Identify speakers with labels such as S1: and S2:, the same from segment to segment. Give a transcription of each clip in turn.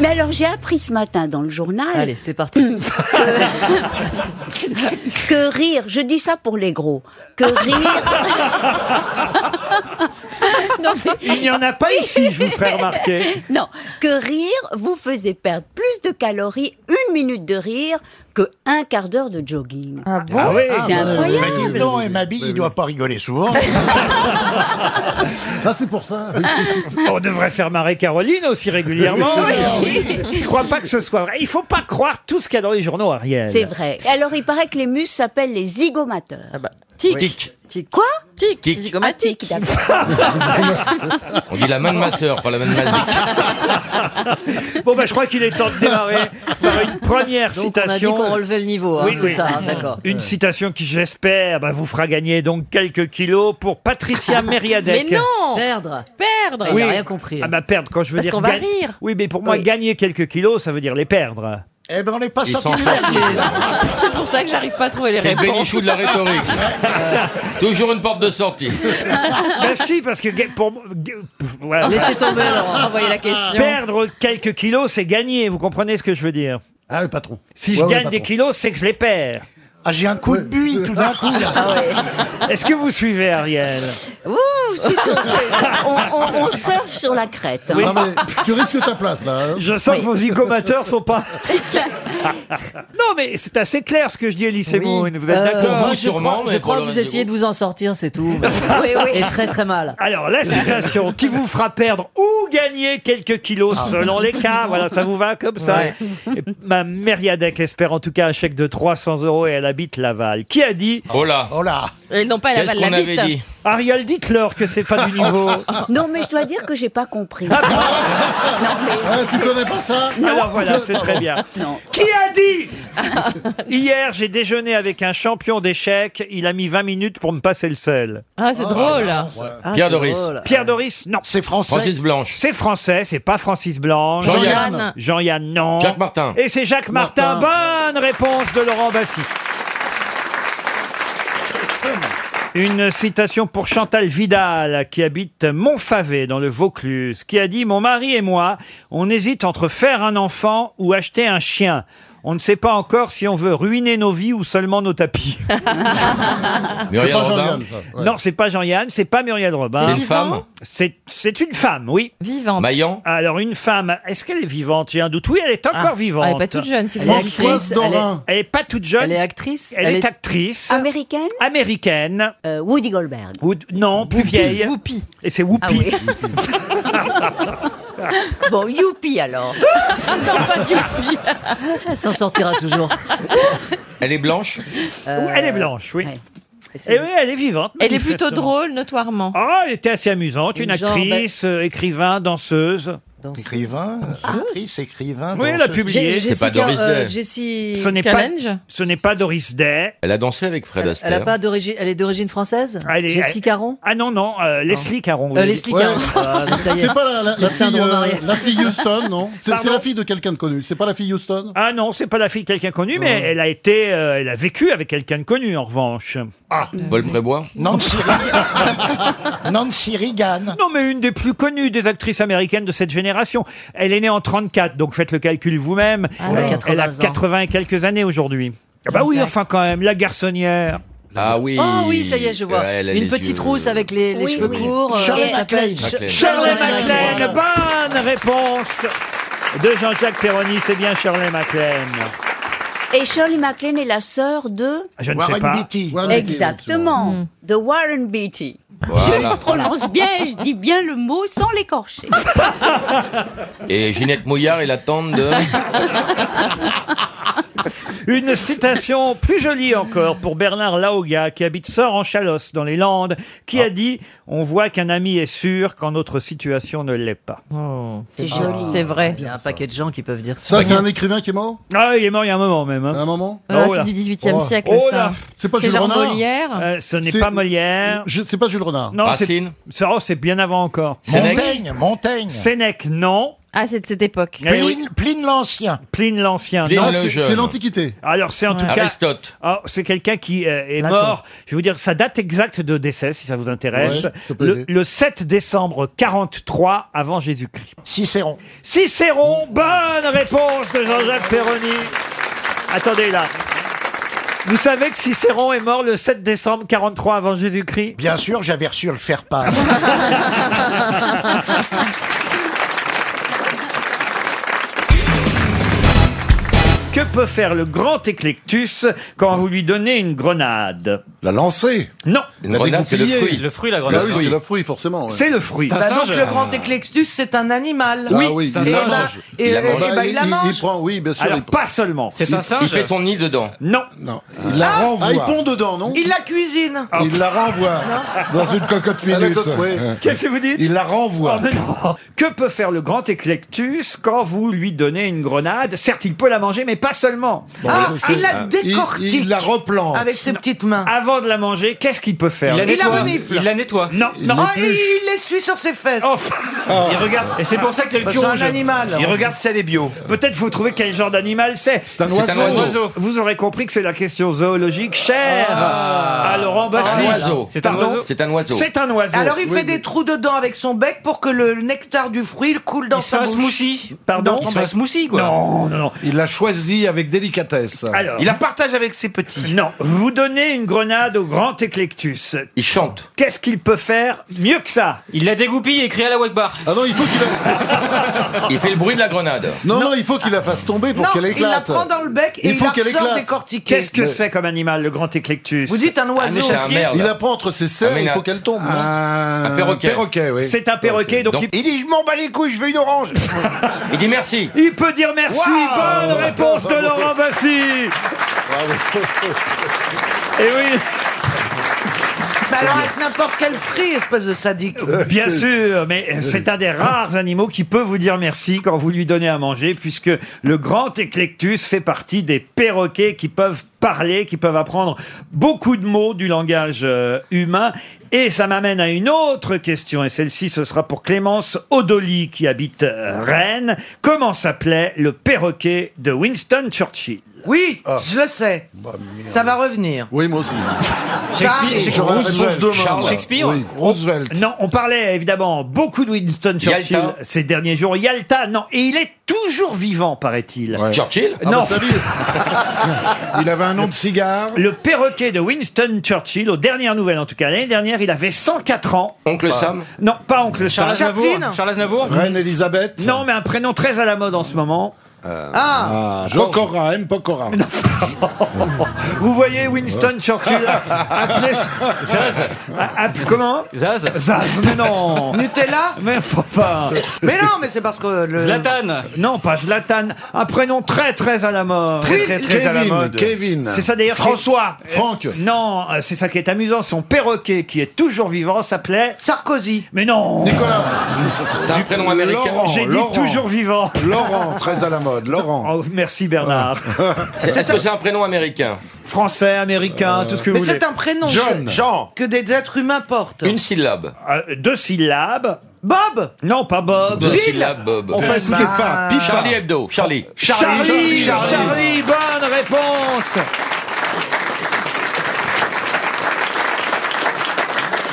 S1: Mais alors, j'ai appris ce matin dans le journal
S2: Allez, c'est parti.
S1: que rire, je dis ça pour les gros, que rire,
S3: Il n'y en a pas ici, je vous ferai remarquer.
S1: non, que rire vous faisait perdre plus de calories, une minute de rire, que un quart d'heure de jogging.
S3: Ah oui,
S1: C'est
S2: bah,
S1: incroyable.
S4: Mais dis donc, et ma bille, il doit pas rigoler souvent.
S5: Ah, c'est pour ça.
S3: on devrait faire marrer Caroline aussi régulièrement. Je crois pas que ce soit vrai. Il faut pas croire tout ce qu'il y a dans les journaux, Ariel.
S1: C'est vrai. Et Alors, il paraît que les muscles s'appellent les zygomateurs.
S2: Ah bah, tic. Tic.
S1: Quoi
S2: Tic.
S6: Tic.
S2: Zygomatique.
S7: Ah,
S1: Tic, d'accord.
S6: On dit la main de ma sœur, pas la main de ma zik.
S3: Bon, bah, je crois qu'il est temps de démarrer par une première
S2: Donc on a dit
S3: citation.
S2: qu'on relevait le niveau, hein,
S3: Oui,
S2: c'est
S3: oui.
S2: ça, d'accord.
S3: Une citation qui, j'espère, bah, vous fera gagner donc quelques kilos pour Patricia
S7: Mais
S3: Mériadec.
S7: non
S2: Perdre.
S7: Perdre
S2: Il n'a rien compris.
S3: Ah bah perdre, quand je veux
S7: Parce
S3: dire...
S7: qu'on va
S3: gagne-
S7: rire.
S3: Oui, mais pour moi,
S2: Oui.
S3: gagner quelques kilos, ça veut dire les perdre.
S4: Eh ben, on n'est pas
S6: Ils
S4: sorti
S6: sont
S4: du dernier, là.
S7: C'est pour ça que j'arrive pas à trouver les
S6: C'est le
S7: réponses.
S6: bénichou de la rhétorique. Toujours une porte de sortie.
S3: ben si, parce que ga- pour... moi- ga- pff, voilà.
S2: Laissez tomber, Laurent. Envoyez la question.
S3: Perdre quelques kilos, c'est gagner, vous comprenez ce que je veux dire
S5: Ah, le patron.
S3: Si je
S5: Ouais, ouais,
S3: gagne des
S5: patron.
S3: kilos, c'est que je les perds.
S4: Ah, j'ai un coup de buis tout d'un coup, là.
S2: Ah
S3: Est-ce que vous suivez, Ariel
S1: Ouh, c'est sûr, c'est- on, on- on surfe sur la crête. hein.
S5: Non, mais tu risques ta place, là. hein.
S3: Je sens que vos igomateurs sont pas... non, mais c'est assez clair ce que je dis, Elie Semoun, vous êtes
S2: Euh,
S3: d'accord
S6: Vous,
S2: je
S6: sûrement,
S2: crois-
S6: mais
S2: Je
S6: pour
S2: crois
S6: le
S2: que vous
S6: reste du
S2: essayez de vous en sortir, c'est tout. mais- Et très très mal.
S3: Alors, la citation qui vous fera perdre ou gagner quelques kilos
S8: Ah.
S3: selon les cas. Voilà, ça vous va comme
S2: Ah.
S3: ça
S2: Ouais.
S3: Et Ma Mériadec espère en tout cas un chèque de 300 euros et elle habite Laval. Qui a dit
S6: Oh là.
S4: Oh là.
S7: Et Euh, non pas la
S6: Qu'est-ce
S7: balle
S6: qu'on
S7: la
S6: avait dit
S7: bite.
S3: Ariel, dites-leur que c'est pas du niveau.
S1: Non, mais je dois dire que j'ai pas compris.
S5: Ah, tu connais pas ça
S3: Alors voilà, c'est très bien.
S1: Non.
S3: Qui a dit Hier, j'ai déjeuné avec un champion d'échecs. Il a mis 20 minutes pour me passer le sel.
S7: Ah, c'est drôle.
S2: Ah, Oh,
S6: Pierre
S2: c'est
S6: Doris.
S2: drôle.
S3: Pierre Doris, non.
S4: C'est français.
S6: Francis Blanche.
S3: C'est français, c'est pas Francis Blanche.
S6: Jean-Yann.
S7: Jean-Yann.
S3: Jean-Yann, non.
S6: Jacques Martin.
S3: Et c'est Jacques Martin. Bonne réponse de Laurent Baffy. Une citation pour Chantal Vidal, qui habite Montfavet, dans le Vaucluse, qui a dit Mon mari et moi, on hésite entre faire un enfant ou acheter un chien. On ne sait pas encore si on veut ruiner nos vies ou seulement nos tapis.
S5: C'est
S6: Muriel
S5: pas
S6: Robin.
S5: Jean-Yann, ça. Ouais.
S3: Non, c'est pas Jean-Yann, c'est pas Muriel
S6: C'est
S3: Robin.
S6: une femme.
S3: C'est c'est une femme, oui.
S7: Vivante.
S6: Maillan.
S3: Alors, une femme, est-ce qu'elle est vivante J'ai un doute. Oui, elle est encore vivante.
S7: Elle est pas toute jeune, si vous voulez.
S5: Françoise
S2: Elle est-
S5: Dorin.
S3: Elle est pas toute jeune.
S2: Elle est actrice.
S3: Elle est actrice
S1: Américaine
S3: américaine.
S1: Euh, Woody Goldberg.
S3: Ou, non, plus vieille.
S7: Whoopi.
S3: Et c'est Whoopi.
S1: Ah oui. bon, youpi alors.
S2: Elle s'en sortira toujours.
S6: Elle est blanche.
S3: Ou- Euh, Elle est blanche, oui.
S1: ouais.
S3: Et oui, elle est vivante.
S7: Elle est plutôt
S3: manifestement.
S7: drôle, notoirement.
S3: Ah, elle était assez amusante, une,
S2: Une genre
S3: actrice, euh, écrivain, danseuse.
S4: Écrivain, actrice, écrivain.
S3: Oui, elle a
S4: danseuse.
S3: publié.
S2: Jessica-
S6: pas Doris
S2: euh,
S6: Day.
S2: Jessie-
S3: Ce n'est pas,
S7: Challenge
S3: ce n'est pas Doris Day.
S6: Elle a dansé avec Fred
S2: Elle, elle a
S6: Astaire.
S2: pas d'origine. Elle est d'origine française.
S3: Elle est-
S2: Jessie
S3: elle-
S2: Caron.
S3: Ah non, non, euh, Leslie Caron. vous
S2: Euh,
S3: avez
S2: Leslie
S5: Ouais.
S2: Caron. Ah, mais ça y est.
S5: C'est pas la, la,
S2: C'est
S5: la
S2: le syndrome
S5: fille, euh,
S2: marié.
S5: la fille Houston, non C'est c'est
S3: Pardon
S5: la fille de quelqu'un de connu. C'est pas la fille Houston
S3: Ah non, c'est pas la fille de quelqu'un connu, mais elle a été, euh, elle a vécu avec quelqu'un de connu en revanche.
S6: Ah,
S2: Euh,
S6: Paul Prébois.
S4: Nancy Reagan. Nancy Reagan.
S3: Non, mais une des plus connues des actrices américaines de cette génération. Elle est née en 34, donc faites le calcul vous-même.
S2: Ah ouais.
S3: elle, elle a
S2: 80 ans.
S3: 80 et quelques années aujourd'hui. Ah bah oui, enfin quand même, la garçonnière.
S6: Ah oui.
S2: Oh oui, ça y est, je vois.
S6: Ouais, elle a
S2: Une
S6: les
S2: petite
S6: yeux-
S2: rousse avec les, les
S1: Oui,
S2: cheveux
S1: oui.
S9: Euh,
S2: courts. euh,
S4: Shirley
S2: elle s'appelle
S4: MacLaine.
S2: Sh-
S6: MacLaine.
S3: Shirley
S2: Shirley
S3: MacLaine,
S2: MacLaine.
S3: bonne réponse de Jean-Jacques Perroni, c'est bien Shirley MacLaine.
S1: Et Shirley MacLaine est la sœur de...
S3: Je ne sais
S4: Warren
S3: pas.
S4: Beatty.
S5: Ouais, mais-
S1: Exactement,
S7: Mm.
S1: de Warren Beatty.
S6: Voilà.
S1: Prononce bien, je dis bien le mot sans l'écorcher.
S6: Et Ginette Mouillard est la tante de.
S3: Une citation plus jolie encore pour Bernard Laoga, qui habite Sort en Chalosse, dans les Landes, qui a dit « On voit qu'un ami est sûr quand notre situation ne l'est pas
S1: C'est
S3: Ah.
S1: joli.
S7: C'est vrai.
S2: Il y a un paquet de gens qui peuvent dire ça.
S5: Oh. Ça, c'est un écrivain qui est mort ».
S3: Ah, il est mort il y a un moment même. hein.
S5: à un moment
S3: Ah, oh là.
S7: Ah, c'est du 18e
S5: Oh.
S7: siècle,
S3: Oh là.
S7: ça.
S5: C'est pas
S7: C'est
S5: Jules
S7: Jean
S5: Renard
S7: Molière.
S3: Euh, ce n'est
S5: C'est-
S3: pas Molière.
S5: Je- C'est pas Jules Renard.
S3: Non, c'est
S6: Racine.
S3: ça, oh, c'est bien avant encore.
S6: Sénèque.
S4: Montaigne, Montaigne.
S3: Sénèque, non.
S10: Ah, c'est de cette époque.
S3: Eh oui,
S11: Pline, Pline l'Ancien.
S3: Pline l'Ancien.
S6: Pline-
S3: non.
S4: Ah,
S6: le
S4: c'est-
S6: jeune.
S4: c'est l'Antiquité.
S3: Alors c'est en tout cas,
S6: Aristote.
S3: Ah, c'est quelqu'un qui euh, est
S12: Platon.
S3: mort. Je vais vous dire sa date exacte de décès, si ça vous intéresse.
S4: Ouais, ça peut
S3: le,
S4: aider.
S3: le 7 décembre 43 avant Jésus-Christ.
S11: Cicéron.
S3: Cicéron, bonne réponse de Jean-Jacques Perroni. Attendez là. Vous savez que Cicéron est mort le 7 décembre 43 avant Jésus-Christ
S11: Bien sûr, j'avais reçu le faire-part.
S3: Que peut faire le grand éclectus quand vous lui donnez une grenade
S13: La lancée.
S3: Non,
S6: Une
S4: La
S6: grenade, c'est le
S4: dégoupillée.
S6: fruit.
S14: Le fruit, la
S4: Bah
S14: grenade.
S4: oui, c'est le fruit, forcément. ouais.
S3: c'est le fruit.
S14: Un
S8: Bah donc
S14: singe.
S8: le grand éclextus c'est un animal.
S4: Ah oui,
S14: c'est un
S8: Et
S14: singe.
S8: bah, et,
S6: Il la
S8: euh,
S6: mange.
S8: et bah, il, la mange.
S4: prend, oui, bien sûr.
S3: Alors
S4: il prend.
S3: pas seulement.
S14: C'est un
S6: Il
S14: singe.
S6: fait son nid dedans.
S3: Non,
S13: Non. Il la renvoie.
S4: Ah, il pond dedans, non
S8: Il la cuisine.
S14: Ah.
S13: Il la renvoie dans une cocotte
S4: Ah, la
S13: minute.
S4: cocotte, ouais.
S13: Hein.
S3: qu'est-ce que vous dites
S13: Il la
S3: Oh,
S13: renvoie.
S3: mais non. Que peut faire le grand éclectus quand vous lui donnez une grenade Certes, il peut la manger, mais pas seulement.
S8: Ah, il la
S13: Il,
S8: décortique
S13: il la replante.
S8: avec ses petites mains.
S3: Avant de la manger, qu'est-ce qu'il peut faire
S14: Il la
S8: Il la
S14: nettoie.
S8: renifle.
S14: Il la nettoie.
S3: Non, non.
S8: Ah, et il l'essuie sur ses fesses.
S3: Oh,
S14: Il
S13: Ah.
S14: regarde. Et c'est pour ça qu'il a le
S8: Bah,
S14: cul
S8: c'est un
S14: rouge.
S8: animal.
S13: regarde si elle est bio.
S3: Peut-être faut trouver quel genre d'animal c'est.
S4: C'est un
S6: C'est un
S4: oiseau.
S6: oiseau.
S3: Vous aurez compris que c'est la question zoologique chère
S13: Ah.
S3: à Laurent
S6: Ah. Un
S3: Baffy.
S6: oiseau.
S14: C'est un
S3: Pardon
S14: oiseau.
S6: C'est un oiseau.
S3: C'est un oiseau.
S8: Alors il fait des trous dedans avec son bec pour que le nectar du fruit coule dans
S14: Il se fait
S8: sa
S14: un
S8: bouche.
S14: smoothie.
S3: Pardon
S14: Il se fait un smoothie, quoi.
S3: Non, non, non.
S13: Il la choisit avec délicatesse.
S3: Alors.
S13: Il la partage avec ses petits.
S3: Non, vous donnez une grenade au grand éclectus.
S6: Il chante.
S3: Qu'est-ce qu'il peut faire mieux que ça
S14: Il la dégoupille et crie à la Wagbar.
S4: Ah non, il faut qu'il la...
S6: Il fait le bruit de la grenade.
S4: Non, non, il faut qu'il la fasse tomber pour
S8: Non,
S4: qu'elle
S8: il la
S4: éclate.
S8: prend dans le bec et
S4: Il
S8: il,
S4: faut
S8: la
S4: qu'elle
S8: ressort
S4: éclate.
S8: décortiquée.
S3: Qu'est-ce que c'est comme animal, le grand éclectus
S8: Vous dites un oiseau.
S6: Ah, C'est un
S4: Il la
S6: merde.
S4: prend entre ses serres,
S6: Ah, mais
S4: il faut
S6: là-
S4: qu'elle tombe. Ah.
S13: Un
S6: perroquet.
S13: perroquet, oui.
S3: C'est un perroquet, donc,
S6: Donc-
S3: il,
S11: Il dit, je m'en bats les couilles, je veux une orange.
S6: Il dit merci.
S3: il peut dire merci.
S4: Oh,
S3: Bonne réponse de Laurent Baffy. Et Eh oui,
S8: Mais alors avec n'importe quel fruit, espèce de sadique.
S3: bien sûr, mais c'est un des
S8: Ah.
S3: rares animaux qui peut vous dire merci quand vous lui donnez à manger, puisque le grand éclectus fait partie des perroquets qui peuvent parler, qui peuvent apprendre beaucoup de mots du langage euh, humain. Et ça m'amène à une autre question, et celle-ci, ce sera pour Clémence Odoli, qui habite euh, Rennes. Comment s'appelait le perroquet de Winston Churchill
S8: Oui, je le sais.
S4: Bah,
S8: Ça va revenir.
S4: Oui, moi aussi.
S8: Ça arrive.
S14: Shakespeare-
S4: J'aurai la réponse
S13: Roosevelt,
S4: demain.
S6: Charles
S4: moi.
S14: Shakespeare
S4: Oui, Roosevelt.
S3: Non, on parlait évidemment beaucoup de Winston Churchill
S6: Yalta.
S3: ces derniers jours. Yalta, non. Et il est toujours vivant, paraît-il.
S4: Ah,
S6: Churchill
S3: Non,
S4: bah,
S13: Il avait un nom de cigare.
S3: le perroquet de Winston Churchill, aux dernières nouvelles en tout cas, l'année dernière, il avait 104 ans.
S6: Oncle Sam
S3: Non, pas oncle
S14: Charles
S3: Charles.
S8: Chaplin
S14: Aznavour. Charles Aznavour.
S4: Reine Elisabeth. Euh,
S3: Non, mais un prénom très à la mode en ce moment.
S8: Ah,
S13: Ah, Pokora, M. Pokora.
S3: Vous voyez Winston Churchill appelé...
S14: Zaz.
S3: app- comment
S14: Zaz.
S3: Zaz, mais non
S8: Nutella
S3: Mais faut pas
S8: Mais non, mais c'est parce que le...
S14: Zlatan.
S3: Non, pas Zlatan. Un prénom très très à la mode.
S13: Très, très à la
S4: Kevin,
S13: mode.
S4: Kevin.
S3: C'est ça d'ailleurs.
S13: François.
S4: Franck.
S3: Non, euh, c'est ça qui est amusant. Son perroquet, qui est toujours vivant, s'appelait.
S8: Sarkozy.
S3: Mais non
S4: Nicolas.
S6: C'est un prénom américain.
S13: Laurent.
S3: J'ai dit
S13: Laurent.
S3: toujours vivant.
S13: Laurent, très à la mode. Laurent.
S3: Oh, merci Bernard.
S6: Est-ce que c'est un prénom américain
S3: Français, américain, tout ce que
S8: Euh, Mais
S3: vous voulez.
S8: c'est un prénom
S13: John. Jean.
S8: que des êtres humains portent.
S6: Une syllabe.
S3: Euh, deux syllabes.
S8: Bob Bah.
S3: Non, pas Bob. Bah,
S6: Deux
S8: Bill.
S6: syllabes, Bob.
S13: Enfin, écoutez pas. Pipa.
S6: Charlie Hebdo. Charlie.
S3: Charlie, Charlie,
S13: Charlie, Charlie.
S3: bonne réponse.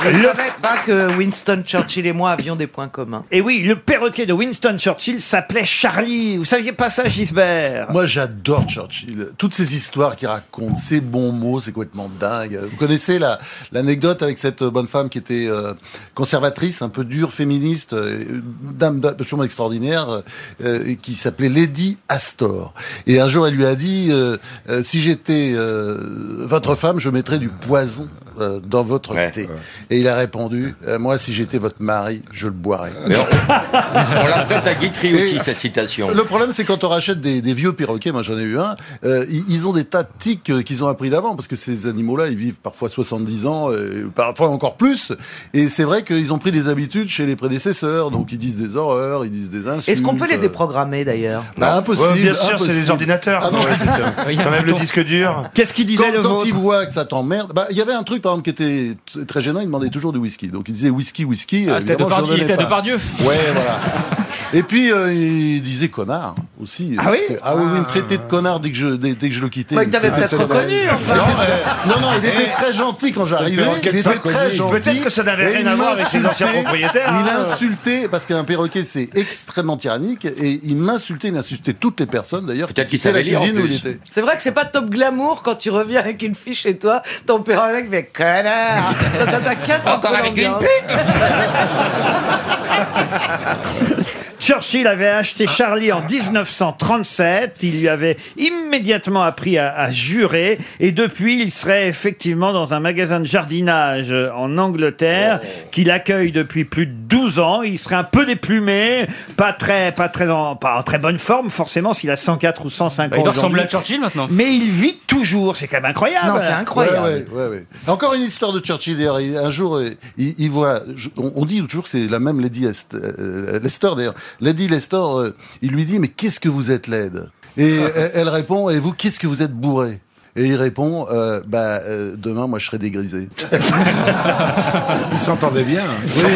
S8: Je ne
S3: Le-
S8: savais pas que Winston Churchill et moi avions des points communs.
S3: Et Eh oui, le perroquet de Winston Churchill s'appelait Charlie. Vous saviez pas ça, Gisbert
S4: Moi, j'adore Churchill. Toutes ces histoires qu'il raconte, ces bons mots, c'est complètement dingue. Vous connaissez la- l'anecdote avec cette bonne femme qui était euh, conservatrice, un peu dure, féministe, euh, une dame absolument extraordinaire, euh, et qui s'appelait Lady Astor. Et un jour, elle lui a dit euh, euh, si j'étais euh, votre femme, je mettrais du poison euh, dans votre
S6: Ouais.
S4: thé. Et il a répondu euh, moi, si j'étais votre mari, je le boirais.
S6: Mais on on la prête à Guitry aussi,
S4: Et-
S6: cette citation.
S4: Le problème, c'est quand on rachète des, des vieux perroquets, moi j'en ai eu un, euh, ils, ils ont des tas de tics euh, qu'ils ont appris d'avant, parce que ces animaux-là, ils vivent parfois 70 ans, euh, parfois encore plus, et c'est vrai qu'ils ont pris des habitudes chez les prédécesseurs, donc ils disent des horreurs, ils disent des insultes.
S8: Est-ce qu'on peut les
S4: euh,
S8: déprogrammer d'ailleurs
S4: bah, impossible.
S13: bien sûr, c'est des
S4: impossible.
S13: ordinateurs.
S4: Ah non,
S14: Quand même le disque.
S3: Qu'est-ce qu'il disait
S4: quand,
S3: le
S4: quand
S3: vôtre
S4: ils voient que ça t'emmerde, bah, il y avait un truc par exemple qui était t- très gênant, ils demandaient toujours du whisky. Donc ils disaient whisky, whisky.
S14: Ah, c'était à
S4: évidemment, j'en
S14: Depardieu. Il
S4: donnais
S14: était à
S4: pas.
S14: Depardieu.
S4: Ouais, voilà. Et puis, euh, il disait connard aussi.
S15: Ah oui
S4: C'était- Ah oui, il me traitait de connard dès que je, dès, dès que je le quittais.
S15: Bah,
S4: Il
S15: il t'avait
S4: me traitait
S15: peut-être
S4: de connard.
S15: reconnu, enfin.
S4: Non, euh, Non, non, il était très gentil quand j'arrivais.
S15: fait enquête
S4: Il était très
S15: Sarkozy.
S4: gentil.
S15: Peut-être que ça n'avait
S4: Et
S15: rien
S4: il
S15: à voir avec ses
S4: m'insultait.
S15: anciens propriétaires,
S4: Il
S15: hein.
S4: insultait, parce qu'un perroquet, c'est extrêmement tyrannique, et il m'insultait, il insultait toutes les personnes d'ailleurs qui
S8: Peut-être qu'il
S4: quittaient la
S8: savait lire, en
S4: cuisine où il
S8: plus.
S4: était.
S16: C'est vrai que c'est pas top glamour quand tu reviens avec une fille chez toi, ton père avec fait connard. Ça, ça, ça casse un peu
S8: Encore avec une
S16: l'ambiance.
S8: pute
S3: Churchill avait acheté
S4: Ah.
S3: Charlie en 1937. Il lui avait immédiatement appris à, à jurer. Et depuis, il serait effectivement dans un magasin de jardinage euh, en Angleterre
S4: Oh.
S3: qu'il accueille depuis plus de 12 ans. Il serait un peu déplumé, pas très, pas très en, pas en très bonne forme, forcément, s'il a 104 ou 105 ans.
S8: Bah, Il doit
S3: aujourd'hui.
S8: ressembler à Churchill maintenant.
S3: Mais il vit toujours. C'est quand même incroyable.
S16: Non, c'est incroyable.
S4: Ouais, ouais, ouais, ouais. Encore une histoire de Churchill. D'ailleurs, Il- un jour, euh, il, il voit. je- on, on dit toujours que c'est la même Lady Est- euh, Lester. D'ailleurs, Lady Lester, euh, il lui dit mais qu'est-ce que vous êtes laide Et elle, elle répond et vous qu'est-ce que vous êtes bourré Et il répond euh, bah euh, demain moi je serai dégrisé.
S13: Ils s'entendaient bien.
S16: hein.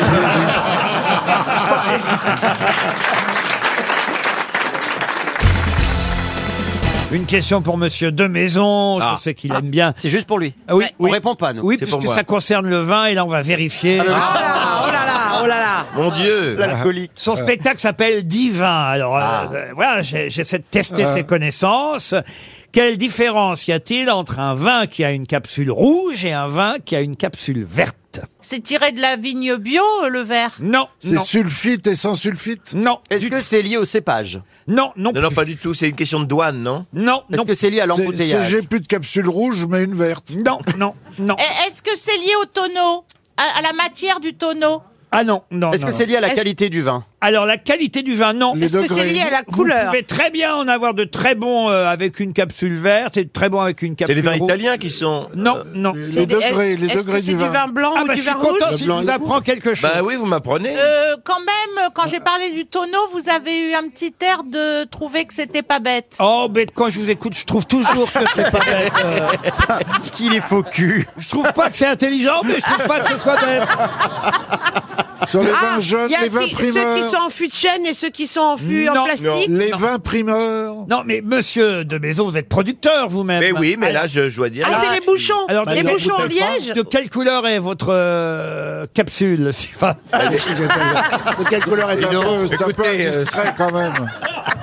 S3: Une question pour Monsieur de Maison.
S8: Ah.
S3: Je sais qu'il aime bien.
S17: C'est juste pour lui.
S3: Ah oui,
S17: On
S3: oui.
S17: répond pas, nous.
S3: Oui,
S17: C'est
S3: puisque
S17: pour moi. Ah,
S3: ça concerne le vin, et là on va vérifier.
S16: Oh là là, oh là
S18: Ah,
S16: là, oh là là.
S8: Mon Dieu
S3: Son spectacle s'appelle Divin. Alors euh,
S19: Ah.
S3: euh, voilà, j'ai- j'essaie de tester
S13: Ah.
S3: ses connaissances. Quelle différence y a-t-il entre un vin qui a une capsule rouge et un vin qui a une capsule verte
S7: C'est tiré de la vigne bio, le verre
S3: Non,
S13: C'est
S3: non,
S13: sulfite et sans sulfite
S3: non,
S19: Est-ce que c'est lié au cépage
S3: non, non,
S8: Non, non, pas du tout, c'est une question de douane, non
S3: non,
S19: Est-ce
S3: non,
S19: que c'est lié à
S13: C'est- c'est-
S19: l'embouteillage
S13: J'ai plus de capsule rouge, mais une verte.
S3: non, non, non.
S7: Est-ce que c'est lié au tonneau à, à la matière du tonneau
S3: Ah non, non.
S19: Est-ce
S3: non,
S19: que
S3: non.
S19: c'est lié à la
S7: Est-ce-
S19: qualité du vin
S3: Alors la qualité du vin, non.
S13: Les
S16: Est-ce que c'est
S13: degrés.
S16: lié à la
S3: Vous
S16: couleur
S3: pouvez très bien en avoir de très bons euh, avec une capsule verte et de très bons avec une
S8: C'est les
S3: capsule
S8: vins
S3: rouge.
S8: italiens qui sont.
S19: euh,
S3: Non, non.
S13: Les degrés, les degrés du vin.
S7: blanc
S3: Ah bah je suis content
S13: Le
S3: si je
S13: blanc et
S3: vous
S13: le
S3: apprends quelque chose.
S8: Bah oui, vous m'apprenez.
S13: Euh,
S7: Euh, quand même, quand j'ai parlé du tonneau, vous avez eu un petit air de trouver que c'était pas bête.
S3: Oh, bête, quand je vous écoute, je trouve toujours que c'est pas bête. euh,
S19: Qu'il est faux cul
S3: je trouve pas que c'est intelligent, mais je trouve pas que ce soit bête.
S13: Sur
S3: Ah,
S13: les
S7: Ah,
S13: vins jeunes, les vins primeurs.
S16: en fût de chêne et ceux qui sont en
S3: fût en Non,
S16: plastique.
S13: Les vins primeurs.
S3: Non, mais monsieur de Maison, vous êtes producteur vous-même.
S8: Mais oui, mais là, je, je dois
S16: Ah,
S8: dire.
S7: Ah,
S8: là, je-
S3: Alors, de, quelle-
S16: en liège
S3: de quelle couleur est votre euh, capsule si- enfin,
S13: De quelle couleur est un peu, c'est un peu
S19: Ah, écoutez, euh,
S13: indiscret quand même.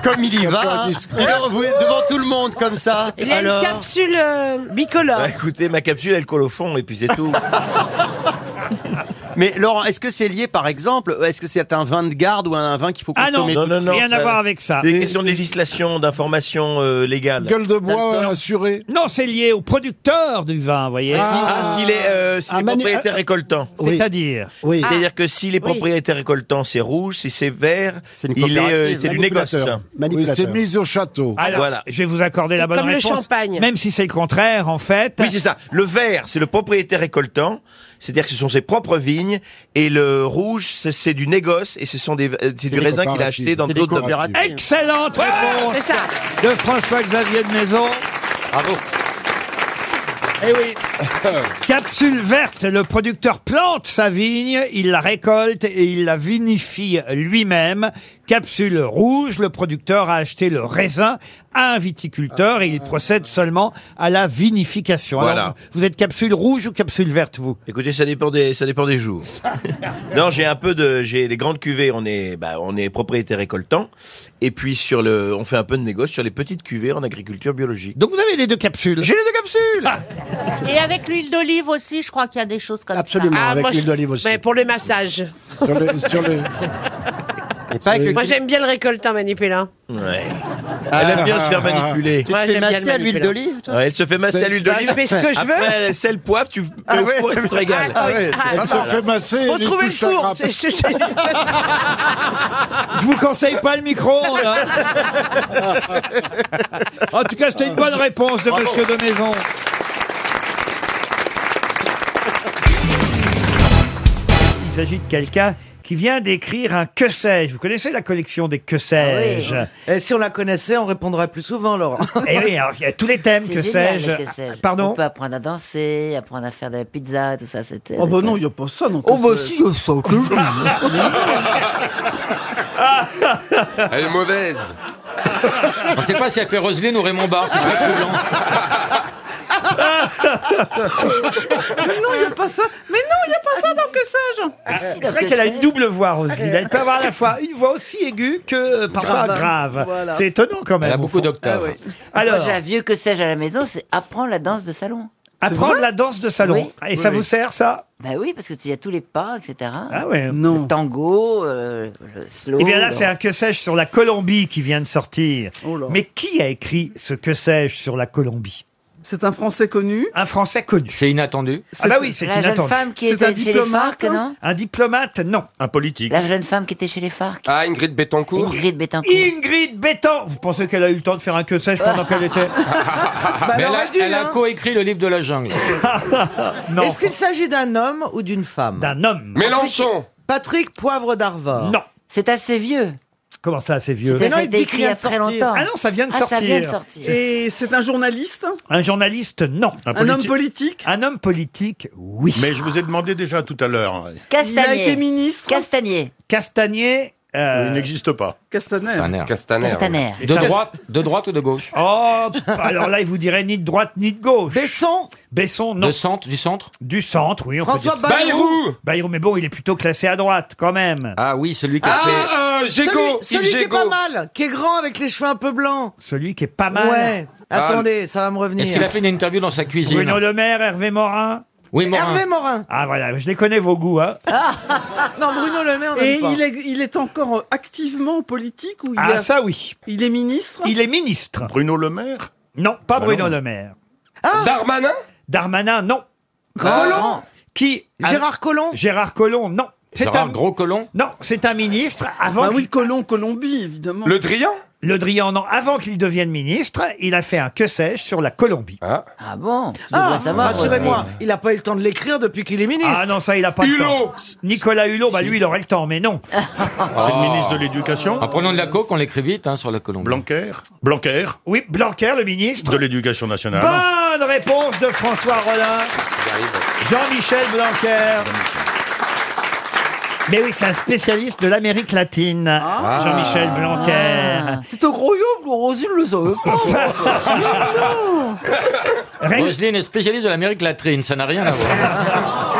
S19: Comme il y va hein.
S13: indiscret.
S19: Il est- vous êtes devant tout le monde comme ça Alors
S16: capsule
S7: euh,
S16: bicolore.
S8: Bah écoutez, ma capsule, elle colle au fond, et puis c'est tout.
S19: Mais Laurent, est-ce que c'est lié par exemple Est-ce que c'est un vin de garde ou un vin qu'il faut
S3: Ah non,
S19: consommer
S8: non, non, non,
S3: rien à
S8: ça-
S3: voir avec ça.
S8: C'est des questions de législation, d'information euh, légale.
S13: Gueule de bois
S8: D'accord.
S13: assurée.
S3: Non, c'est lié au producteur du vin, vous voyez.
S8: Ah, s'il est, euh, s'il
S19: un
S8: est
S19: manu-
S8: propriétaire récoltant. Ah.
S3: C'est-à-dire.
S19: Oui.
S8: C'est-à-dire que si les propriétaires récoltants, c'est rouge, si c'est vert,
S19: C'est une
S8: il est, euh,
S19: coopérative,
S8: c'est du négoce.
S13: Oui, c'est mise au château.
S3: Alors,
S8: Voilà.
S3: je vais vous accorder la bonne
S16: comme le
S3: réponse.
S16: champagne.
S3: Même si c'est le contraire, en fait.
S8: Oui, c'est ça. Le vert, c'est le propriétaire récoltant, c'est-à-dire que ce sont ses propres vignes, et le rouge, c'est- c'est du négoce, et ce sont des, euh, c'est du
S13: des
S8: raisin qu'il a
S13: coopératives.
S8: acheté dans
S13: C'est
S19: des
S8: d'autres
S19: coopératives.
S8: coopératives.
S3: Excellente réponse
S16: C'est ça.
S3: de François-Xavier de Maison.
S8: Bravo.
S3: Eh oui. Capsule verte, le producteur plante sa vigne, il la récolte et il la vinifie lui-même. Capsule rouge, le producteur a acheté le raisin à un viticulteur et il procède seulement à la vinification. Alors,
S8: Voilà.
S3: vous êtes capsule rouge ou capsule verte, vous
S8: Écoutez, ça dépend des, ça dépend des jours. non, j'ai un peu de, j'ai les grandes cuvées, on est, bah, on est propriétaire récoltant, et puis sur le, on fait un peu de négoce sur les petites cuvées en agriculture biologique.
S3: Donc vous avez les deux capsules.
S8: J'ai les deux capsules.
S7: Et avec l'huile d'olive aussi, je crois qu'il y a des choses comme
S19: Absolument,
S16: Ah,
S19: avec
S16: moi, je-
S19: l'huile d'olive aussi.
S16: Mais pour le massage.
S13: Sur les, sur les-
S19: Et pas avec le...
S16: Moi, j'aime bien le récoltant manipulant.
S8: Ouais.
S3: Ah.
S8: Elle aime bien se
S19: Ah,
S8: faire manipuler.
S19: Tu te
S16: Moi,
S19: fais
S16: j'aime bien
S19: masser
S16: le
S19: à l'huile
S16: manipulant.
S19: d'olive toi
S8: Ouais, elle se fait masser à l'huile
S16: Bah,
S8: d'olive.
S16: je fais ce que je veux.
S8: Après, sel, poivre, tu
S19: Ah ouais.
S8: poivre et tu te régales.
S16: Ah oui.
S13: Elle se fait masser. et
S16: Faut
S13: lui
S16: trouver le
S13: touche la
S16: four.
S13: grappe.
S16: c'est- c'est- c'est-
S3: Je vous conseille pas le micro. en tout cas, c'était une bonne réponse de Monsieur de Maison. Il s'agit de quelqu'un qui vient d'écrire un que sais-je. Vous connaissez la collection des
S18: Ah
S3: que sais-je
S8: Et si on la connaissait, on répondrait plus souvent, Laurent.
S3: Eh oui, alors, il y a tous les thèmes,
S18: C'est
S3: que
S18: génial,
S3: sais-je. Ah,
S18: les que sais-je.
S3: Pardon
S18: On peut apprendre à danser, apprendre à faire de la pizza, tout ça, c'était...
S16: Oh bah non, il n'y a pas ça. Non,
S18: Oh bah
S16: si, il y a ça.
S6: Elle est mauvaise. On sait pas si elle fait Roselyne ou Raymond Barre, c'est très troublant.
S7: Mais non, il n'y a pas ça. Mais non, il n'y a pas ça dans que sais-je.
S16: Ah,
S3: C'est vrai qu'elle a une double voix, Roselyne. Elle peut avoir à la fois une voix aussi aiguë que euh, parfois grave.
S18: Grave. Voilà.
S3: C'est étonnant quand même.
S6: Elle a
S3: au
S6: beaucoup
S3: fond.
S6: d'octaves. Ah oui.
S3: Alors-
S18: Alors... Moi, j'ai un vieux que sais-je à la maison, c'est apprendre la danse de salon.
S3: Apprendre la danse de salon. Et ça vous sert, ça
S18: Bah oui, parce que tu y as tous les pas, etc.
S3: Ah ouais.
S18: Le tango, euh, le slow.
S16: Oh
S3: Eh bien là, c'est un que sais-je sur la Colombie qui vient de sortir.
S16: Oh
S3: Mais qui a écrit ce que sais-je sur la Colombie
S16: C'est un Français connu.
S3: Un Français connu.
S6: C'est inattendu.
S3: Ah bah oui, c'est hein
S18: La jeune
S3: inattendu.
S18: femme qui
S16: C'est un
S18: était chez les
S16: diplomate,
S18: FARC, non
S3: Un diplomate, non.
S20: Un politique.
S18: La jeune femme qui était chez les FARC.
S6: Ah, Ingrid Betancourt.
S18: Ingrid Bettencourt.
S3: Ingrid Bétan Vous pensez qu'elle a eu le temps de faire un que sais-je pendant qu'elle était
S16: Bah,
S6: Mais elle, a,
S8: aurait dû,
S6: elle a
S8: hein.
S6: coécrit le livre de la jungle.
S3: Non.
S8: Est-ce qu'il s'agit d'un homme ou d'une femme
S3: D'un homme.
S6: Mélenchon.
S8: Patrick Poivre d'Arvor.
S3: Non.
S18: C'est assez vieux.
S3: Comment ça, c'est vieux
S18: C'était-
S8: Mais non, il
S18: c'était
S8: dit
S18: écrit
S8: qu'il
S18: il y a
S8: vient de
S18: très
S8: sortir.
S18: longtemps.
S3: Ah non, ça vient de sortir.
S18: Ah, ça vient de sortir.
S16: Et c'est un journaliste. hein.
S3: Un journaliste, non.
S16: Un homme politique.
S3: Un homme politique, oui.
S21: Mais je vous ai demandé déjà tout à l'heure.
S16: Il a été
S18: Castanier.
S16: ministre.
S18: Castanier.
S3: Castanier. euh,
S21: Il n'existe pas.
S16: Castaner.
S6: Castaner.
S18: Castaner.
S3: Et
S6: De
S3: ça-
S6: droite, de droite ou de gauche
S3: Oh, alors là, il vous dirait ni de droite ni de gauche.
S8: Besson.
S3: Besson, non.
S6: De centre, du centre
S3: Du centre, oui, on
S8: François
S3: peut dire ça.
S8: Bayrou.
S3: Bayrou, mais bon, il est plutôt classé à droite, quand même.
S6: Ah oui, celui qui a fait...
S8: euh, Celui, celui qui est pas mal, qui est grand avec les cheveux un peu blancs.
S3: Celui qui est pas mal.
S8: Ouais.
S6: Ah,
S8: Attendez, ça va me
S6: Est-ce qu'il
S8: revenir.
S6: a fait une interview dans sa cuisine
S3: Bruno Le Maire, Hervé Morin.
S6: Oui, Morin.
S8: Hervé Morin.
S3: Ah voilà, je les connais vos goûts, hein.
S8: Non, Bruno Le Maire, on
S16: Et
S8: n'aime pas.
S16: il est, il est encore euh, activement politique ou il,
S3: Ah
S16: a-
S3: ça oui.
S16: il est ministre
S3: Il est ministre.
S21: Bruno Le Maire
S3: Non, pas
S21: Bah
S3: Bruno
S21: non.
S3: Le Maire.
S6: Darmanin
S3: Darmanin, non.
S8: Ah Bah Collomb
S3: Qui
S8: Gérard Collomb
S3: Gérard Collomb, non. C'est
S6: Gérard
S3: un
S6: Gros Colon
S3: Non, c'est un ministre avant
S16: Bah
S3: qu'il-
S16: oui, Colomb, Colombie, évidemment.
S6: Le Drian
S3: Le Drian, non, avant qu'il devienne ministre, il a fait un que sais-je sur la Colombie.
S18: Ah bon Tu
S8: Ah,
S18: devrais savoir.
S8: rassurez-moi,
S18: Roselyne.
S8: il n'a pas eu le temps de l'écrire depuis qu'il est ministre.
S3: Ah non, ça, il a pas le
S6: Hulot.
S3: temps. Nicolas Hulot, bah lui, il aurait le temps, mais non.
S21: Ah. C'est le ministre de l'Éducation
S6: En prenant Ah, de la coke, on l'écrit vite hein, sur la colombe.
S21: Blanquer Blanquer
S3: Oui, Blanquer, le ministre.
S21: De l'Éducation nationale
S3: Bonne réponse de François Rollin. Jean-Michel Blanquer. Mais oui, c'est un spécialiste de l'Amérique latine,
S8: Ah.
S3: Ah. Jean-Michel Blanquer.
S8: C'est un gros yob, Rosine le savait
S3: Rec-
S6: Roselyne est spécialiste de l'Amérique latrine, ça n'a rien à voir.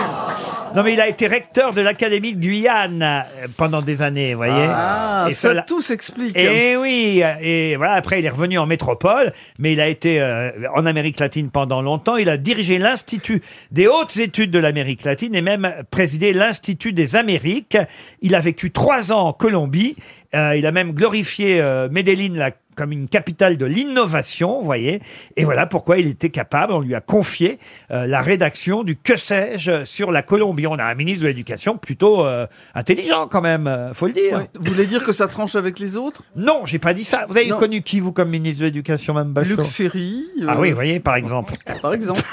S3: Non, mais il a été recteur de l'Académie de Guyane euh, pendant des années, vous voyez.
S16: Ah,
S3: Et
S16: ça,
S3: cela-
S16: tout s'explique.
S3: Et Eh oui, euh, et voilà, après il est revenu en métropole, mais il a été euh, en Amérique latine pendant longtemps. Il a dirigé l'Institut des hautes études de l'Amérique latine et même présidé l'Institut des Amériques. Il a vécu trois ans en Colombie. Euh, il a même glorifié euh, Medellín, la comme une capitale de l'innovation, vous voyez. Et voilà pourquoi il était capable, on lui a confié euh, la rédaction du Que sais-je sur la Colombie. On a un ministre de l'Éducation plutôt euh, intelligent quand même, euh, faut le dire.
S16: Ouais. Vous voulez dire que ça tranche avec les autres
S3: Non, j'ai pas dit ça. Vous avez
S16: Non.
S3: connu qui, vous, comme ministre de l'Éducation, Mme Bachelot
S16: Luc Ferry. euh,
S3: Ah oui, vous voyez, par exemple.
S16: Par exemple.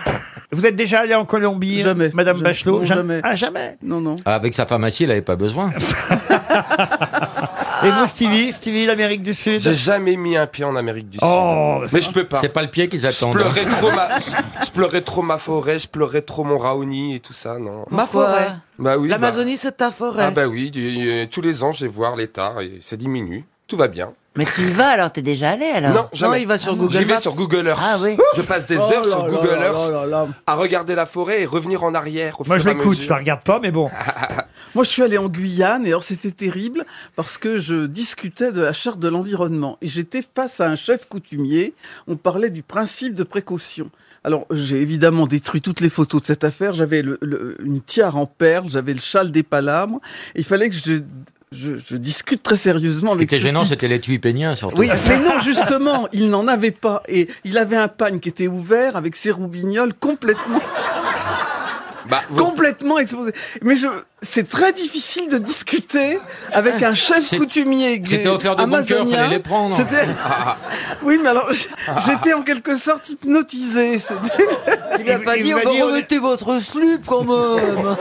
S3: Vous êtes déjà allé en Colombie, euh,
S16: Jamais.
S3: Madame
S16: Jamais.
S3: Bachelot
S16: Non,
S3: Jam-
S16: jamais.
S3: Ah, jamais.
S16: Non, non.
S6: Ah, Avec sa pharmacie, il n'avait pas besoin.
S3: Et vous, Stevie Stevie, l'Amérique du Sud
S19: J'ai jamais mis un pied en Amérique du
S3: Oh,
S19: Sud. Mais je peux pas.
S6: C'est pas le pied qu'ils
S19: Je
S6: attendent. hein.
S19: pleurais, trop ma... je pleurais trop ma forêt, je pleurais trop mon Raoni et tout ça, non.
S8: Ma forêt.
S19: Bah oui.
S8: L'Amazonie, c'est ta
S19: Bah...
S8: forêt.
S19: Ah bah oui, du- euh, tous les ans je vais voir l'état et ça diminue. Tout va bien.
S18: Mais tu y vas alors, t'es déjà allé alors
S19: Non, jamais.
S8: il va sur Google
S19: J'y vais
S8: Maps.
S19: sur Google Earth.
S18: Ah oui.
S19: Je passe des heures sur Google Earth à regarder la forêt et revenir en arrière. Au
S3: Moi, je
S19: fur et à
S3: l'écoute,
S19: mesure.
S3: je la regarde pas, mais bon.
S16: Ah. Moi, je suis allé en Guyane et alors c'était terrible parce que je discutais de la charte de l'environnement et j'étais face à un chef coutumier. On parlait du principe de précaution. Alors, j'ai évidemment détruit toutes les photos de cette affaire. J'avais le- le- une tiare en perles, j'avais le châle des palabres. Il fallait que je, je, je discute très sérieusement
S6: Ce qui
S16: avec
S6: était
S16: ce
S6: gênant,
S16: type.
S6: c'était l'étui pénien, surtout.
S16: Oui, mais non, justement, il n'en avait pas. Et il avait un pagne qui était ouvert avec ses roubignoles complètement.
S6: Bah,
S16: complètement exposé. Mais je, c'est très difficile de discuter avec un chef coutumier. que
S6: C'était
S16: j'ai-
S6: offert de bon cœur,
S16: amazonien.
S6: fallait les prendre.
S16: C'était-
S6: Ah,
S16: oui, mais alors, j- j'étais en quelque sorte hypnotisé. Tu
S3: lui as pas Il- il dit, va Oh, bah, dire- remettez
S16: votre slip quand même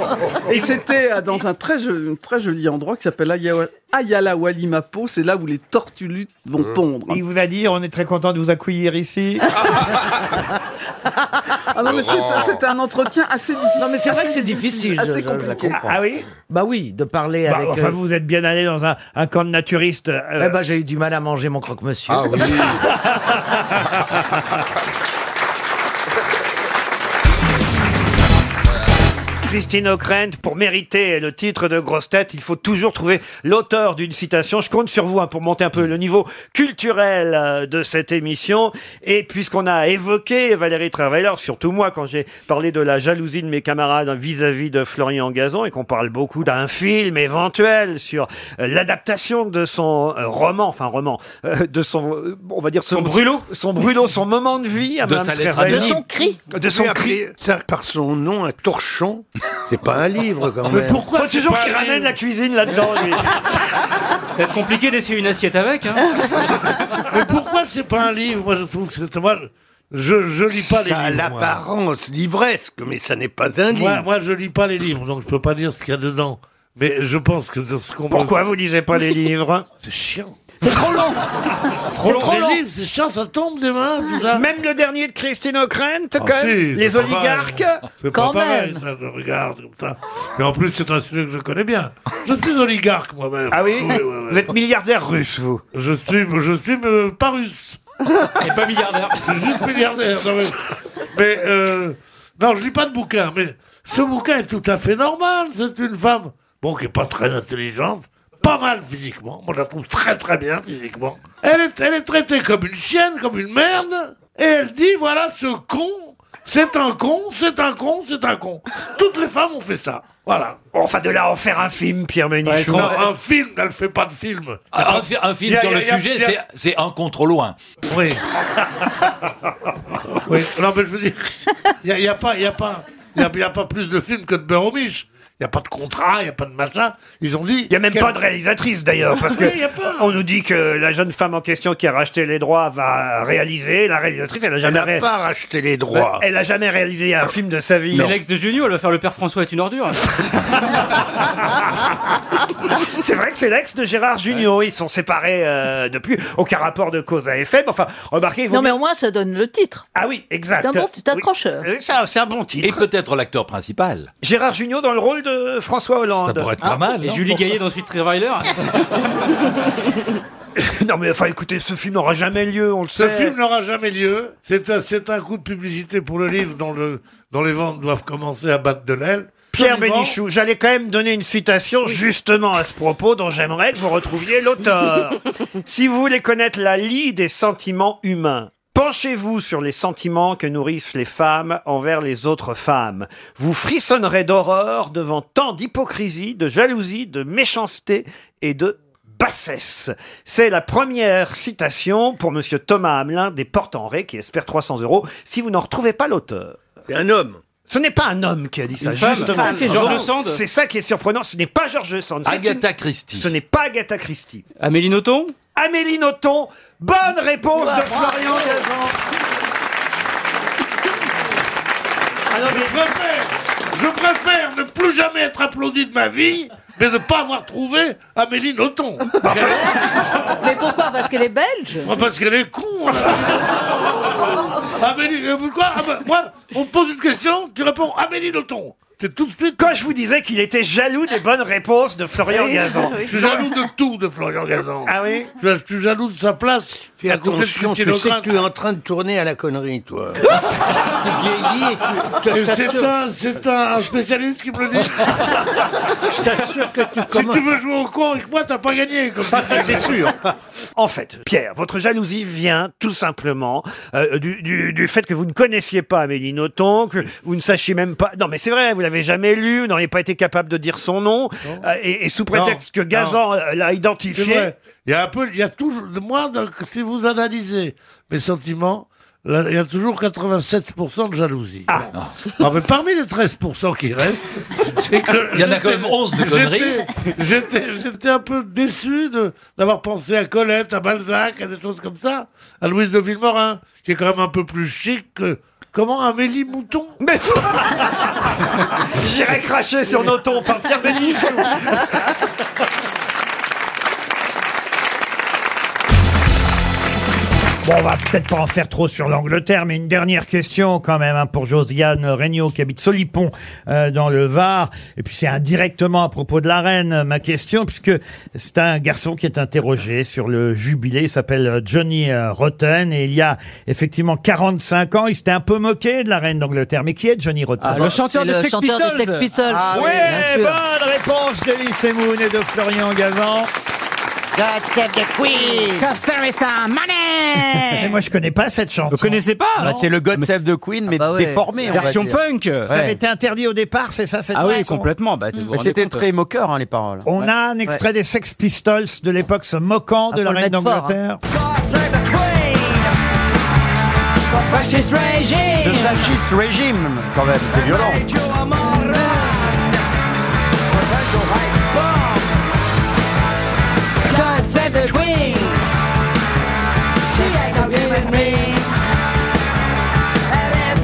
S16: Et c'était euh, dans un très, joli, très joli endroit qui s'appelle Ayawa- Ayala Walimapo, c'est là où les tortulutes vont
S19: Mmh.
S16: pondre.
S3: Il vous a dit, on est très content de vous accueillir ici.
S16: Ah non, mais c'est- c'est un entretien assez difficile.
S2: Non, mais c'est vrai que c'est
S16: Assez
S2: difficile. je-
S16: Assez
S2: je- je la
S16: compliqué.
S2: comprends.
S3: Ah oui
S2: Bah oui, de parler
S3: Bah,
S2: avec.
S3: enfin,
S2: euh,
S3: vous êtes bien allé dans un, un camp de naturistes. euh,
S18: Eh ben, j'ai eu du mal à manger mon croque-monsieur.
S3: Ah oui.
S13: Ah.
S3: Christine O'Krent, pour mériter le titre de grosse tête, il faut toujours trouver l'auteur d'une citation. Je compte sur vous hein, pour monter un peu le niveau culturel euh, de cette émission. Et puisqu'on a évoqué Valérie Travailleur, surtout moi, quand j'ai parlé de la jalousie de mes camarades hein, vis-à-vis de Florian Gazon, et qu'on parle beaucoup d'un film éventuel sur euh, l'adaptation de son euh, roman, enfin roman, euh, de son, euh, on va dire son,
S21: brûlot.
S3: son brûlot, son moment de vie, à
S21: De
S3: Madame
S21: sa lettre
S3: Travailleur.
S21: anonyme. De son cri.
S3: de son
S21: Lui
S3: cri.
S21: appeler ça par son nom, un torchon, c'est pas un livre quand même.
S3: Faut toujours qu'il ramène la cuisine là-dedans, lui.
S14: Ça va être compliqué d'essayer une assiette avec. Hein.
S13: Mais pourquoi c'est pas un livre Moi, je trouve que c'est. Moi, je, je lis pas les
S21: Ça a
S13: livres. moi.
S21: l'apparence livresque, mais ça n'est pas un livre.
S13: Moi, moi, je lis pas les livres, donc je peux pas dire ce qu'il y a dedans. Mais je pense que de ce qu'on.
S3: Pourquoi vous lisez pas les livres
S13: C'est chiant.
S3: C'est trop long
S13: C'est trop long. Les livres, c'est chiant, ça tombe des mains, tout ça.
S3: Même le dernier de Christine O'Krent, quand
S13: Ah,
S3: même,
S13: si,
S3: Les
S13: c'est pas mal.
S3: oligarques
S13: C'est pas pareil, ça, je regarde comme ça. Et en plus, c'est un sujet que je connais bien. Je suis oligarque moi-même.
S3: Ah oui
S13: Vous
S3: êtes milliardaire russe, vous
S13: Je suis, je suis euh, pas russe. Et pas milliardaire. Je suis juste milliardaire, non, mais... mais, euh, non, je lis pas de bouquin, mais ce bouquin est tout à fait normal. C'est une femme, bon, qui est pas très intelligente, pas mal physiquement. Moi, je la trouve très très bien physiquement. Elle est, elle est traitée comme une chienne, comme une merde, et elle dit, voilà, ce con, c'est un con, c'est un con, c'est un con. Toutes les femmes ont fait ça. Voilà.
S3: Enfin, de là à en faire un film, Pierre Ménichon.
S13: Non, un film, elle fait pas de film.
S14: Ah, Un, fi- un film
S13: Il Ah, y a-
S14: sur le
S13: il y a- il y a-
S14: sujet,
S13: il y a-
S14: c'est- c'est un contre loin.
S13: Oui. oui. Non, mais je veux dire, il n'y a, il y a, pas- il y a, pas- il y a, il y a pas plus de films que de beurre au miche. Il n'y a pas de contrat, il n'y a pas de machin. Ils ont dit. Il n'y a
S3: Même pas de réalisatrice d'ailleurs, parce que
S13: Ah Oui, il y a pas.
S3: on nous dit que la jeune femme en question qui a racheté les droits va réaliser. La réalisatrice, elle a jamais
S21: n'a
S3: ré-
S21: pas racheté les droits.
S3: Bah, Elle a jamais réalisé un film de sa vie.
S14: C'est l'ex de Junio, elle va faire le père François est une ordure.
S3: C'est vrai que c'est l'ex de Gérard Junior. Ils sont séparés euh, depuis. Aucun rapport de cause à effet. mais Enfin, remarquez.
S22: Non, mais au moins, ça donne le titre.
S3: Ah oui, exact.
S22: C'est un bon petit accrocheur.
S3: Euh, ça, C'est un bon titre.
S14: Et peut-être l'acteur principal.
S3: Gérard Junior dans le rôle de François Hollande.
S14: Ça pourrait être pas mal. Ah, Et Julie Gaillet dans Suite Reviler.
S3: non mais enfin écoutez, ce film n'aura jamais lieu, on le
S13: Ce
S3: sait.
S13: film n'aura jamais lieu. C'est un, c'est un coup de publicité pour le livre dont, le, dont les ventes doivent commencer à battre de l'aile.
S3: Pierre
S13: Absolument.
S3: Bénichou, j'allais quand même donner une citation justement à ce propos dont j'aimerais que vous retrouviez l'auteur. si vous voulez connaître la lie des sentiments humains, penchez-vous sur les sentiments que nourrissent les femmes envers les autres femmes. Vous frissonnerez d'horreur devant tant d'hypocrisie, de jalousie, de méchanceté et de bassesse. C'est la première citation pour monsieur Thomas Hamelin des Portes en Ré qui espère 300 euros si vous n'en retrouvez pas l'auteur.
S21: C'est un homme.
S3: Ce n'est pas un homme qui a dit ça,
S14: Une femme.
S3: justement.
S14: Une femme. George Sand.
S3: C'est ça qui est surprenant. Ce n'est pas George Sand. c'est
S14: Agatha
S3: une-
S14: Christie.
S3: Ce n'est pas Agatha Christie.
S14: Amélie Nothomb
S3: Amélie Nothomb. Bonne réponse de Florian Gazan.
S13: Ah je, préfère, je préfère ne plus jamais être applaudi de ma vie, mais ne pas avoir trouvé Amélie Nothomb.
S22: Mais pourquoi Parce qu'elle est belge
S13: Moi, parce qu'elle est con. là. Amélie, euh, pourquoi Ah bah, Moi, on me pose une question, tu réponds Amélie Nothomb. C'est tout de suite.
S3: Quand je vous disais qu'il était jaloux des bonnes réponses de Florian
S13: Oui,
S3: Gazan.
S13: oui. Je suis jaloux de tout de Florian Gazan.
S3: Ah oui
S13: je, je suis jaloux de sa place.
S21: Fais
S13: à côté de
S21: attention,
S13: Christine
S21: je sais que
S13: O'Krent.
S21: tu es en train de tourner à la connerie, toi. tu- tu-
S13: Et C'est
S21: t'assures-
S13: un, c'est un un spécialiste qui me le dit. Je t'assure que tu Si tu veux jouer au con avec moi, t'as pas gagné. Comme ça, c'est sûr.
S3: En fait, Pierre, votre jalousie vient tout simplement euh, du, du- du fait que vous ne connaissiez pas Amélie Nothomb, que vous ne sachiez même pas. Non, mais c'est vrai, vous l'avez jamais lu, vous n'avez pas été capable de dire son nom, euh, et, et sous prétexte
S13: Non,
S3: que Gazan
S13: non.
S3: euh, l'a
S13: C'est
S3: identifié.
S13: vrai. Il y a un peu, il y a toujours, moi, donc, si vous analysez mes sentiments, là, il y a toujours 87% de jalousie. Ah. mais parmi les 13% qui restent, c'est que.
S6: Il y en a
S13: j'étais-
S6: quand même 11 de conneries.
S13: j'étais- J'étais j'étais un peu déçu de- d'avoir pensé à Colette, à Balzac, à des choses comme ça, à Louise de Villemorin, qui est quand même un peu plus chic que. Comment Amélie Mouton Mais
S3: J'irai cracher sur nos tons par Pierre Bénichou. Bon, on va peut-être pas en faire trop sur l'Angleterre, mais une dernière question quand même hein, pour Josiane Regnault qui habite Solipon euh, dans le Var. Et puis c'est indirectement à propos de la reine euh, ma question, puisque c'est un garçon qui est interrogé sur le jubilé. Il s'appelle euh, Johnny euh, Rotten et il y a effectivement 45 ans, il s'était un peu moqué de la reine d'Angleterre. Mais qui est Johnny Rotten
S9: Ah, le chanteur C'est des le Sex chanteur des Pistols. Sex Pistols.
S3: Ah,
S9: Oui,
S3: ouais,
S9: bien sûr.
S3: bonne réponse d'Elise Moon et de Florian Gazan.
S22: God save the Queen. Customer some
S3: Mais
S22: money.
S3: moi, je connais pas cette chanson. Vous
S14: connaissez pas
S8: Bah, c'est le God Save the Queen, mais
S3: bah ouais.
S8: déformé. on va
S3: Version
S8: dire.
S3: punk.
S8: Ouais.
S3: Ça avait été interdit au départ, c'est ça cette
S8: Ah oui,
S3: chanson
S8: complètement,
S14: bah,
S8: Mais c'était très moqueur, hein, les paroles.
S3: On a un extrait des Sex Pistols de l'époque se moquant
S8: Ah,
S3: de la
S8: faut le
S3: reine
S8: mettre fort,
S3: d'Angleterre.
S22: Fascist regime.
S8: Le fasciste régime, quand même, c'est violent.
S22: God save the Queen. She ain't no human being.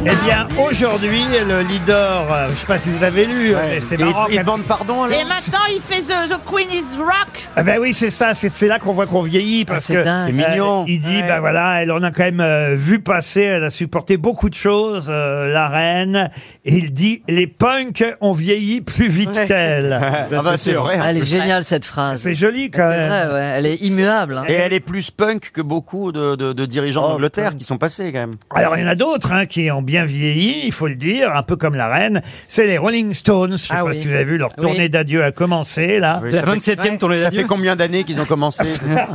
S3: Eh bien, aujourd'hui, le leader, euh, je sais pas si vous avez lu, mais c'est
S8: Il-
S3: marrant.
S8: il
S3: quand même.
S8: demande pardon,
S23: Et maintenant, il fait The, The Queen is Rock.
S3: Ah ben oui, c'est ça, c'est c'est là qu'on voit qu'on vieillit parce
S8: Ah, c'est
S3: que euh,
S8: dingue. C'est mignon.
S3: il dit
S8: Ouais.
S3: ben voilà, elle en a quand même euh, vu passer, elle a supporté beaucoup de choses euh, la reine et il dit les punks ont vieilli plus vite qu'elle.
S8: Ça, Ah bah, c'est c'est vrai, en
S9: Elle est
S8: plus. Ah,
S9: géniale cette phrase.
S3: C'est joli quand
S9: C'est
S8: même.
S9: vrai, ouais. Elle est immuable. hein.
S8: Et elle est plus punk que beaucoup de, de- de dirigeants d'Angleterre qui sont passés, quand même.
S3: Alors il y en a d'autres hein, qui ont bien vieilli, il faut le dire, un peu comme la reine. C'est les Rolling Stones. Je sais pas si vous avez vu leur
S8: Ah Oui.
S3: tournée d'adieu a commencé là.
S8: Oui, ça fait- ouais, Ça fait combien d'années qu'ils ont commencé c'est ça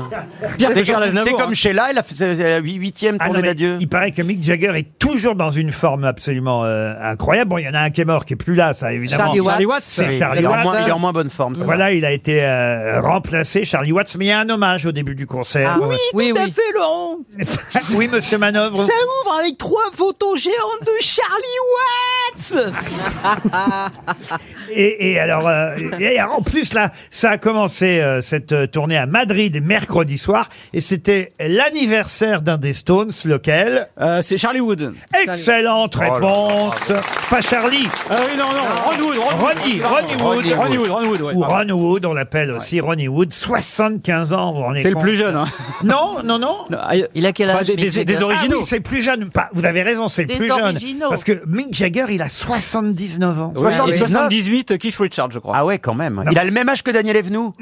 S3: Pierre
S8: C'est
S3: Richard
S8: comme-
S3: Aznavour,
S8: C'est
S3: hein.
S8: comme Sheila, elle a fait sa- sa huitième
S3: Ah non,
S8: tournée
S3: mais
S8: d'adieu.
S3: Il paraît que Mick Jagger est toujours dans une forme absolument euh, incroyable. Bon, il y en a un qui est mort, qui est plus là, ça évidemment.
S8: Charlie Watts. Charlie Watts.
S3: C'est
S8: Oui,
S3: Charlie
S8: il est en
S3: Watts.
S8: moins- il est en moins bonne forme, ça
S3: Voilà, il a été euh, remplacé, Charlie Watts. Mais il y a un hommage au début du
S8: Ah
S3: concert.
S7: oui, tout à fait, Laurent.
S3: oui, Monsieur Manœuvre.
S7: Ça ouvre avec trois photos géantes de Charlie
S24: Bah,
S7: Watts.
S3: Et, et alors, euh, et en plus là, ça a commencé euh, cette euh, tournée à Madrid mercredi soir, et c'était l'anniversaire d'un des Stones, lequel
S14: Euh,
S3: C'est Charlie Wood. Excellente
S14: Oh là là,
S3: réponse. Pas Charlie.
S14: non, non, Ron Wood, Ron Wood.
S3: Ronnie, Ronnie Wood.
S14: Ronnie Wood, Ronnie Wood, ouais.
S3: Ou Ron Wood, on l'appelle aussi Ronnie Wood. 75 ans, vous vous rendez
S14: C'est le
S3: compte
S14: plus jeune, hein.
S3: Non, non, non.
S9: Il a quel
S14: Bah, âge, des- Mick des- des Jagger originaux.
S3: Ah oui, c'est le plus jeune. Pas, vous avez raison, c'est le
S14: Des
S3: plus jeune.
S14: originaux.
S3: Parce que Mick Jagger, il a 79 ans.
S14: Et 78, Keith Richards, je crois.
S8: Ah ouais, quand même. Il a le même âge que Daniel Evenou.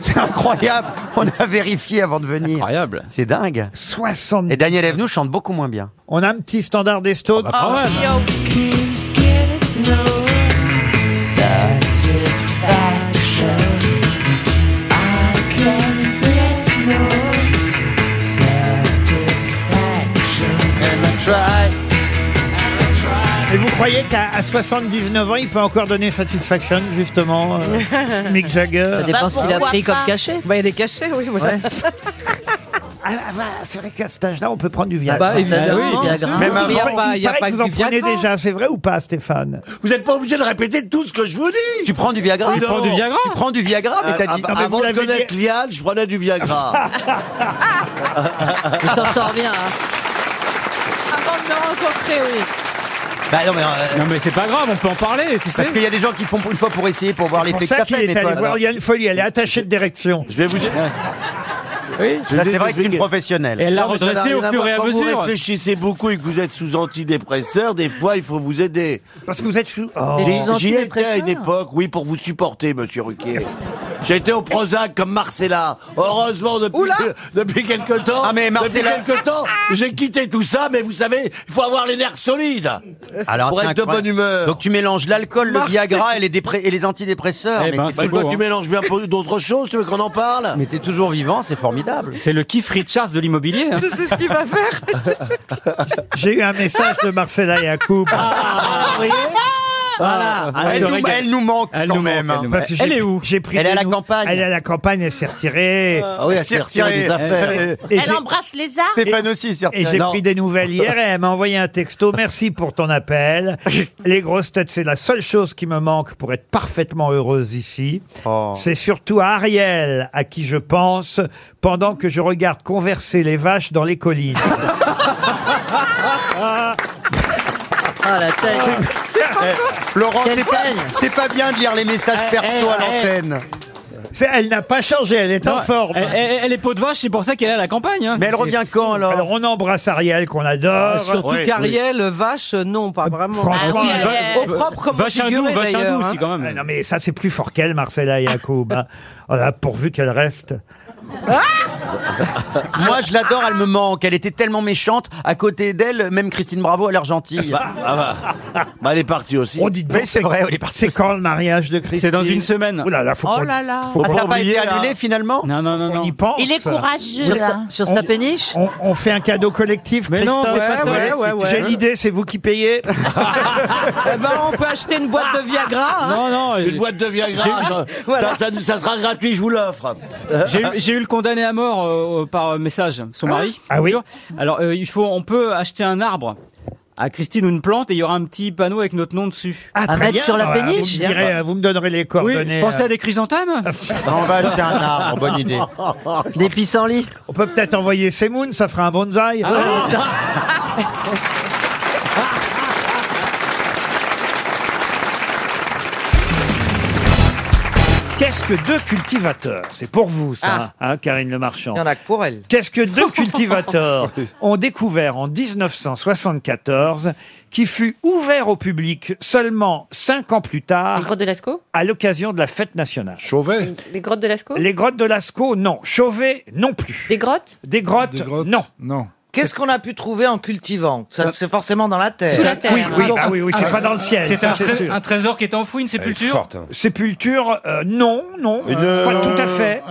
S8: c'est incroyable. On a vérifié avant de venir. Incroyable. C'est dingue.
S3: 60.
S8: Et Daniel Evenou chante beaucoup moins bien.
S3: On a un petit standard des Stones.
S8: Ah bah,
S7: Oh,
S22: Yo.
S8: quand
S22: Can't get no satisfaction. I can't get no satisfaction.
S3: Et vous croyez qu'à à 79 ans, il peut encore donner satisfaction, justement, euh, Mick Jagger
S9: Ça
S7: Bah,
S9: dépend ce qu'il a pris comme cachet.
S3: Bah, il est caché, oui.
S9: voilà.
S7: Ah,
S3: c'est vrai qu'à cet âge-là, on peut prendre du Viagra.
S7: Bah, évidemment,
S3: Ah oui,
S7: c'est vrai.
S3: Même avant,
S7: Il y a pas-
S3: il
S7: il y a
S3: paraît
S7: pas
S3: que vous
S7: que
S3: en
S7: du Viagra.
S3: prenez déjà, c'est vrai ou pas, Stéphane
S7: Vous n'êtes pas obligé de répéter tout ce que je vous dis. Oh
S8: Tu prends du Viagra
S7: Tu prends du Viagra
S8: Tu prends du Viagra, mais t'as dit-
S7: av-
S8: Non, mais vous
S7: Avant de
S8: l'avez
S7: connaître Liane, je prenais du
S2: Ah.
S7: Viagra.
S9: Il s'en sort bien. hein.
S23: Avant de me rencontrer, oui.
S8: Bah non, mais,
S14: c'est pas grave, on peut en parler, tu sais.
S8: Parce qu'il y a des gens qui font une fois pour essayer, pour voir
S3: C'est
S8: l'effet
S3: pour
S8: que
S3: ça
S8: ça
S3: qu'il
S8: fait.
S3: est
S8: mais
S3: allé
S8: toi,
S3: voir
S8: alors.
S3: Liane Folly, elle est attachée de direction.
S8: Je vais vous dire.
S3: Oui,
S8: Là, c'est vrai que c'est une professionnelle.
S7: Non, mais ça n'a rien voir. Quand vous
S3: Parce
S7: réfléchissez beaucoup et que vous êtes sous antidépresseur, des fois, il faut vous aider.
S3: que vous êtes sous.
S7: J'y j'y étais à une époque, oui, pour vous supporter, monsieur Ruquier. J'étais au Prozac comme Marcella. Heureusement, depuis, depuis quelque temps,
S8: Ah, Marcella-
S7: depuis quelque temps, j'ai quitté tout ça, mais vous savez, il faut avoir les nerfs solides.
S8: Alors,
S7: pour
S8: c'est
S7: être de
S8: incroyable.
S7: bonne humeur.
S8: Donc tu mélanges l'alcool, le
S7: Marc,
S8: Viagra
S7: c'est-
S8: et les, dépre- et les antidépresseurs.
S7: Eh
S8: mais
S7: ben,
S8: qu'est-ce
S2: bah,
S7: c'est
S8: que-
S7: beau, hein. tu mélanges bien peu d'autres choses, tu veux qu'on en parle
S8: Mais t'es toujours vivant, c'est formidable.
S14: C'est le Keith Richards de l'immobilier. hein.
S7: sais ce qu'il va faire.
S3: J'ai eu un message de Marcella Yacoub.
S7: Ah, vous voyez
S3: Voilà.
S24: Ah, Elle, nous, elle nous manque quand même. hein.
S3: Parce que j'ai- j'ai pris
S24: Elle est
S3: des
S24: à la
S3: nou-
S24: campagne.
S3: Elle est à la campagne, elle s'est retirée.
S24: Ah oui, elle s'est retirée des affaires.
S3: Et
S7: Elle
S3: j'ai-
S7: embrasse les arts.
S24: aussi s'est
S3: Et j'ai
S24: Non.
S3: pris des nouvelles hier et elle m'a envoyé un texto. Merci pour ton appel. Les grosses têtes, c'est la seule chose qui me manque pour être parfaitement heureuse ici.
S2: Oh.
S3: C'est surtout à Ariel à qui je pense pendant que je regarde converser les vaches dans les collines.
S2: Ah la tête.
S24: Eh, Laurent, c'est pas, c'est pas bien de lire les
S3: Eh,
S2: Eh,
S24: messages perso à l'antenne.
S3: Elle n'a pas changé, elle est en
S14: Non,
S3: forme.
S14: Elle, elle- elle est peau de vache, Eh, c'est pour ça qu'elle est à la campagne. hein. C'est-
S3: quand alors Alors on embrasse Ariel qu'on
S24: Ah,
S3: adore.
S2: Euh, Ah, Surtout qu'Ariel, vache, euh, non, pas vraiment.
S24: Bah,
S3: Franchement,
S2: Ah, si,
S3: va-
S2: elle- au propre comme au figuré, d'ailleurs, hein.
S3: Ah, Non, mais ça, c'est plus fort qu'elle, Marcella Yacoub. hein. Voilà, pourvu qu'elle reste.
S24: Moi, je l'adore, elle me manque. Elle était tellement méchante. À côté d'elle, même Christine Bravo a l'air gentille.
S25: Bah, elle est partie aussi.
S24: On dit mais c'est vrai, elle est partie.
S3: Oh, C'est quand le mariage de Christine
S14: C'est dans une semaine.
S3: Ouh là là, faut
S14: Oh
S3: qu'on-
S14: là là.
S3: faut
S24: Ah,
S3: pas
S24: ça n'a pas
S3: oublier,
S24: été
S3: là.
S24: annulé finalement
S14: Non, non, non, non.
S3: On y pense.
S7: Il est courageux,
S3: Sur sa-
S7: hein.
S3: sur sa
S14: péniche
S3: on, on fait un cadeau collectif,
S14: Mais non,
S3: Christophe.
S14: c'est pas ça. Ouais, ouais, ouais.
S3: J'ai l'idée, c'est vous qui payez.
S2: Eh ben, on peut acheter une boîte de Viagra. hein.
S14: Non, non.
S25: Une boîte de Viagra,
S14: J'ai-
S25: ça,
S2: Voilà.
S25: ça- ça- ça sera gratuit, je vous l'offre.
S3: Euh,
S14: J'ai eu- J'ai eu le condamné à mort euh, euh, par euh, message, son mari. Ah oui. Alors euh, il faut, on peut acheter un arbre à Christine ou une plante et il y aura un petit panneau avec notre nom dessus.
S3: Ah, très bien. Alors, vous me, direz, euh, vous me donnerez les
S14: Oui, je
S3: coordonnées.
S14: pensais
S3: euh.
S14: à des chrysanthèmes.
S3: On va acheter un arbre, bonne idée.
S2: Des pissenlits.
S3: On peut peut-être envoyer Semoun, ça fera un bonsaï.
S2: Ah, ça- Ah,
S3: Qu'est-ce que deux cultivateurs C'est pour vous, ça,
S8: Ah.
S3: hein, Karine Le Marchand.
S8: Il y en a que pour elle.
S3: Qu'est-ce que deux cultivateurs ont découvert en 1974, qui fut ouvert au public seulement cinq ans plus tard
S9: Les grottes de Lascaux
S3: À l'occasion de la fête nationale. Chauvet
S9: Les grottes de Lascaux
S3: Les grottes de Lascaux, non. Chauvet, non plus. Des grottes Des grottes, non.
S8: Non. Qu'est-ce qu'on a pu trouver en cultivant Ça, C'est forcément dans la terre. hein.
S3: Oui, oui, ah oui, oui, c'est pas dans le ciel.
S14: C'est
S3: ça,
S14: un, tré-
S3: sûr.
S14: un trésor qui est hein. enfoui, une sépulture.
S3: Sépulture, euh, non, non, euh, pas tout à fait.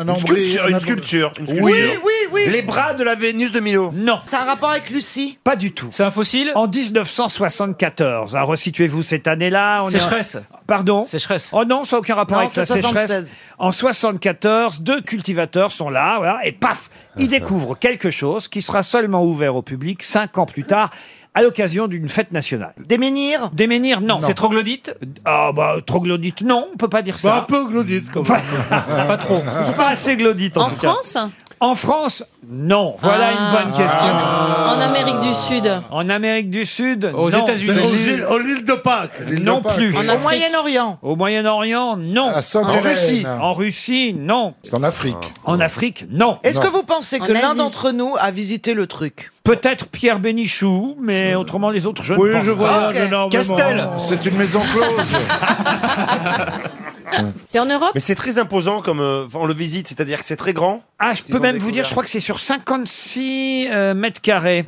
S8: Oui, oui, oui.
S3: Les bras de la Vénus de Milo. Non.
S8: C'est un rapport avec Lucie
S3: Pas du tout.
S14: C'est un fossile
S3: En 1974. hein, Resituez-vous cette année-là. on est en-
S14: Sécheresse.
S3: Pardon
S14: Sécheresse.
S3: Oh non, ça n'a aucun rapport
S14: Non,
S3: avec la
S14: c'est 76.
S3: sécheresse. En 74, deux cultivateurs sont là, voilà, et paf Ils découvrent quelque chose qui sera seulement ouvert au public cinq ans plus tard à l'occasion d'une fête nationale.
S8: Des menhirs
S3: Des menhirs, non.
S14: C'est troglodyte
S3: Ah bah, troglodyte, non, on peut pas dire ça.
S13: Bah, un peu glodite, quand même.
S3: Pas trop. C'est pas assez glodite, en,
S9: En
S3: tout cas.
S9: France
S3: En France, non. Voilà
S9: Ah.
S3: une bonne question.
S9: En Amérique du Sud
S3: En Amérique du Sud,
S14: Aux
S3: non.
S14: États-Unis. Mais aux îles-
S13: aux îles de Pâques.
S3: Non
S13: de Pâques.
S3: plus.
S13: En Afrique.
S8: Moyen-Orient.
S3: Au Moyen-Orient, non. en
S13: Sainte-Hélène.
S3: Russie. En Russie, non. Ah, C'est en Afrique. En Afrique, non.
S8: Est-ce que vous pensez que
S3: En
S8: l'un
S3: Asie.
S8: d'entre nous a visité le truc
S3: Peut-être Pierre Bénichou, mais autrement les autres, je
S8: Oui,
S3: ne pense
S8: je
S3: pas.
S8: voyage énormément.
S3: Castel.
S8: euh, C'est une maison close.
S9: C'est en Europe
S26: Mais c'est très imposant comme euh, enfin, on le visite, c'est-à-dire que c'est très grand.
S3: Ah, je
S26: Ils
S3: peux
S26: ont
S3: même vous
S26: découvert.
S3: dire, je crois que c'est sur 56 euh, mètres carrés.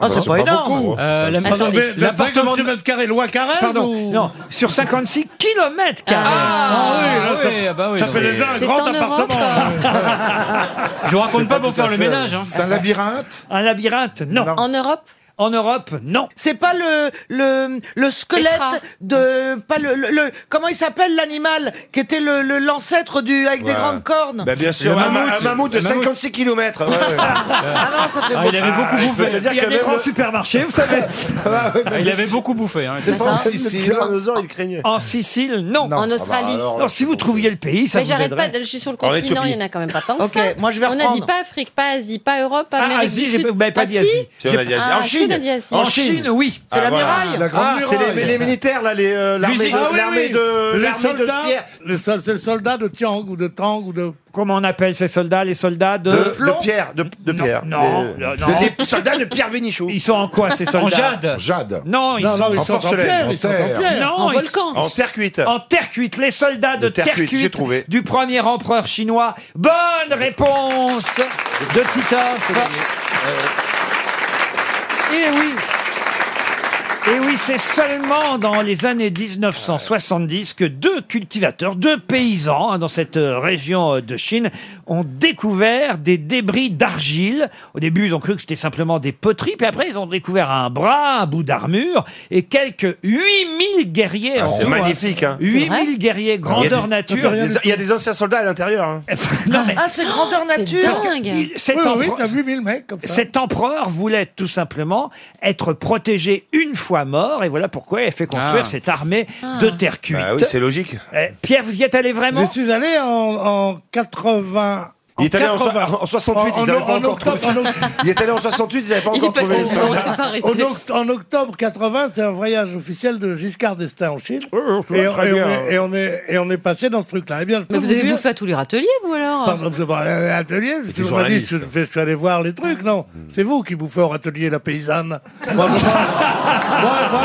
S26: Ah, c'est pas énorme.
S14: Euh, la-
S3: Attendez,
S14: Attendez,
S3: mais-
S14: l'appartement de-
S13: mètres carrés, loi Carrez
S3: Pardon, non, sur 56 kilomètres carrés.
S14: Ah,
S13: Ah oui, là,
S14: oui, ah bah oui,
S13: ça
S14: non,
S13: fait
S14: mais-
S13: déjà un
S14: C'est
S13: grand
S14: en Europe,
S13: appartement.
S14: Je vous raconte pas pour faire le
S26: euh,
S14: ménage. hein.
S3: labyrinthe Un labyrinthe, non. En
S9: Europe
S3: En Europe, non.
S8: C'est pas le, le, le squelette
S9: Petra.
S8: de. Pas le, le- le- comment il s'appelle l'animal qui était l'ancêtre le, l'ancêtre du. avec des
S26: Voilà.
S8: grandes cornes
S26: Bah, bien sûr,
S8: Le
S26: un, ma-
S8: mammouth.
S26: un mammouth de
S8: Le mammouth.
S26: 56 km.
S8: Ah non, ça fait
S14: Ah, il avait beaucoup bouffé.
S26: Il y a des grands
S3: supermarchés, vous savez.
S14: Ah, il avait beaucoup bouffé. hein.
S26: C'est pas en Sicile.
S3: il craignait. En Sicile, non.
S9: En Australie. Ah bah alors là,
S3: non, si vous trouviez le pays, ça
S9: Mais
S3: vous
S9: j'arrête pas,
S3: aiderait.
S9: je suis sur le
S3: En
S9: continent,
S3: Éthiopie.
S9: il y en a quand même pas tant que
S3: Ok,
S9: ça.
S3: moi, je vais
S9: On n'a
S3: reprendre.
S9: dit pas Afrique, pas Asie, pas Europe, pas
S3: Ah,
S9: Amérique
S3: Asie,
S9: du
S3: j'ai-
S9: Sud.
S3: vous m'avez pas dit
S9: si
S3: Asie.
S26: Si, on a dit Asie.
S9: Ah,
S26: En
S9: si,
S26: Chine.
S9: on a dit Asie.
S26: En Chine,
S3: oui.
S26: Ah, voilà. La grande
S13: Ah,
S26: muraille.
S13: là, les, euh,
S26: Lui, c'est- Ah oui,
S13: l'armée
S26: oui.
S13: de,
S26: Les
S13: l'armée de
S26: soldats.
S13: pierre. Euh, Les sol- c'est le soldat de Tiang ou de Tang ou de.
S3: Comment on appelle ces soldats Les soldats de.
S26: De, de pierre, de, de pierre.
S3: Non,
S26: Les-
S3: euh, non.
S26: Des soldats de Pierre Bénichou.
S3: Ils sont en quoi ces soldats
S26: En jade.
S3: Jade. Non, ils
S26: Non,
S3: sont
S26: non, ils En sont en porcelaine. pierre, ils sont en pierre.
S3: Non,
S26: En
S3: ils-
S26: volcan. En terre cuite.
S3: En terre cuite, les soldats
S26: De
S3: de,
S26: terre cuite, j'ai trouvé.
S3: du premier empereur chinois. Bonne réponse de Titoff. Et oui. Et Eh oui, c'est seulement dans les années 1970 que deux cultivateurs, deux paysans hein, dans cette euh, région euh, de Chine ont découvert des débris d'argile. Au début, ils ont cru que c'était simplement des poteries, puis après, ils ont découvert un bras, un bout d'armure et quelques 8000 guerriers.
S26: Ah,
S3: en
S26: c'est
S3: tout, hein.
S26: magnifique, hein. C'est vrai
S3: 8000 guerriers, grandeur nature.
S26: Il y a des- il y a des anciens soldats à l'intérieur. hein.
S7: Ah, c'est grandeur nature.
S3: Parce que il- cet
S13: Oui, oui,
S3: empereur-
S13: t'as vu mille mecs comme ça.
S3: Cet empereur voulait tout simplement être protégé une fois mort, et voilà pourquoi il a fait construire
S26: Ah.
S3: cette armée de terre cuite.
S26: Bah oui, c'est logique.
S3: Eh, Pierre, vous y êtes allé vraiment
S13: Je suis allé en, en 80.
S26: Il est allé en so-
S13: 80.
S26: en 68, ils
S13: en,
S26: avaient pas
S13: en
S26: encore
S13: octobre,
S26: trouvé.
S13: en oct-
S26: Il est allé en 68, ils avaient pas Il encore est passé trouvé. devant, il s'est pas arrêté.
S13: En, oct- en octobre 80, c'est un voyage officiel de Giscard d'Estaing en Chine.
S1: je vois
S13: et, on-
S1: très
S13: et
S1: bien.
S13: on est, et on est- et on est passé dans ce truc-là. Eh bien, je peux
S22: Mais vous avez
S13: dire-
S22: bouffé à tous les râteliers, vous alors
S13: Pardon, bah, c'est pas un atelier, euh, je suis journaliste, je, fais- je suis allé voir les trucs, non C'est vous qui bouffez au atelier la paysanne. Moi, je mange, moi, moi,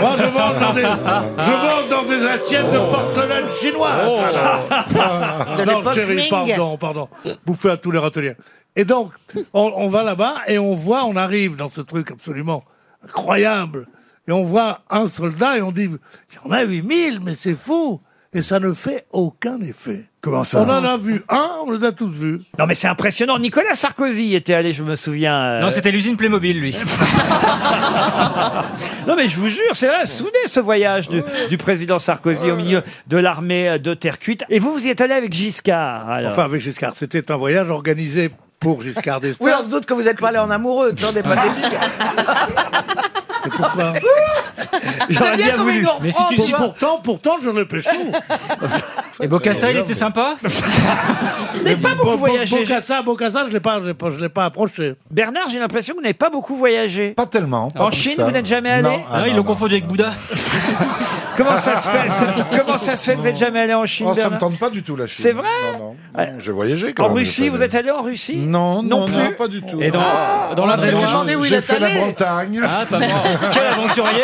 S13: moi, je mange dans des, je mange dans des assiettes de porcelaine chinoise.
S27: De
S13: Ah, non,
S27: l'époque
S13: chérie,
S27: Ming.
S13: pardon, pardon. Bouffez à tous les râteliers. Et donc, on, on va là-bas et on voit, on arrive dans ce truc absolument incroyable. Et on voit un soldat et on dit, il y en a 8000, mais c'est fou. Et ça ne fait aucun effet.
S3: Comment ça
S13: On en a vu un, on les a tous vus.
S3: Non mais c'est impressionnant. Nicolas Sarkozy y était allé, je me souviens. euh,
S14: Non, c'était l'usine Playmobil, lui.
S3: Non mais je vous jure, c'est là, soudé ce voyage du, du président Sarkozy au milieu de l'armée euh, de terre cuite. Et vous, vous y êtes allé avec Giscard. alors.
S13: Enfin, avec Giscard, c'était un voyage organisé pour Giscard d'Estaing.
S8: Oui, on se doute que vous n'êtes pas allé en amoureux, attendez pas des billes.
S13: Pourquoi
S8: J'aurais bien bien voulu. voulu.
S13: Mais si tu, si pourtant, pourtant, je le pécho.
S14: Et Bocassa, il était sympa
S13: Mais pas
S3: beaucoup voyagé.
S13: Bocassa, Bocassa, je l'ai pas, je l'ai pas, je l'ai pas approché.
S3: Bernard, j'ai l'impression que vous n'avez pas beaucoup voyagé. Pas
S4: tellement.
S3: En Chine, vous n'êtes jamais allé
S14: Non, Ah, ils l'ont confondu avec Bouddha.
S3: Comment ça se fait Comment ça se fait que vous n'êtes jamais allé en Chine
S4: Oh, ça me
S3: Bernard
S4: tente pas du tout la Chine.
S3: C'est vrai
S4: Non, non, non, J'ai voyagé quand
S3: En
S4: même,
S3: Russie,
S4: j'ai pas
S3: vous
S4: de-
S3: êtes allé en Russie
S4: hein, Non, non,
S3: plus Ah
S4: non, pas du tout. Ah,
S14: Et dans-
S13: Ah.
S14: dans la Drôme. Demandez où il
S4: J'ai
S14: est
S4: fait la
S14: allé.
S4: Bretagne.
S14: Ah, pas
S13: bah
S14: moi. Quel aventurier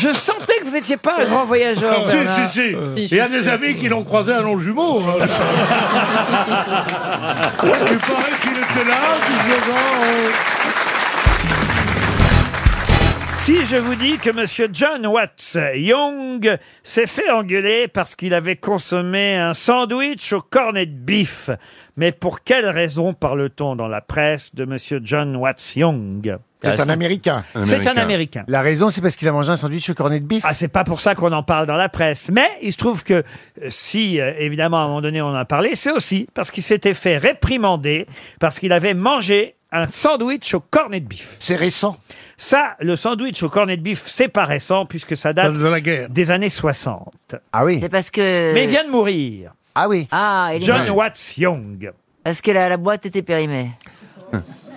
S3: Je sentais que vous n'étiez pas un grand voyageur.
S13: Si,
S3: Bernard.
S13: si, si.
S3: Ah, Euh,
S13: Il y a des amis qui l'ont croisé à long jumeau. hein. Il paraît qu'il était là, puis je genre, euh,
S3: Si je vous dis que Monsieur John Watts Young s'est fait engueuler parce qu'il avait consommé un sandwich au cornet de bif, mais pour quelle raison parle-t-on dans la presse de Monsieur John Watts Young
S1: C'est un Américain.
S3: C'est un Américain.
S1: La raison, c'est parce qu'il a mangé un sandwich au cornet de bif.
S3: Ah, c'est pas pour ça qu'on en parle dans la presse. Mais il se trouve que euh, si, euh, évidemment, à un moment donné, on en a parlé, c'est aussi parce qu'il s'était fait réprimander parce qu'il avait mangé un sandwich au cornet de bif.
S1: C'est récent.
S3: Ça, le sandwich au cornet de bif, c'est pas récent puisque ça date des années 60.
S18: Euh,
S1: Ah oui.
S18: C'est parce que.
S3: Mais il vient de mourir.
S1: Ah oui.
S18: Ah, il est
S3: John
S18: mort.
S3: Watts Young.
S18: Parce que la, la boîte était périmée.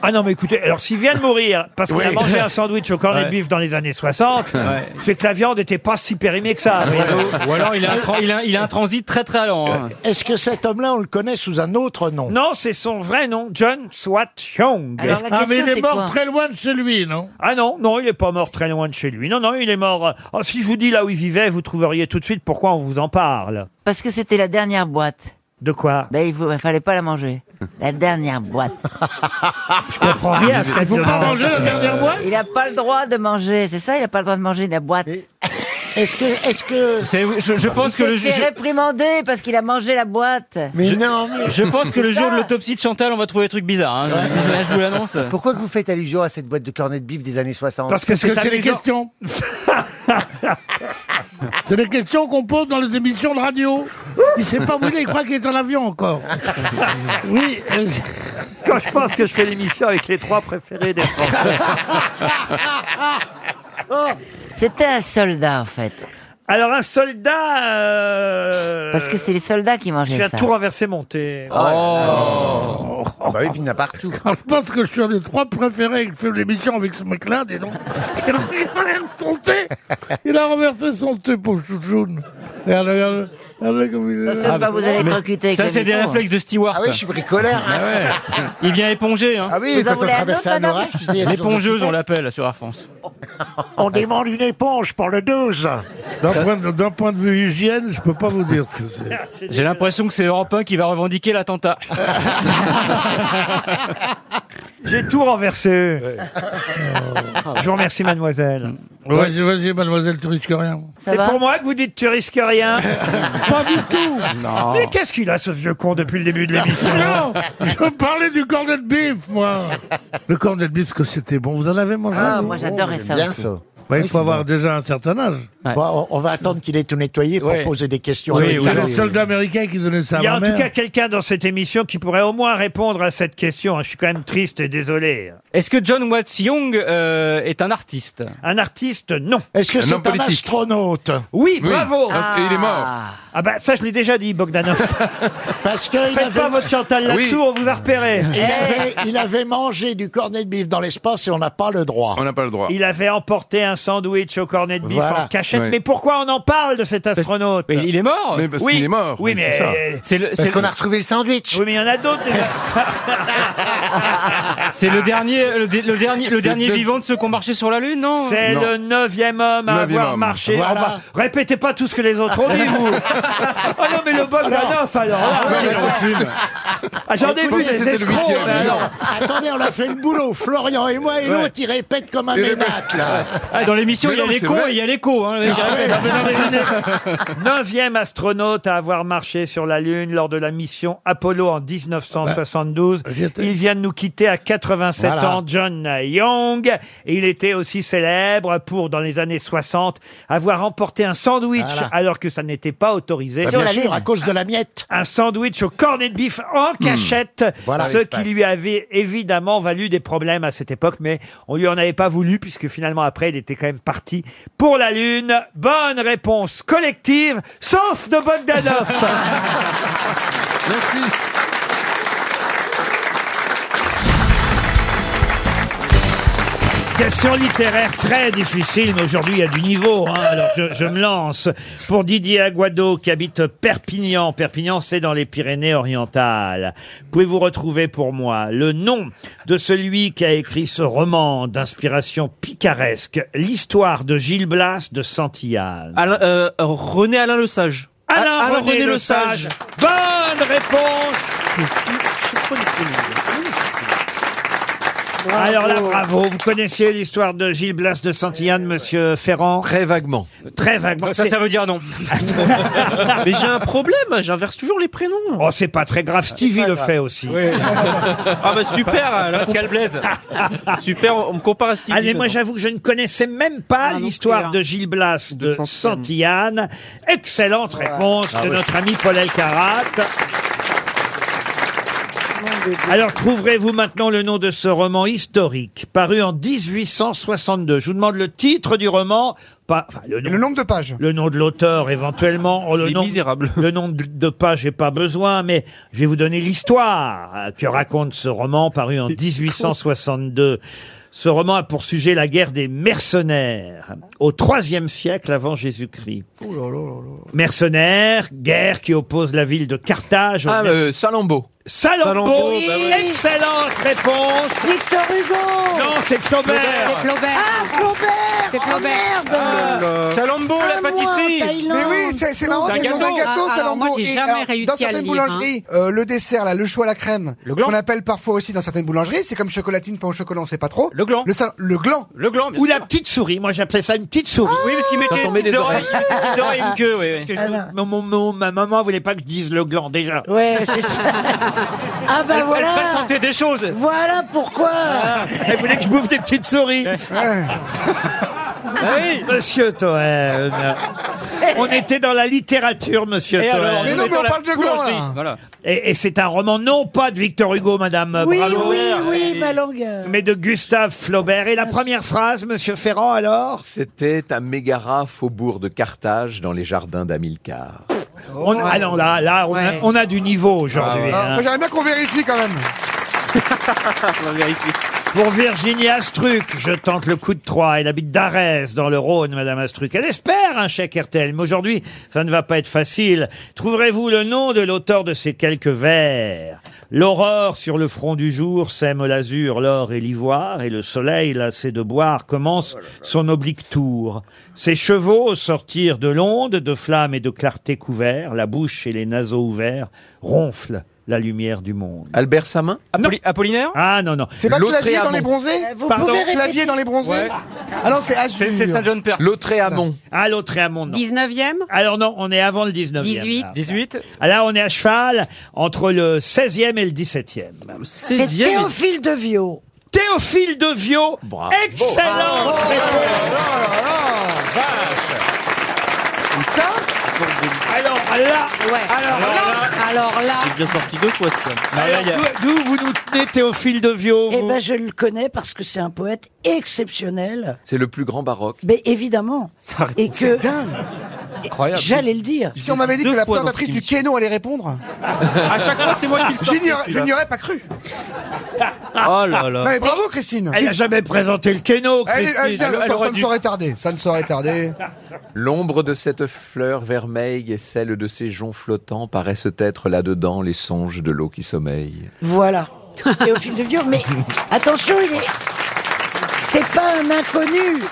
S3: Ah non, mais écoutez, alors s'il vient de mourir parce qu'il a
S18: Oui.
S3: mangé un sandwich au cornet
S14: Ouais.
S3: de bif dans les années 60, c'est que la viande n'était pas si périmée que ça. voyez-vous.
S14: Ah, Ou alors, il a un, tra- il a- il a un transit très très lent. hein.
S1: Est-ce que cet homme-là, on le connaît sous un autre nom
S3: Non, c'est son vrai nom, John Swat Young.
S13: Alors, la Ah, mais question, il est c'est mort quoi très loin de chez lui, non
S3: Ah non, non, il n'est pas mort très loin de chez lui. Non, non, il est mort. euh, oh, si je vous dis là où il vivait, vous trouveriez tout de suite pourquoi on vous en parle.
S18: Parce que c'était la dernière boîte.
S3: De quoi
S18: Ben, il ne fallait pas la manger. La dernière boîte.
S3: Je comprends rien à ce qu'elle Faut pas demande. manger la dernière boîte
S18: Il n'a pas le droit de manger, c'est ça Il n'a pas le droit de manger la boîte.
S1: Est-ce que, est-ce que,
S14: C'est- Je, je pense que le
S18: Il s'est fait
S14: je-
S18: réprimander parce qu'il a mangé la boîte.
S1: Mais
S14: je-
S1: non,
S14: Je pense que le jour de l'autopsie de Chantal, on va trouver des trucs bizarres. hein. Je- là, je vous l'annonce.
S1: Pourquoi que vous faites allusion à cette boîte de cornet de bif des années 60
S3: Parce que Parce c'est que c'est amusant. les questions.
S13: C'est des questions qu'on pose dans les émissions de radio. Il sait pas où il est, il croit qu'il est en avion encore. Oui. euh,
S3: Quand je pense que je fais l'émission avec les trois préférés des Français.
S1: Oh.
S18: C'était un soldat, en fait.
S3: Alors un soldat. euh,
S18: Parce que c'est les soldats qui mangeaient
S3: J'ai
S18: ça.
S3: à tout renversé mon thé.
S1: Oh, Bah oui, puis il y en a partout.
S13: Je pense que je suis un des trois préférés qui fait l'émission avec ce mec-là, dis donc. Il a renversé son thé. Il a renversé son thé pour chouchoune. Regarde, regarde. Regarde comme il est. Ah,
S18: Ça, c'est pas vous allez
S14: mais
S18: électrocuter avec
S14: Ça,
S18: le
S14: c'est des
S18: micro. hein.
S14: réflexes de Stewart.
S1: Ah oui, je suis bricoleur.
S14: Ah ouais. Il vient éponger. Hein.
S1: Ah oui, Vous quand en on voulez un traverse autre, un madame orage, tu sais, il y a toujours des
S14: L'épongeuse,
S1: petites
S14: on l'appelle sur Air France.
S1: On demande une éponge pour le 12.
S13: D'un point, de- d'un point de vue hygiène, je peux pas vous dire ce que c'est.
S14: J'ai l'impression que c'est Europe 1 qui va revendiquer l'attentat.
S3: J'ai tout renversé. Je vous remercie, mademoiselle.
S13: Vas-y, vas-y, mademoiselle, tu risques rien.
S3: C'est pour moi que vous dites tu risques rien Pas du tout
S13: Non.
S3: Mais qu'est-ce qu'il a ce vieux con depuis le début de l'émission
S13: Non, je parlais du cornet de bif, moi. Le cornet de bif, que c'était bon. Vous en avez mangé
S18: Ah,
S13: vous
S18: moi, j'adorais
S13: Oh,
S18: ça
S13: j'aime
S18: aussi.
S13: Bah, il
S18: Oui,
S13: faut
S18: c'est
S13: avoir
S18: bon.
S13: déjà un certain âge.
S18: Bon,
S1: on va attendre qu'il ait tout nettoyé pour
S3: Ouais.
S1: poser des questions.
S13: C'est les soldats américains qui donnaient ça à
S3: Il y a
S13: ma
S3: en
S13: mère.
S3: tout cas quelqu'un dans cette émission qui pourrait au moins répondre à cette question. Je suis quand même triste et désolé.
S14: Est-ce que John Watts Young euh, est un artiste
S3: Un artiste, non. Est-ce
S14: que Un c'est homme un politique.
S3: astronaute Oui,
S14: Oui.
S3: bravo
S14: Ah, et il est mort.
S3: Ah bah ça, je l'ai déjà dit, Bogdanov.
S1: Parce que il
S3: Faites
S1: avait-
S3: pas votre Chantal là-dessous,
S1: Oui.
S3: on vous a repéré.
S1: Il, avait, il avait mangé du cornet de bif dans l'espace et on n'a pas le droit.
S3: On n'a pas le droit. Il avait emporté un sandwich au cornet de bif
S1: Voilà.
S3: en cachette.
S1: Oui.
S3: Mais pourquoi on en parle de cet astronaute
S1: Mais il est mort. Mais parce
S3: Oui.
S1: qu'il est mort.
S3: Oui,
S1: Oui,
S3: mais.
S1: c'est ça.
S3: euh,
S1: Parce qu'on a retrouvé le sandwich.
S3: Oui, mais il y en a d'autres déjà.
S14: C'est le dernier, le, dé- le dernier, le
S3: C'est
S14: dernier
S3: le-
S14: vivant de ceux qui ont marché sur la Lune, non
S3: C'est le neuvième homme à
S14: Neuvième
S3: avoir
S14: homme.
S3: marché.
S14: Voilà.
S3: Oh, bah, répétez pas tout ce que les autres ont dit, vous. oh non, mais le Bogdanov, alors. là,
S1: Ah,
S3: oui. Ah, J'en ai
S1: Écoutez,
S3: vu des
S1: c'était le
S3: escrocs.
S1: huitième,
S3: mais
S2: hein.
S1: mais
S3: alors.
S1: non. Attendez, on a fait le boulot. Florian et moi, et
S3: Ouais.
S1: l'autre, il répète comme un
S3: Et le
S1: ménate, là.
S14: Ah, dans l'émission, il y a les cons et il y a les cons. Hein,
S1: Ah
S14: les gars.
S3: Neuvième astronaute à avoir marché sur la Lune lors de la mission Apollo en 1972. Il vient de nous quitter à 87
S5: Voilà.
S3: ans, John Young. Et il était aussi célèbre pour, dans les années 60, avoir emporté un sandwich
S1: Voilà.
S3: alors que ça n'était pas autorisé.
S1: Bah, bien sûr, à cause de la miette. Hmm.
S3: Un sandwich au cornet de bif en cachette,
S1: Voilà
S3: ce
S1: l'espace.
S3: qui lui avait évidemment valu des problèmes à cette époque, mais on lui en avait pas voulu puisque finalement après il était quand même parti pour la lune. Bonne réponse collective, sauf de Bogdanov.
S5: Bah.
S3: Merci. Question littéraire très difficile, mais aujourd'hui il y a du niveau, hein, alors je, je me lance. Pour Didier Aguado qui habite Perpignan, Perpignan c'est dans les Pyrénées-Orientales, pouvez-vous retrouver pour moi le nom de celui qui a écrit ce roman d'inspiration picaresque, l'histoire de Gilles Blas de Santillane
S1: euh,
S3: René Alain Le Sage. Alain,
S14: Alain
S3: René,
S14: René
S3: Le
S14: Le
S3: Sage.
S14: Sage.
S3: Bonne réponse alors là, bravo. Vous connaissiez l'histoire de Gilles Blas de Santillane, monsieur Ferrand Très vaguement. Très vaguement.
S14: Eh Ça,
S3: C'est-
S14: ça veut dire non.
S3: Mais j'ai un problème, hein, j'inverse toujours les prénoms. Oh, c'est pas très grave, Stevie le fait aussi.
S5: ah bah super, alors, Pascal Blaise. super, on me compare à Stevie.
S3: Allez, moi j'avoue que je ne connaissais même
S5: Ah,
S3: pas l'histoire
S5: hein.
S3: de Gilles Blas de, Santillane. Excellente réponse
S5: Ah
S3: de
S5: ouais.
S3: notre ami Paul Elkarat. Alors trouverez-vous maintenant le nom de ce roman historique paru en 1862. Je vous demande le titre du roman, pas enfin, le, nom, nombre de pages, le nom de l'auteur éventuellement, Oh, le
S5: Les
S3: nom le nombre de- de pages, j'ai pas besoin, mais je vais vous donner l'histoire euh, que raconte ce roman paru en 1862. Ce roman a pour sujet la guerre des mercenaires au IIIe siècle avant Jésus-Christ. Mercenaires, guerre qui oppose la ville de Carthage.
S20: Ah, euh,
S3: Salambo. Salambo,
S20: Salammbô, bah ouais.
S3: excellente réponse. Victor Hugo. Non, c'est Flaubert. Ah,
S27: Ah, Flaubert C'est
S28: Oh,
S27: Flaubert
S14: Salambo, la pâtisserie
S29: Mais oui, c'est c'est marrant,
S14: D'un
S29: c'est le nom d'un
S14: gâteau.
S29: gâteau,
S14: Ah,
S29: ça
S14: alors, moi, j'ai jamais réussi
S29: Dans
S14: à
S29: certaines
S14: le lire,
S29: boulangeries,
S3: hein.
S29: euh, le dessert, là, le chou à la crème,
S14: Le gland.
S29: qu'on appelle parfois aussi dans certaines boulangeries, c'est comme chocolatine, pain au chocolat, on sait pas trop. Le gland. Le, sal- le gland.
S14: Le gland,
S3: Ou la petite souris. Moi, j'appelais ça une petite souris.
S14: Oui, parce qu'il mettait Quand on met des des oreilles. oreilles- des oreilles et une queue, oui, oui.
S3: Parce que
S28: Ah
S3: je- mon- mon- mon- ma maman voulait pas que je dise le gland déjà.
S28: Ouais, c'est ça. Ah bah
S14: Elle-
S28: voilà.
S14: Elle passe tenter des choses.
S28: Voilà pourquoi.
S3: Elle voulait que je bouffe des petites souris.
S14: Ah
S3: Monsieur Toen. Ah On était dans la littérature, monsieur
S14: Et
S3: Toen.
S14: alors, Mais on non, était mais dans on la parle de gland, boulangerie. là. Voilà.
S3: Et, et c'est un roman, non pas de Victor Hugo, madame
S28: Oui,
S3: Bravo,
S28: oui, oui, ma langue.
S3: mais de Gustave Flaubert. Et la première phrase, monsieur Ferrand, alors
S20: C'était un mégara faubourg de Carthage dans les jardins d'Amilcar.
S14: Oh.
S3: on, ah non, là, là, on, a, on a du niveau aujourd'hui.
S20: Ah ouais.
S3: hein.
S29: Moi, J'aimerais bien qu'on vérifie quand même.
S3: Pour Virginie Astruc, je tente le coup de trois. Elle habite d'Arès, dans le Rhône, Madame Astruc. Elle espère un chèque RTL, mais aujourd'hui, ça ne va pas être facile. Trouverez-vous le nom de l'auteur de ces quelques vers L'aurore sur le front du jour sème l'azur, l'or et l'ivoire, et le soleil, lassé de boire, commence son oblique tour. Ses chevaux, au sortir de l'onde, de flammes et de clarté couverts, la bouche et les naseaux ouverts, ronflent. la lumière du monde. Albert Samin Apollinaire Ah non, non.
S29: C'est pas clavier dans les bronzés
S3: Vous
S29: Pardon
S3: pouvez répéter
S29: Clavier dans les bronzés Ah non, c'est Azur.
S3: L'Autréamont. Ah, l'Autréamont, non.
S16: 19e
S3: Alors non, on est avant le 19e.
S16: 18.
S3: 18. Là, on est à cheval entre le 16e et le 17e.
S28: C'est Théophile de Viau.
S3: Théophile de Viau. Excellent
S20: Ah,
S3: Alors là,
S16: alors là, alors là,
S5: bien sorti deux fois,
S20: Ah,
S3: Alors, d'où vous nous tenez, Théophile de Viau
S28: Eh ben, je le connais parce que c'est un poète exceptionnel.
S5: C'est le plus grand baroque.
S28: Mais évidemment. Et que
S5: Incroyable.
S28: j'allais le dire.
S29: Ah, Si on m'avait dit que
S28: Deux
S29: la
S28: fois dans
S29: présentatrice
S28: cette
S29: du Keno allait répondre.
S28: À chaque fois, c'est moi qui le sors,
S29: J'ignorais- Je
S28: celui-là.
S29: n'y aurais pas cru.
S3: Oh là là.
S29: Non, mais bravo, Christine.
S3: Elle n'a jamais présenté le Keno,
S29: Elle,
S3: Christine.
S29: elle, elle, ça ne saurait tarder. Ça ne saurait tarder.
S5: L'ombre de cette fleur vermeille et celle de ces joncs flottants paraissent être là-dedans les songes de l'eau qui sommeille.
S28: Voilà. Théophile de Viau, mais attention, il est. C'est pas un inconnu.
S3: Oh,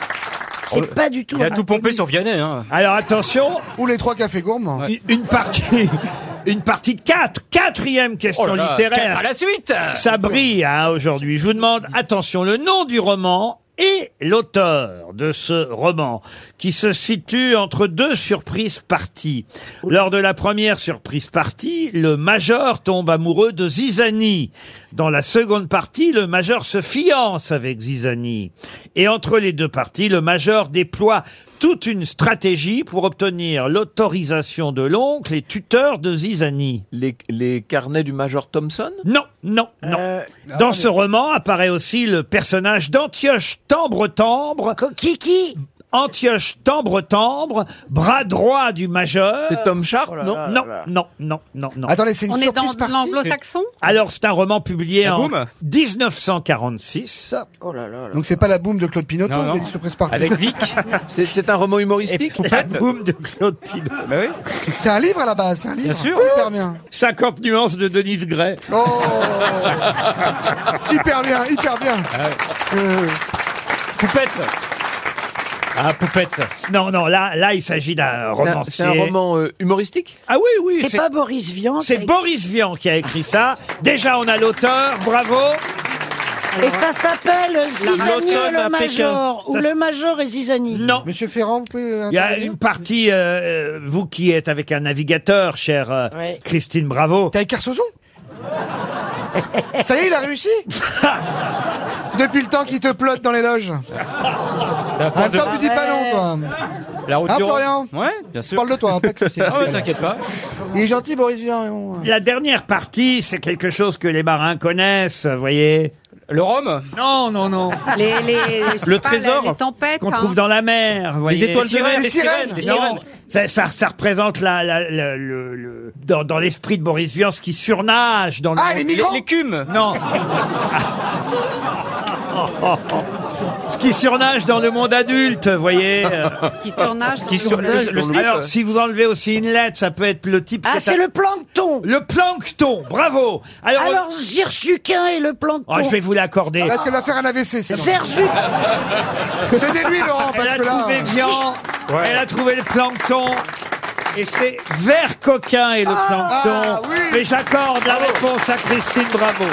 S28: C'est pas du tout. un
S3: pompé sur Vianney.
S14: hein.
S3: Alors attention,
S29: Ou les trois cafés gourmands.
S3: une- une
S28: Oh
S3: partie, une partie de quatre, quatrième question
S29: Oh là là,
S3: littéraire.
S29: quatre à la
S3: suite. Ça brille hein, aujourd'hui. Je vous demande attention le nom du roman et l'auteur de ce roman qui se situe entre deux surprises parties. Lors de la première surprise partie, le major tombe amoureux de Zizani. Dans la seconde partie, le major se fiance avec Zizani. Et entre les deux parties, le major déploie toute une stratégie pour obtenir l'autorisation de l'oncle et tuteur de Zizani. Les, carnets du Major Thompson Non, non, non.
S29: Euh, ah,
S3: Dans ce roman apparaît aussi le personnage d'Antioche Tambre-Tambre.
S28: Qui, qui
S3: Antioche Tambre-Tambre, bras droit du Major.
S5: C'est Tom
S29: Oh
S5: Sharp,
S3: non,
S5: là
S3: non,
S5: là.
S3: non, non, non, non.
S29: Attendez, c'est
S16: On est dans l'anglo-saxon
S3: Alors, c'est un roman publié
S29: La
S3: en
S29: Boum
S3: 1946.
S28: Oh là là.
S29: Donc c'est pas la boum de Claude Pinot,
S3: Non, non.
S29: c'est surprise partie.
S3: Avec Vic.
S5: C'est, un roman humoristique
S3: La boum de Claude Pinot.
S28: Bah
S29: C'est un livre à la base, c'est un livre.
S3: sûr.
S29: Hyper bien.
S3: 50 nuances de Denise Gray.
S29: Oh Hyper bien,
S3: Ah,
S29: hyper bien.
S3: Euh. Poupette Ah, Poupette Non, non, là, là il s'agit d'un
S5: C'est un-
S3: romancier.
S5: c'est un roman,
S3: humoristique Ah oui, oui.
S28: C'est pas Boris Vian.
S3: C'est Boris Vian qui a écrit ça. Déjà, on a l'auteur, Ah, bravo.
S28: Et ça s'appelle Zizani et
S3: L'automne à
S28: le Major.
S3: Pékin.
S28: Ou
S3: Ça
S28: le Major et Zizani.
S3: Non.
S29: Monsieur Ferrand, vous pouvez.
S3: Il y a
S29: intervenir
S3: une partie, euh, euh, vous qui êtes avec un navigateur, chère euh,
S29: Ouais.
S3: Christine Bravo.
S29: T'as avec Carsozon Ça y est, il a réussi Depuis le temps qu'il te plotte dans les loges. En même temps, tu dis pas non, toi.
S14: La route
S29: Hein,
S14: du Rhum.
S29: Florian
S14: Ouais, bien sûr.
S29: Je parle de toi, hein, pas de Christine.
S14: Ah ouais, t'inquiète pas.
S29: Il est gentil, Boris Vian.
S3: La dernière partie, c'est quelque chose que les marins connaissent, vous voyez. Le rhum Non, non, non.
S16: Les, les, je sais
S3: Le
S16: pas, les-
S3: trésor
S16: les tempêtes.
S3: qu'on
S16: hein.
S3: trouve dans la mer. vous
S16: Les
S3: voyez.
S16: étoiles Les sirènes, vertes, les les sirènes, sirènes. les
S3: Non, ça, ça, ça représente la, la- la- le, le- dans, dans l'esprit de Boris Vian ce qui surnage dans le
S14: Ah, les migrants Les-
S3: l'écume Non.
S2: Oh,
S3: Ce qui surnage dans le monde adulte, vous voyez. Ce
S16: qui surnage Ce qui sur- dans le- le- le slip.
S3: Alors, si vous enlevez aussi une lettre, ça peut être le type.
S28: Ah,
S3: que
S28: c'est
S3: t'as-
S28: le plancton
S3: Le plancton, bravo. Alors, on-
S28: Alors, Zirsuquin et le plancton.
S3: Ah, je vais vous l'accorder.
S29: Là, qu'elle va faire un AVC, sinon.
S28: Sergi
S29: Donnez-lui, Laurent, parce
S3: Elle a
S29: que là. euh,
S3: trouvé Vian, elle a trouvé le plancton. Et c'est vert coquin et le
S29: Ah,
S3: plancton. Mais j'accorde la réponse à Christine Bravo.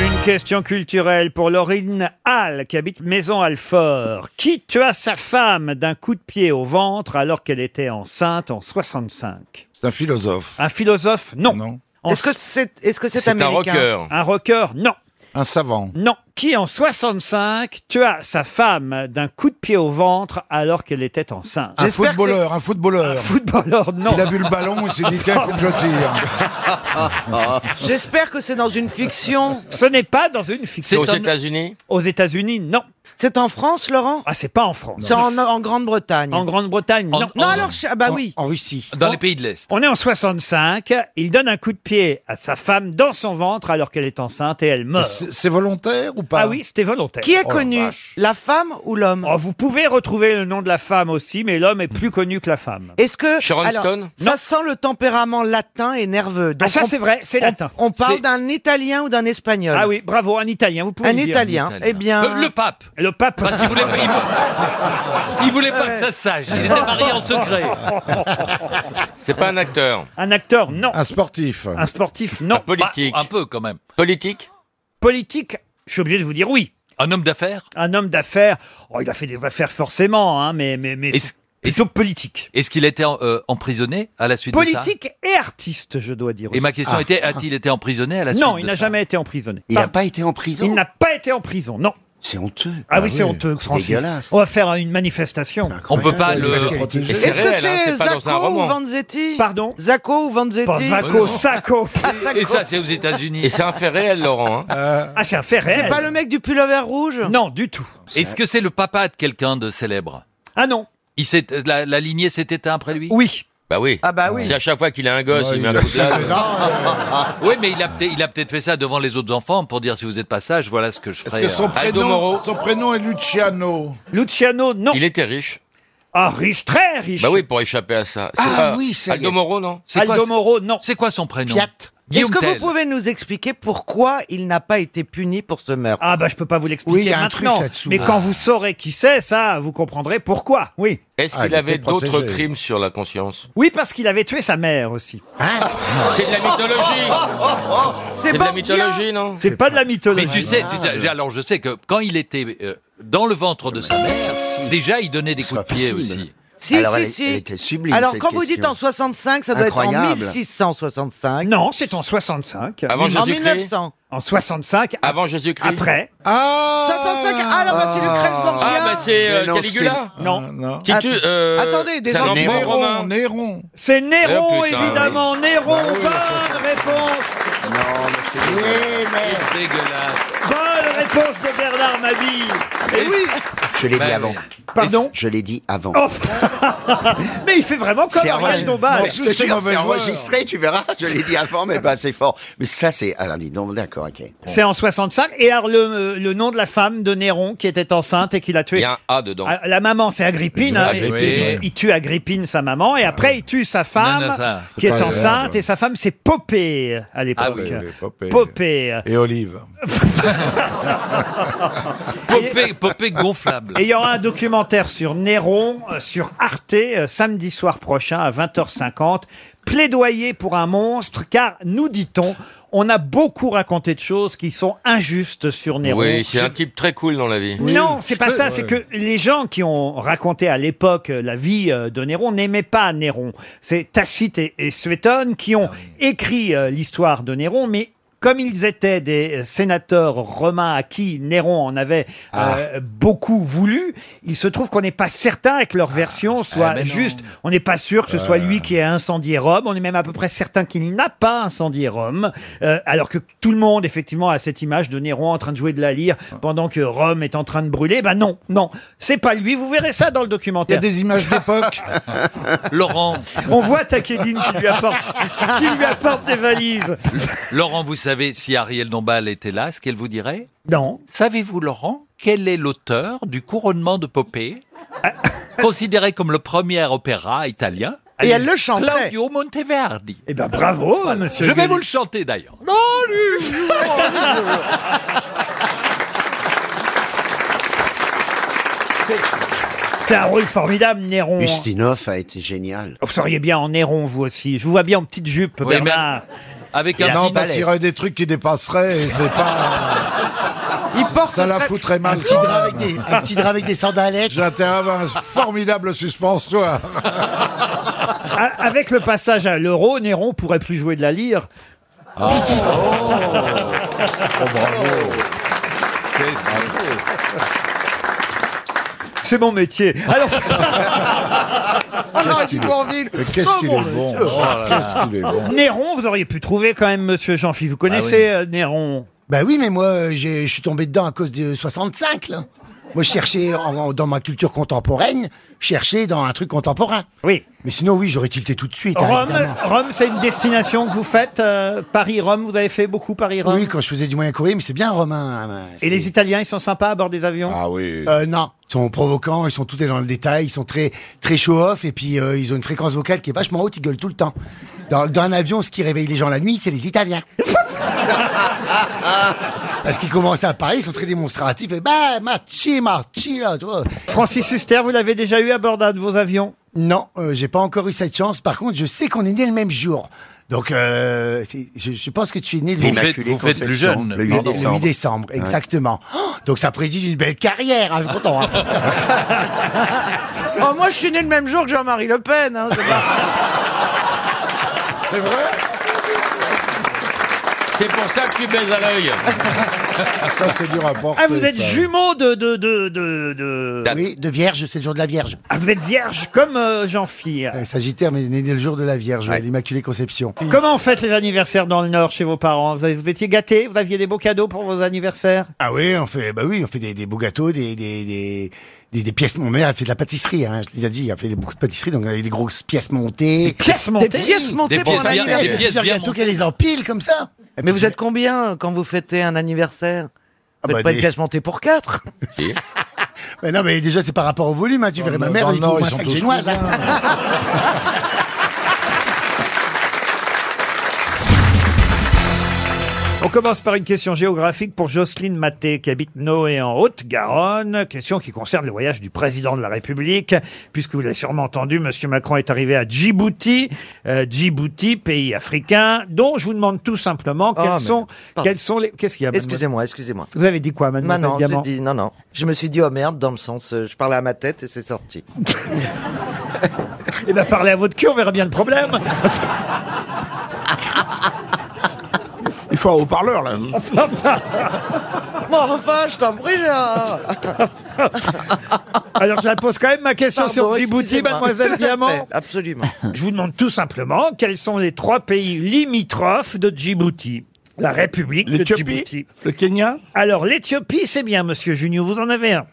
S3: Une question culturelle pour Laurine Hall, qui habite Maison Alfort. Qui tua sa femme d'un coup de pied au ventre alors qu'elle était enceinte en 65
S4: C'est un philosophe.
S3: Un philosophe Non.
S4: Est-ce que
S3: c'est est-ce que
S4: c'est C'est un américain rocker.
S3: Un rocker Non.
S4: Un savant.
S3: Non. Qui en 65 tua sa femme d'un coup de pied au ventre alors qu'elle était enceinte
S4: Un footballeur, un footballeur.
S3: Un footballeur, non.
S4: Il a vu le ballon, il s'est dit, tiens, il faut que je tire.
S8: J'espère que c'est dans une fiction.
S3: Ce n'est pas dans une fiction.
S8: C'est aux
S3: États-Unis Aux États-Unis, non.
S8: C'est en France, Laurent
S3: Ah, c'est pas en France.
S8: C'est en, en Grande-Bretagne.
S3: En Grande-Bretagne, non.
S8: Non, alors, je- ah bah oui.
S3: En Russie.
S6: Dans les pays de l'Est.
S3: On est en 65, il donne un coup de pied à sa femme dans son ventre alors qu'elle est enceinte et elle meurt.
S4: C'est volontaire ou pas Oh
S3: Ah oui, c'était volontaire.
S8: Qui est connu La femme ou l'homme
S3: Oh, Vous pouvez retrouver le nom de la femme aussi, mais l'homme est plus connu que la femme.
S8: Est-ce que
S3: Sharon
S8: alors,
S3: Stone
S8: ça sent le tempérament latin et nerveux
S3: Ah, ça,
S8: on-
S3: c'est vrai, c'est
S8: on-
S3: latin.
S8: On
S3: C'est-
S8: parle d'un Italien ou d'un Espagnol
S3: Ah oui, Ah bravo, un Italien, vous pouvez
S8: Un
S3: le dire.
S8: Italien, eh bien.
S3: Le- le
S6: pape.
S3: Le Le pape.
S6: Il voulait, pas- il voulait- il voulait pas que ça se sache. Il était marié en secret.
S30: C'est pas un acteur.
S3: Un acteur, non.
S2: Un sportif.
S3: Un sportif, non. Bah,
S6: politique. un peu quand même.
S30: Politique
S3: Politique, je suis obligé de vous dire oui.
S6: Un homme d'affaires
S3: Un homme d'affaires. Oh, il a fait des affaires forcément, hein, mais, mais, mais
S6: Est-ce-
S3: plutôt politique.
S6: Est-ce qu'il a été en- euh, emprisonné à la suite de ça
S3: Politique et artiste, je dois dire.
S6: Et ma
S3: aussi.
S6: question
S3: Ah.
S6: était a-t-il été emprisonné à la suite
S3: Non, il
S6: de
S3: n'a
S6: ça
S3: jamais été emprisonné.
S6: Il n'a
S3: Pardon.
S6: pas été en prison
S3: Il n'a pas été en prison, non.
S31: C'est honteux.
S3: Ah,
S31: Ah
S3: oui,
S31: oui,
S3: c'est honteux,
S31: c'est
S3: Francis.
S31: dégueulasse.
S3: On va faire une manifestation.
S6: On peut pas le.
S30: Et c'est
S8: Est-ce que
S30: réel, hein,
S8: c'est
S30: c'est pas dans un
S8: Zacco ou
S30: roman.
S8: Vanzetti
S3: Pardon
S8: Zacco ou Vanzetti
S3: Pas Zacco, Sacco.
S6: Et ça, c'est aux États-Unis.
S30: Et c'est un fait réel, Laurent. hein.
S3: Ah, c'est un fait
S8: C'est
S3: réel.
S8: pas le mec du pullover rouge
S3: Non, du tout.
S6: Euh, Est-ce que c'est le papa de quelqu'un de célèbre
S3: Ah non.
S6: Il s'est- la, la lignée s'est éteinte après lui
S3: Oui.
S30: Bah oui.
S8: Ah bah oui.
S30: Si à chaque fois qu'il a un gosse,
S26: Bah,
S6: Ouais,
S30: il met un
S6: il a-
S30: coup de
S3: Ah,
S30: latte.
S3: euh,
S6: Ah. Oui, mais il a peut-être il a peut-être fait ça devant les autres enfants pour dire si vous êtes pas sage, voilà ce que je
S2: Parce
S6: ferai.
S2: que son
S6: euh, Aldo
S2: prénom,
S6: Moro.
S2: son prénom est Luciano.
S3: Luciano, non.
S30: Il était riche.
S3: Ah, riche, très riche.
S30: Bah oui, pour échapper à ça. C'est
S8: Ah
S30: pas-
S8: oui, c'est-
S30: Aldo Moro, non
S6: C'est quoi-
S3: Moro, non.
S6: C'est quoi son prénom
S8: Fiat. Est-ce
S6: Guillaume
S8: que vous
S6: Tell.
S8: pouvez nous expliquer pourquoi il n'a pas été puni pour ce meurtre
S3: Ah bah je peux pas vous l'expliquer maintenant. mais
S2: Ah.
S3: quand vous saurez qui c'est, ça, vous comprendrez pourquoi. Oui.
S8: Ah,
S30: Est-ce qu'il avait d'autres crimes sur la conscience
S3: Oui, parce qu'il avait tué sa mère aussi.
S6: Ah.
S30: C'est de la
S8: Oh,
S30: mythologie.
S8: C'est Ah.
S30: de la mythologie, non
S3: C'est pas de la mythologie.
S6: Mais tu sais, tu sais, alors je sais que quand il était euh, dans le ventre de sa mère, déjà il donnait des coups de pied aussi.
S8: Si, si, si. Alors, quand vous dites en 65, ça doit être en 1665.
S3: Non, c'est en 65.
S8: Avant En Jésus-Christ 1900.
S3: En 65.
S30: Avant Jésus-Christ.
S3: Après.
S2: Ah
S8: 65 Ah, non, bah, c'est Lucrèce Borgia
S30: Ah, bah c'est euh,
S2: Mais non,
S30: Caligula
S3: Non.
S30: Titus, euh,
S8: Attendez,
S30: c'est un
S8: désolé.
S30: empereur
S8: Néron,
S30: romain.
S2: Néron.
S3: C'est Néron,
S30: Oh, putain,
S3: évidemment.
S30: oui.
S3: Néron,
S30: Bah oui, Eh,
S3: bonne réponse.
S30: Non, mais c'est
S6: C'est dégueulasse.
S3: Bonne réponse de Bernard Mabille.
S6: Et oui.
S26: Je l'ai
S6: Bah
S26: dit
S6: oui.
S26: avant.
S3: Pardon
S26: Je l'ai dit avant.
S3: Oh, mais il fait vraiment comme
S26: C'est
S3: Ariel
S26: enregistré.
S3: Dombal.
S26: Non, je te jure, c'est enregistré, tu verras. Je l'ai dit avant, mais pas assez fort. Mais ça, c'est. Alors, dis donc, d'accord, ok.
S3: C'est en 65. Et alors, le, le nom de la femme de Néron qui était enceinte et qui l'a tué.
S30: Il y a un A dedans.
S3: Ah, La maman, c'est Agrippine. hein,
S30: Agrippine,
S3: et-
S30: oui. Ah,
S3: Il tue Agrippine, sa maman, et après, il tue sa femme,
S30: Nana, ça,
S3: qui
S30: c'est
S3: est
S30: pas
S3: enceinte,
S30: grave.
S3: et sa femme, c'est Popée, à l'époque.
S30: Ah oui, oui,
S3: Popée.
S30: Poppée.
S2: Et Olive.
S6: Popée, popée gonflable.
S3: Et il y aura un documentaire sur Néron, euh, sur Arte, euh, samedi soir prochain à 20h50. Plaidoyer pour un monstre, car nous dit-on, on a beaucoup raconté de choses qui sont injustes sur Néron.
S30: Oui, c'est
S3: Je-
S30: un type très cool dans la vie.
S3: non, c'est pas ça, c'est que les gens qui ont raconté à l'époque euh, la vie euh, de Néron n'aimaient pas Néron. C'est Tacite et, et Suétone qui ont écrit euh, l'histoire de Néron, mais comme ils étaient des euh, sénateurs romains à qui Néron en avait euh, beaucoup voulu, il se trouve qu'on n'est pas certain que leur version soit juste. On n'est pas sûr que ce soit lui qui ait incendié Rome. On est même à peu près certain qu'il n'a pas incendié Rome. Euh, alors que tout le monde, effectivement, a cette image de Néron en train de jouer de la lyre pendant que Rome est en train de brûler. Ben non, non, c'est pas lui. Vous verrez ça dans le documentaire.
S2: Il y a des images d'époque.
S6: euh, Laurent,
S3: On voit Takedine qui lui apporte, qui lui apporte des valises.
S6: Laurent, vous savez si Ariel Dombal était là, ce qu'elle vous dirait
S3: Non.
S6: Savez-vous, Laurent, quel est l'auteur du couronnement de Popée, considéré comme le premier opéra italien
S8: Et elle le chantait.
S6: Claudio Monteverdi.
S3: Eh ben bravo, hein, monsieur.
S6: Je vais
S3: Gueluc.
S6: vous le chanter d'ailleurs.
S3: C'est un rôle formidable, Néron.
S26: Ustinov a été génial.
S3: hein. Oh, Vous seriez bien en Néron, vous aussi. Je vous vois bien en petite jupe,
S6: Oui, mais
S3: Bernard.
S6: Avec un
S2: Non,
S6: petit-
S2: parce qu'il y aurait des trucs qui dépasseraient et c'est pas.
S8: Il porte
S2: ça la
S8: très-
S2: foutrait mal.
S8: Un petit drap
S26: avec des- un petit drap avec des sandalettes.
S2: J'ai intérêt à avoir un formidable suspense, toi.
S3: A- Avec le passage à l'euro, Néron pourrait plus jouer de la lyre.
S2: Ah.
S19: Oh,
S3: C'est mon métier.
S2: Ah.
S3: Alors,
S8: Oh non, il dit Bourville
S2: Mais qu'est-ce
S8: Oh,
S2: qu'il
S8: mon
S2: est bon.
S8: Dieu.
S2: Qu'est-ce qu'il est bon.
S3: Néron, vous auriez pu trouver quand même, monsieur Jean-Philippe. Vous connaissez euh, Néron
S26: Ah Bah oui, mais moi, euh, j'ai- je suis tombé dedans à cause de 65, là. Moi, je cherchais, en- en- dans ma culture contemporaine, je cherchais dans un truc contemporain.
S3: Oui.
S26: Mais sinon, oui, j'aurais tilté tout de suite. hein,
S3: Rome,
S26: évidemment.
S3: Rome, c'est une destination que vous faites euh, Paris-Rome, vous avez fait beaucoup Paris-Rome
S26: Oui, quand je faisais du moyen courrier, mais c'est bien romain. hein,
S3: Et les Italiens, ils sont sympas à bord des avions Ah oui.
S26: Euh, non, ils sont provocants, ils sont tout est dans le détail, ils sont très très show off et puis euh, ils ont une fréquence vocale qui est vachement haute, ils gueulent tout le temps. Dans, dans un avion, ce qui réveille les gens la nuit, c'est les Italiens. Parce qu'ils commencent à parler, ils sont très démonstratifs. Et bah, machi, machi, là, tu vois.
S3: Francis Huster, vous l'avez déjà eu à bord d'un de vos avions
S26: Non, euh, j'ai pas encore eu cette chance. Par contre, je sais qu'on est né le même jour. Donc, euh, c'est- je, je pense que tu es né le,
S24: Vous faites- vous faites plus jeune,
S26: le 8
S24: pardon.
S26: décembre. Le 8 décembre,
S24: Ouais.
S26: exactement. Oh, donc, ça prédit une belle carrière, hein, je suis content. hein.
S8: Oh, moi, je suis né le même jour que Jean-Marie Le Pen. hein, c'est pas-
S6: C'est vrai C'est pour ça que tu baises à l'œil.
S4: Ça, c'est dur à porter.
S3: Ah, vous êtes
S4: ça.
S3: jumeaux de... de, de, de, de...
S26: Oui, de vierge, c'est le jour de la vierge.
S3: Ah, vous êtes vierge, comme euh, Jean-Phi.
S26: Euh, Sagittaire, mais né le jour de la vierge, l'Immaculée Conception.
S3: Comment on fête les anniversaires dans le Nord chez vos parents vous, avez- vous étiez gâtés Vous aviez des beaux cadeaux pour vos anniversaires
S26: Ah oui, on fait, bah oui, on fait des, des beaux gâteaux, des, des, des, des, des pièces. Mon mère, elle fait de la pâtisserie, hein, je l'ai déjà dit, elle fait des- beaucoup de pâtisserie, donc elle a des grosses pièces montées. Des
S3: pièces montées
S8: Des pièces montées Des pour pièces un bien- anniversaire. des
S26: Elle fait
S8: pièces
S26: plusieurs
S8: bien
S26: gâteaux qu'elle les empile comme ça.
S8: Mais vous êtes combien quand vous fêtez un anniversaire Vous faites
S26: bah,
S8: pas
S26: des-
S8: une pièce montée pour quatre
S26: Mais non, mais déjà, c'est par rapport au volume, hein, tu verrais ma mère,
S8: Oh dans
S26: elle
S8: le
S26: fait
S8: Nord,
S26: au moins
S8: ils sont
S26: cinq
S8: tous
S26: génoises. hein.
S3: On commence par une question géographique pour Jocelyne Maté, qui habite Noé en Haute-Garonne. Question qui concerne le voyage du président de la République. Puisque vous l'avez sûrement entendu, Monsieur Macron est arrivé à Djibouti. Euh, Djibouti, pays africain, dont je vous demande tout simplement quels
S8: Ah, mais-
S3: sont,
S8: pardon.
S3: quels sont les, qu'est-ce qu'il y a mademoiselle
S8: Excusez-moi, excusez-moi.
S3: Vous avez dit quoi, mademoiselle
S8: non,
S3: Diamant
S8: j'ai dit- non, non. Je me suis dit, oh merde, dans le sens, euh, je parlais à ma tête et c'est sorti.
S3: Eh bien, parlez à votre cul, on verra bien le problème.
S25: Il faut un haut-parleur, là.
S8: Bon, enfin, je t'en prie, là.
S3: Alors, je la pose quand même ma question
S8: Pardon,
S3: sur Djibouti,
S8: excusez-moi. Eh,
S3: mademoiselle
S8: Tout à
S3: Diamant.
S8: fait, Absolument.
S3: Je vous demande tout simplement quels sont les trois pays limitrophes de Djibouti. La République de Djibouti. Le Kenya Alors, l'Éthiopie, c'est bien, monsieur Junio, vous en avez un.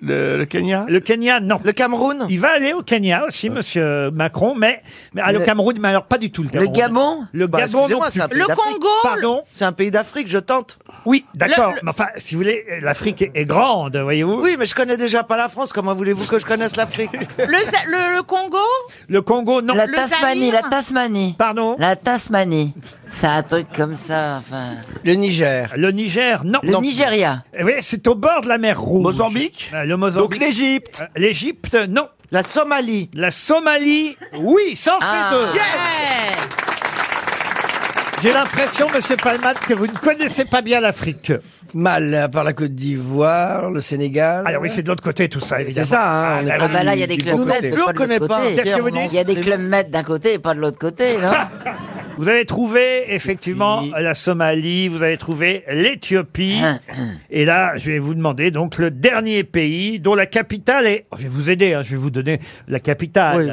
S3: Le, Kenya Le Kenya, non. Le Cameroun Il va aller au Kenya aussi, monsieur Macron, mais, mais ah, le,
S8: Le-
S3: Cameroun, mais alors pas du tout le Cameroun. Le
S8: Bah,
S3: Gabon,
S8: excusez-moi,
S3: non
S8: c'est
S3: plus.
S8: un pays d'Afrique.
S3: Pardon
S8: C'est un pays d'Afrique, je tente.
S3: Oui, d'accord,
S8: Le- le-
S3: mais enfin, si vous voulez, l'Afrique est- est grande, voyez-vous.
S8: Oui, mais je connais déjà pas la France. Comment voulez-vous que je connaisse l'Afrique
S7: Le, Sa- le- le Congo
S3: Le Congo, non.
S18: La
S7: Le
S18: Tasmanie, la
S7: Zaïre
S18: Tasmanie.
S3: Pardon
S18: La Tasmanie. C'est un truc comme ça, enfin.
S3: Le Niger. Le Niger, non.
S18: Le
S3: Non.
S18: Nigeria.
S3: Eh Oui, c'est au bord de la mer Rouge.
S25: Mozambique
S3: Euh, Le Mozambique.
S25: Donc l'Égypte.
S3: Euh, L'Égypte, non.
S8: La Somalie.
S3: La Somalie, oui, ça en
S18: Ah.
S3: fait
S24: Ah.
S3: deux. J'ai l'impression, monsieur Palmat, que vous ne connaissez pas bien l'Afrique.
S2: Mal, euh, par la Côte d'Ivoire, le Sénégal.
S3: Alors Ah oui, c'est de l'autre côté tout ça, évidemment. bah
S2: C'est ça, hein, on est
S3: là,
S2: pas
S3: oui.
S2: du-
S18: Ah, là, il y a des
S2: du
S18: clubs
S2: bon
S18: mètres.
S2: côté.
S18: pas de l'autre côté.
S3: Qu'est-ce que vous dites
S18: Il y a des clubs mètres d'un côté et pas de l'autre côté, non
S3: Vous avez trouvé effectivement la Somalie, vous avez trouvé l'Éthiopie.
S8: Ah,
S3: et là, je vais vous demander donc le dernier pays dont la capitale est. Je vais vous aider, hein, je vais vous donner la capitale.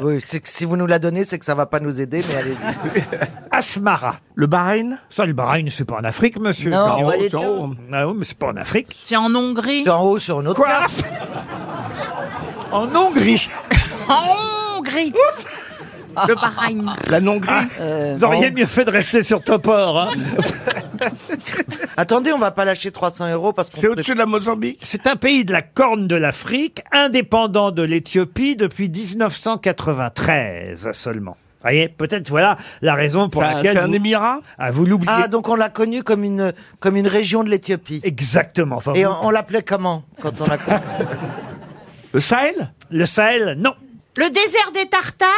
S8: Oui, oui, c'est que si vous nous la donnez, c'est que ça va pas nous aider, mais allez-y.
S3: Asmara. Le Bahreïn Ça, le Bahreïn, c'est pas en Afrique, monsieur.
S8: Non,
S3: Florian.
S8: pas du C'est en tout. haut.
S3: Ah oui, mais c'est pas en Afrique.
S7: C'est en Hongrie.
S8: C'est en haut sur une autre
S3: Quoi En Hongrie
S7: En Hongrie. Le Bahreïn.
S3: La Hongrie
S8: Ah, euh,
S3: Vous auriez mieux fait de rester sur Topor. Hein.
S8: Attendez, on va pas lâcher 300 euros parce qu'on.
S3: C'est au-dessus de la Mozambique. C'est un pays de la Corne de l'Afrique, indépendant de l'Éthiopie depuis 1993 seulement. Vous voyez, peut-être voilà la raison pour
S8: C'est un-
S3: laquelle
S8: c'est un
S3: vous-
S8: émirat
S3: Ah, vous l'oubliez.
S8: Ah, donc on l'a connu comme une, comme une région de l'Éthiopie.
S3: Exactement. Enfin,
S8: Et
S3: vous-
S8: on, on l'appelait comment quand on l'a connu
S3: Le Sahel Le Sahel, non.
S7: Le désert des Tartares.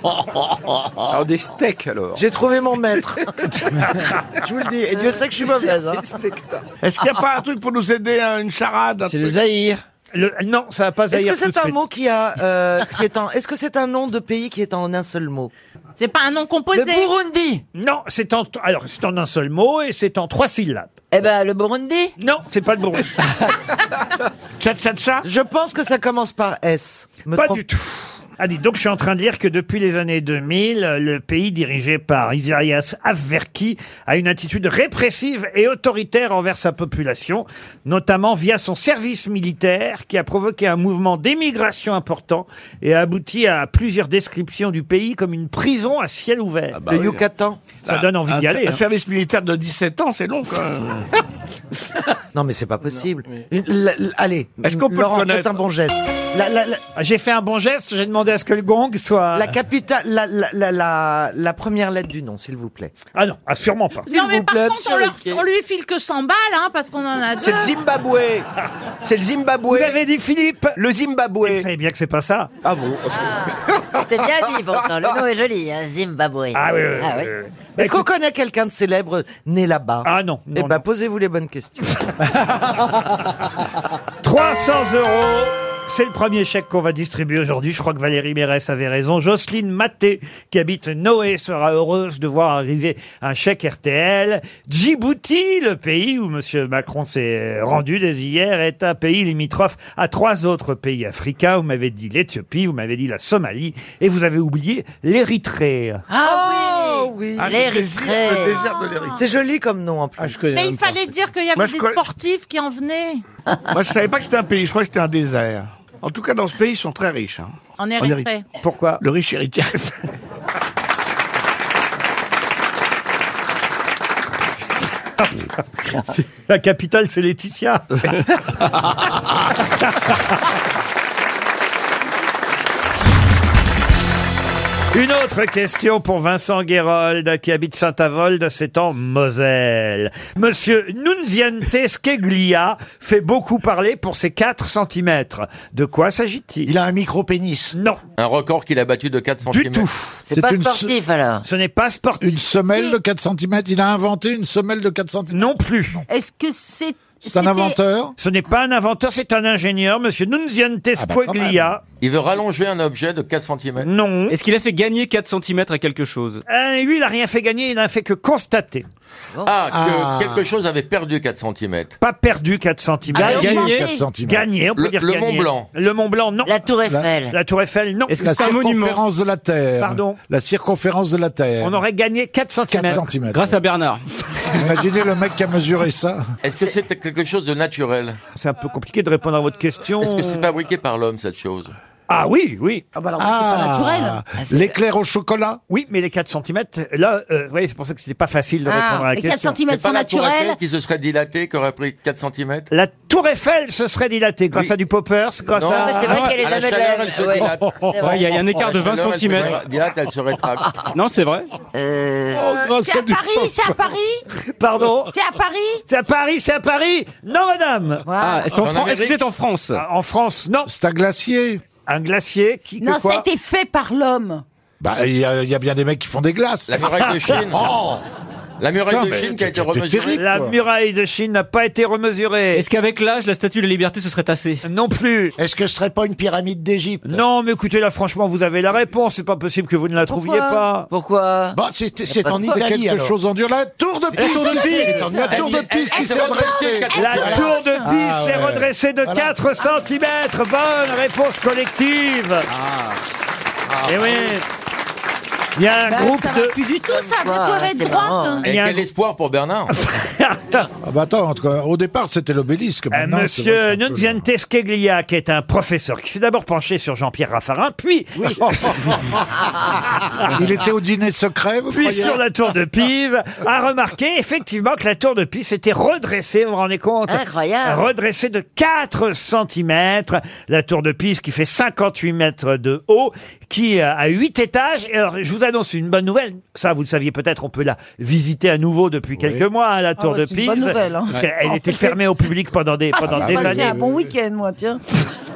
S5: Alors des steaks alors.
S8: J'ai trouvé mon maître. je vous le dis. Et Dieu sait que je suis mauvaise. hein.
S25: Est-ce qu'il n'y a pas un truc pour nous aider, hein, une charade
S8: C'est le Zaïre.
S3: Euh, non, ça n'a pas
S8: Est-ce
S3: Zaïre
S8: que
S3: tout de
S8: c'est un
S3: suite.
S8: mot qui a euh, qui est en Est-ce que c'est un nom de pays qui est en un seul mot
S7: C'est pas un nom composé. Le
S18: Burundi.
S3: Non, c'est en alors c'est en un seul mot et c'est en trois syllabes.
S18: Eh ben, le Burundi
S3: Non, c'est pas le Burundi.
S8: Je pense que ça commence par S.
S3: Pas du tout. Ah, dites donc, je suis en train de dire que depuis les années 2000, euh, le pays dirigé par Isaias Afwerki a une attitude répressive et autoritaire envers sa population, notamment via son service militaire qui a provoqué un mouvement d'émigration important et a abouti à plusieurs descriptions du pays comme une prison à ciel ouvert.
S8: bah
S20: Le
S8: hein.
S20: oui. Yucatan.
S3: Ça
S20: Ah,
S3: donne envie
S20: un
S3: d'y
S20: ser-
S3: aller. hein.
S20: un
S3: service
S19: militaire de 17 ans, c'est long quand même. Non, mais c'est pas possible. L- l- allez.
S3: Est-ce qu'on peut
S19: Laurent,
S3: le connaître
S19: faites un bon geste. La, la- la-
S3: Ah, J'ai fait un bon geste, j'ai demandé à ce que le gong soit...
S19: la capitale, la, la, la, la- la première lettre du nom, s'il vous plaît.
S3: Ah non, sûrement pas.
S7: Non, mais par contre, on, leur- on lui file que 100 balles, hein, parce qu'on en a deux.
S19: C'est le
S7: Zimbabwe.
S19: C'est le Zimbabwe.
S3: Vous avez dit Philippe
S19: Le Zimbabwe.
S3: Vous savez bien que c'est pas ça.
S19: Ah bon
S18: C'était bien dit, pourtant. Le nom est joli, hein, Zimbabwe.
S19: Ah oui, oui, oui, Est-ce qu'on connaît quelqu'un de célèbre né là-bas
S3: Bah, Ah non.
S19: Eh ben, posez-vous les bonnes questions.
S3: 300 euros. C'est le premier chèque qu'on va distribuer aujourd'hui. Je crois que Valérie Mérès avait raison. Jocelyne Maté, qui habite Noé, sera heureuse de voir arriver un chèque RTL. Djibouti, le pays où M. Macron s'est rendu dès hier, est un pays limitrophe à trois autres pays africains. Vous m'avez dit l'Éthiopie, vous m'avez dit la Somalie, et vous avez oublié l'Érythrée.
S19: Ah oui,
S3: Ah, le L'Érythrée. désert- le désert de Ah, l'Érythrée.
S19: C'est joli comme nom en plus.
S7: Mais il fallait dire qu'il y avait
S19: Moi, je
S7: des
S19: connais-
S7: sportifs qui en venaient.
S19: Moi, je savais pas que c'était un pays, je crois que c'était un désert. En tout cas, dans ce pays, ils sont très riches. hein.
S7: En Érythrée.
S3: Pourquoi
S19: Le riche héritier.
S3: La capitale, c'est Laetitia. Une autre question pour Vincent Guérold, qui habite Saint-Avold, c'est en Moselle. Monsieur Nunziante Skeglia fait beaucoup parler pour ses 4 cm. De quoi s'agit-il Il a un micro-pénis. Non.
S6: Un record qu'il a battu de 4 cm.
S3: Du tout. C'est pas sportif,
S18: alors.
S3: Ce n'est pas sportif.
S4: Une semelle de 4 cm. Il a inventé une semelle de 4 cm.
S3: Non plus.
S7: Est-ce que c'est.
S4: C'est un
S7: c'était-
S4: inventeur
S3: Ce n'est pas un inventeur, c'est un ingénieur, monsieur Nunziante
S6: Ah bah quand
S3: Skeglia.
S6: même. Il veut rallonger un objet de 4 cm.
S3: Non.
S14: Est-ce qu'il a fait gagner 4 cm à quelque chose
S3: Euh, lui, il n'a rien fait gagner, il n'a fait que constater.
S6: Ah, que
S3: Ah.
S6: quelque chose avait perdu 4 cm.
S3: Pas perdu 4 cm.
S6: Ah, Gagné. augmenté. 4 centimètres.
S3: Gagné, on peut
S6: Le-
S3: dire
S6: le
S3: gagné.
S6: Mont Blanc.
S3: Le Mont Blanc, non. La Tour Eiffel. La, Tour Eiffel, non.
S4: la circonférence de la Terre.
S3: Pardon.
S4: La circonférence de la Terre.
S3: On aurait gagné 4 cm.
S4: 4 centimètres.
S14: Grâce à Bernard.
S4: Imaginez le mec qui a mesuré ça.
S6: Est-ce que c'était quelque chose de naturel
S3: C'est un peu compliqué de répondre à votre question.
S6: Est-ce que c'est fabriqué par l'homme, cette chose
S3: Ah oui, oui. Ah,
S4: Ah, l'éclair au chocolat
S3: Oui, mais les 4 cm, là, euh, vous voyez, c'est pour ça que c'était pas facile de
S6: Ah,
S3: répondre à la
S6: les
S22: 4
S3: question.
S6: C'est pas la tour Eiffel qui se serait dilatée, qui aurait pris 4 cm
S3: La Tour Eiffel se serait dilatée grâce à du poppers, grâce
S6: Non, Ah,
S3: à...
S6: mais c'est vrai qu'elle est jamais de- ouais. C'est vrai.
S14: Ouais, Il y, a- il y a un écart de 20
S6: Alors, elle se
S14: cm.
S6: dilate, elle se rétracte.
S14: Non, c'est vrai.
S8: Oh,
S7: Euh,
S3: Oh,
S7: C'est à Paris, c'est à Paris.
S3: Pardon
S7: C'est à Paris
S3: C'est à Paris, c'est à Paris Non, madame
S14: Ah, est-ce qu'en En Fran- est-ce que Amérique c'est en France
S3: Ah, En France, non.
S4: C'est un glacier.
S3: Un glacier qui que
S22: Non,
S3: quoi
S22: ça a été fait par l'homme.
S4: Bah, il y, a- il y a bien des mecs qui font des glaces.
S6: La muraille de Chine.
S4: Oh
S6: La muraille
S4: Putain,
S6: de
S4: mais
S6: Chine qui a été
S4: t'es- t'es
S6: remesurée.
S4: terrible,
S3: La
S4: quoi.
S3: muraille de Chine n'a pas été remesurée.
S14: Est-ce qu'avec l'âge, la statue de la liberté se serait tassée
S3: Non plus.
S1: Est-ce que ce serait pas une pyramide d'Égypte
S3: Non, mais écoutez, là, franchement, vous avez la réponse. C'est pas possible que vous ne la trouviez pas. Euh,
S18: Pourquoi
S1: Bah, c'est
S3: Y
S1: c'est
S3: a pas
S1: en
S3: de quoi.
S1: Italie
S3: Quelque
S1: alors.
S3: chose
S4: en dur. La tour de
S3: La tour de
S4: Pise.
S3: Pise.
S4: La tour de Pise qui s'est redressée.
S3: La
S4: Voilà.
S3: tour de Pise
S4: Ah
S3: s'est
S4: ouais.
S3: redressée de 4 cm. Bonne réponse collective.
S4: Ah.
S6: Ah
S3: Eh oui. Il y a un
S22: Bah,
S3: groupe
S22: ça
S3: de...
S22: va plus du tout, ça va
S6: Ah,
S22: plutôt être droite.
S6: Et quel espoir pour Bernard
S4: Ah bah attends, en tout cas, au départ c'était l'obélisque.
S3: Euh,
S4: maintenant, c'est
S3: Monsieur
S4: vrai que c'est un peu-
S3: Nunziante Skeglia, qui est un professeur, qui s'est d'abord penché sur Jean-Pierre Raffarin, puis,
S4: Il était au dîner secret, vous
S3: puis
S4: croyez
S3: sur la tour de Pise, a remarqué effectivement que la tour de Pise était redressée, vous vous rendez compte
S18: Incroyable.
S3: Redressée de 4 cm. La tour de Pise qui fait 58 mètres de haut, qui euh, a 8 étages. Et alors, je vous annonce une bonne nouvelle. Ça, vous le saviez peut-être, on peut la visiter à nouveau depuis quelques mois, hein, la tour
S22: bah,
S3: de
S22: c'est
S3: Pise.
S22: une bonne nouvelle, hein.
S3: Parce qu'elle
S22: Ouais.
S3: était fermée au public pendant des, pendant
S22: Ah,
S3: des
S22: bah,
S3: années.
S22: C'est un bon week-end, moi, tiens.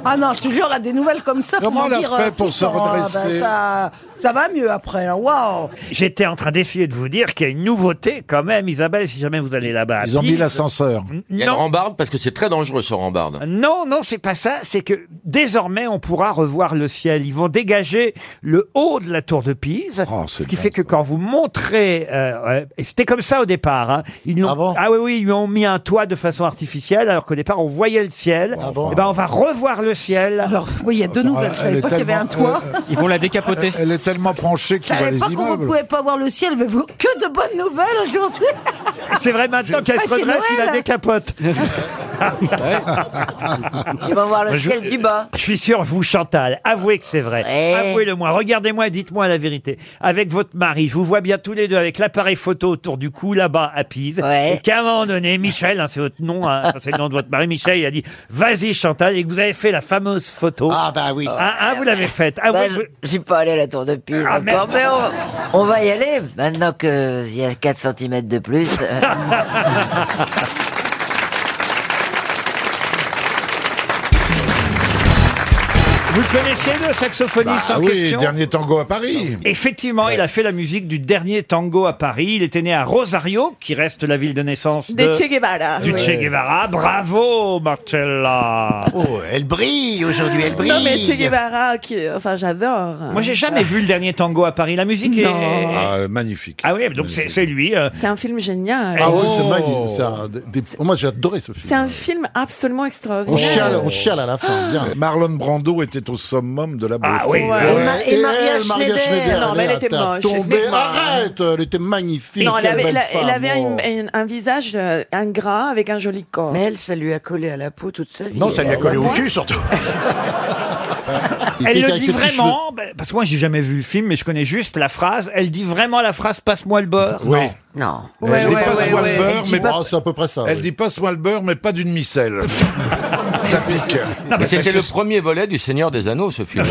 S22: Ah non, je te jure, là, des nouvelles comme ça. faut
S4: Comment
S22: m'en
S4: elle a
S22: dire,
S4: fait
S22: euh,
S4: pour
S22: tout
S4: se
S22: le temps, hein,
S4: redresser
S22: bah, ça, ça va mieux après, hein. waouh
S3: J'étais en train d'essayer de vous dire qu'il y a une nouveauté quand même, Isabelle, si jamais vous allez là-bas. à
S4: Ils ont mis
S3: Pise. Hmm
S4: l'ascenseur.
S6: Il y a une rambarde parce que c'est très dangereux ce rambarde.
S3: Non, non, c'est pas ça. C'est que désormais, on pourra revoir le ciel. Ils vont dégager le haut de la tour de Pise. ce qui fait que quand vous montrez, euh, ouais, et c'était comme ça au départ. hein, ils l'ont- ah, oui, oui, ils lui ont mis un toit de façon artificielle, alors qu'au départ, on voyait le ciel. Eh ben, on va revoir le le ciel. Alors,
S8: oui, il y a deux nouvelles.
S4: Ah,
S8: Je savais pas qu'il y avait un toit.
S14: Ils vont la décapoter.
S4: euh, Elle est tellement penchée
S8: Je
S4: qu'il voit
S8: savais
S4: les
S8: pas qu'on ne
S4: immeubles.
S8: pouvait pas voir le ciel, mais vous, que de bonnes nouvelles aujourd'hui.
S3: C'est vrai, maintenant qu'elle
S8: Ah,
S3: se
S8: c'est
S3: redresse, il la
S8: Noël.
S3: décapote.
S18: Ils vont voir le
S3: Je-
S18: ciel du bas.
S3: Je suis sûr, vous, Chantal, avouez que c'est vrai.
S18: Ouais.
S3: Avouez-le-moi. Regardez-moi, et dites-moi la vérité. Avec votre mari, je vous vois bien tous les deux avec l'appareil photo autour du cou, là-bas, à Pise. Et qu'à un moment donné, Michel, hein, c'est votre nom, hein, enfin, c'est le nom de votre mari, Michel, il a dit Vas-y, Chantal, et que vous avez fait la fameuse photo. Ah, bah oui. Ah, ah, vous l'avez faite. Ah,
S18: Bah,
S3: oui,
S18: je-
S3: vous-
S18: J'ai pas allé à la tour de pile
S3: Ah,
S18: encore,
S3: merde.
S18: mais on, on va y aller. Maintenant qu'il y a 4 cm de plus. euh,
S3: Vous connaissez le saxophoniste
S4: Bah
S3: en
S4: oui,
S3: question
S4: dernier tango à Paris.
S3: Effectivement, il a fait la musique du dernier tango à Paris. Il était né à Rosario, qui reste la ville de naissance de,
S8: Des Che Guevara.
S3: Du
S8: Ouais.
S3: Che Guevara. Bravo, Marcella.
S32: Oh, elle brille aujourd'hui, elle brille.
S8: Non, mais Che Guevara, qui, enfin, j'adore.
S3: Moi, j'ai jamais vu le dernier tango à Paris. La musique est.
S4: magnifique.
S3: Ah oui, donc c'est c'est lui. euh.
S22: C'est un film génial.
S4: Ah oui, c'est magnifique. c'est Oh. un des- des- Moi, j'ai adoré ce film.
S22: C'est un film absolument
S4: On
S22: extraordinaire.
S4: chiale, on chiale à la fin. Bien. Marlon Brando était au summum de la beauté.
S22: oui. Ouais. Et Ma- et Maria
S4: elle,
S22: Schneider. Non, mais elle
S4: a
S22: était
S4: ta-
S22: moche,
S4: Tombée.
S22: excuse-moi.
S4: Arrête, elle était magnifique.
S22: Non, elle
S4: quelle
S22: avait,
S4: belle
S22: elle a- elle
S4: femme,
S22: avait
S4: oh.
S22: une- une- un visage euh, ingrat avec un joli corps. Mais elle, ça lui a collé à la peau toute sa vie.
S32: Non, ça lui a collé au cul surtout.
S3: Euh, Elle
S22: fait
S3: le
S22: avec
S3: dit
S22: ses petits
S3: vraiment, bah, parce que moi j'ai jamais vu le film, mais je connais juste la phrase. Elle dit vraiment la phrase passe-moi le beurre.
S4: Oui.
S18: Non.
S4: elle dit pas soit le beurre, mais
S3: pas-
S4: oh, c'est à peu près ça. Elle dit pas soit le beurre, mais pas d'une micelle. ça pique.
S6: Mais C'était le premier volet du Seigneur des Anneaux, ce film.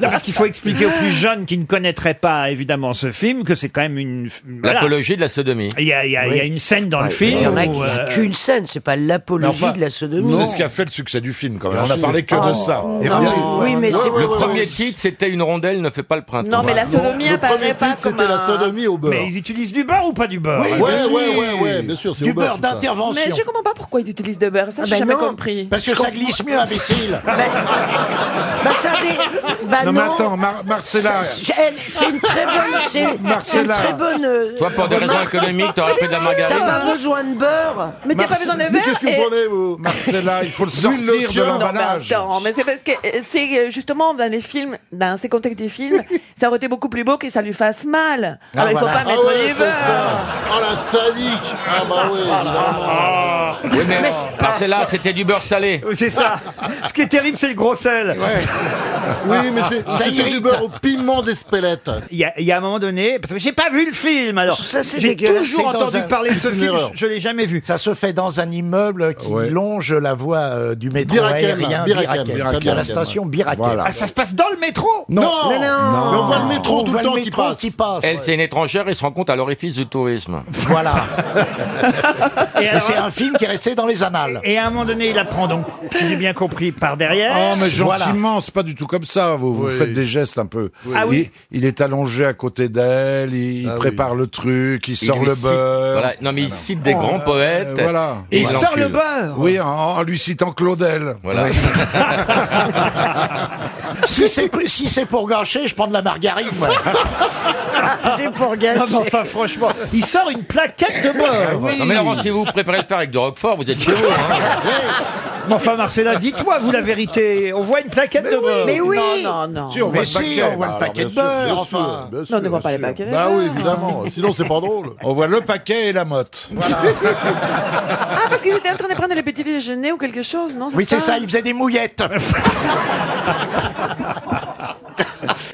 S3: Non, parce qu'il faut expliquer aux plus jeunes qui ne connaîtraient pas évidemment ce film que c'est quand même une. voilà.
S6: L'apologie de la sodomie.
S3: Il y, a- il y a- il y a une scène
S22: Ah,
S3: dans le
S6: Ouais,
S3: film.
S6: il y en a
S3: où,
S6: qui-
S3: euh,
S22: qu'une scène, c'est pas l'apologie
S4: enfin,
S22: de la sodomie.
S4: C'est ce qui a fait le succès du film, quand même. On
S6: Bien
S4: a
S6: sûr.
S4: parlé que
S6: Ah,
S4: de ça.
S6: non.
S4: Et
S6: Non,
S4: oui,
S22: Oh. oui, mais
S4: oui,
S22: c'est-
S4: oui,
S6: Le
S4: oui,
S6: premier
S4: oui.
S6: titre, c'était Une rondelle ne fait pas le printemps.
S22: Non, mais la sodomie
S4: Le premier
S22: apparaît pas
S4: titre,
S22: comme
S4: c'était la
S22: un-
S4: sodomie au beurre.
S3: Mais ils utilisent du beurre ou pas du beurre
S4: Oui,
S3: hein
S4: ouais, ouais, ouais, ouais, bien sûr, c'est au beurre, tout ça.
S22: Mais je comprends pas pourquoi il utilise de beurre. Ça,
S8: Ah
S22: j'ai
S8: ben
S22: jamais
S8: non,
S22: compris.
S8: parce
S22: Je
S8: que ça
S22: comprends- Ben,
S8: glisse mieux, imbécile.
S22: Bah, ça dé- bah,
S4: Non, mais attends, Mar- Marcella.
S8: C'est- elle- c'est une très bonne- c'est- c'est une
S4: Marcella.
S8: très bonne, euh,
S6: Toi, pour des raisons économiques, t'aurais pris de la margarine.
S8: T'as pas besoin de beurre.
S4: Marce- Mais qu'est-ce que vous prenez, vous Marcella, il faut le sortir de l'emballage.
S22: Non, mais c'est parce que euh, c'est euh, justement dans les films, dans ces contextes des films, ça aurait été beaucoup plus beau que ça lui fasse mal.
S4: Ah,
S22: Alors il faut
S4: voilà.
S22: pas mettre
S4: Ah ouais,
S22: les
S4: c'est
S22: beurres.
S4: Oh la sadique Ah bah oui, évidemment.
S6: Oui, mais Marcella, Ah, c'était du beurre salé.
S3: C'est ça.
S4: Ah,
S3: Ce qui est terrible, c'est le gros sel.
S4: Oui, mais c'est
S3: Ça
S4: c'était du
S3: irrite.
S4: beurre au piment d'Espelette.
S3: Il y, a, il y a un moment donné, parce que j'ai pas vu le film, alors
S2: c'est
S3: j'ai
S2: dégueulasse,
S3: toujours
S2: c'est dans
S3: entendu
S2: un-
S3: parler de
S2: c'est une
S3: ce film,
S2: erreur.
S3: je, je l'ai jamais vu.
S2: Ça se fait dans un immeuble qui longe la voie euh, du métro
S4: Birakem, Birakem,
S2: aérien Birakem,
S4: Birakem,
S2: à la
S4: Birakem,
S2: station
S4: ouais.
S2: Birakem.
S4: Voilà.
S3: Ah, ça se passe dans le métro
S2: Non.
S4: Mais non. Mais on voit le métro
S2: On
S4: tout
S2: voit
S4: le temps qui
S2: métro
S4: passe.
S2: qui passe.
S6: Elle, c'est une étrangère et se rend compte à l'orifice du tourisme.
S2: Voilà.
S3: Et,
S2: Et
S3: alors-
S2: c'est un film qui est resté dans les annales.
S3: et à un moment donné, il apprend donc, si j'ai bien compris, par derrière.
S4: Oh, mais gentiment, c'est pas du tout comme ça. Vous, vous
S3: Oui.
S4: faites des gestes un peu.
S3: Ah oui.
S4: il, il est allongé à côté d'elle, il, il prépare le truc, Ah il sort
S6: lui
S4: le
S6: cite-
S4: beurre.
S6: voilà. Non, mais il cite des
S4: Oh,
S6: grands
S4: euh,
S6: poètes.
S4: voilà.
S6: Et il sort le beurre.
S4: Oui, en, en lui citant Claudel.
S6: Voilà.
S2: si c'est si c'est pour gâcher, je prends de la margarine. moi.
S8: C'est pour gâcher.
S3: Non, mais enfin, franchement, il sort une plaquette de
S4: Ah,
S3: beurre.
S6: Non, mais Laurent, si vous préférez le faire avec du roquefort, vous êtes chez vous. hein.
S3: Mais enfin, Marcella, dites-moi, vous, la vérité. On voit une plaquette de beurre.
S22: Mais oui. Non, non, non.
S4: Si, on voit
S2: Mais
S4: le
S2: si,
S4: paquet.
S2: on voit le
S4: Bah,
S2: paquet
S4: alors, bien
S2: de
S4: sûr,
S2: beurre,
S4: bien
S2: enfin.
S4: sûr, bien
S2: Non,
S22: on
S4: sûr,
S22: ne voit
S4: bien
S22: pas les
S4: sûr.
S22: paquets de
S4: Bah
S22: beurre.
S4: oui, évidemment. Sinon, c'est pas drôle. On voit le paquet et la motte.
S22: Ah, parce qu'ils étaient en train de prendre le petit déjeuner ou quelque chose, non
S2: Oui, c'est ça, il faisait des mouillettes.
S4: Ah,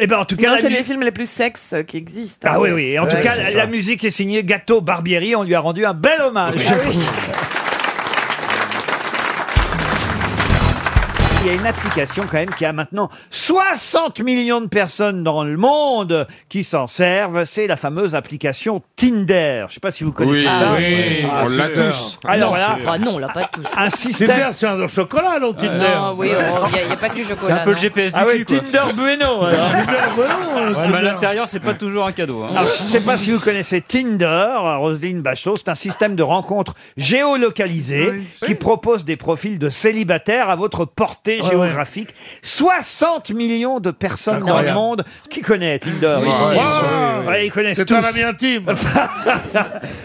S3: Eh ben, en tout cas,
S22: Non,
S3: la
S22: c'est
S3: mu-
S22: les films les plus sexes euh, qui existent.
S3: Ah oui, oui. En tout
S22: Ouais,
S3: cas,
S22: c'est
S3: la,
S22: ça.
S3: la musique est signée Gâteau Barbieri. On lui a rendu un bel hommage. Il y a une application quand même qui a maintenant 60 millions de personnes dans le monde qui s'en servent. C'est la fameuse application Tinder. Je sais pas si vous connaissez
S13: Oui,
S3: ça.
S13: oui,
S3: Ah,
S13: on l'a
S3: c'est-
S13: tous.
S3: Alors
S13: Non,
S3: là,
S13: c'est-
S3: ah,
S13: Ah
S3: non, là pas tous. Un
S13: Tinder,
S3: système.
S13: c'est un chocolat, non, Tinder
S33: Non, oui, il n'y a, pas que du chocolat. non.
S3: Ah oui, Tinder Bueno. alors.
S14: Ah. Ouais, mais à l'intérieur, c'est pas toujours un cadeau. hein.
S3: Alors, je ne sais pas si vous connaissez Tinder, Roselyne Bachelot, c'est un système de rencontres géolocalisées qui propose des profils de célibataires à votre portée géographique. 60 millions de personnes dans le
S13: Incroyable.
S3: monde qui connaissent Tinder.
S13: Ouais,
S3: ici.
S13: ouais, ouais, ouais.
S3: Ouais, ils connaissent
S13: C'est un
S3: tous.
S13: ami intime.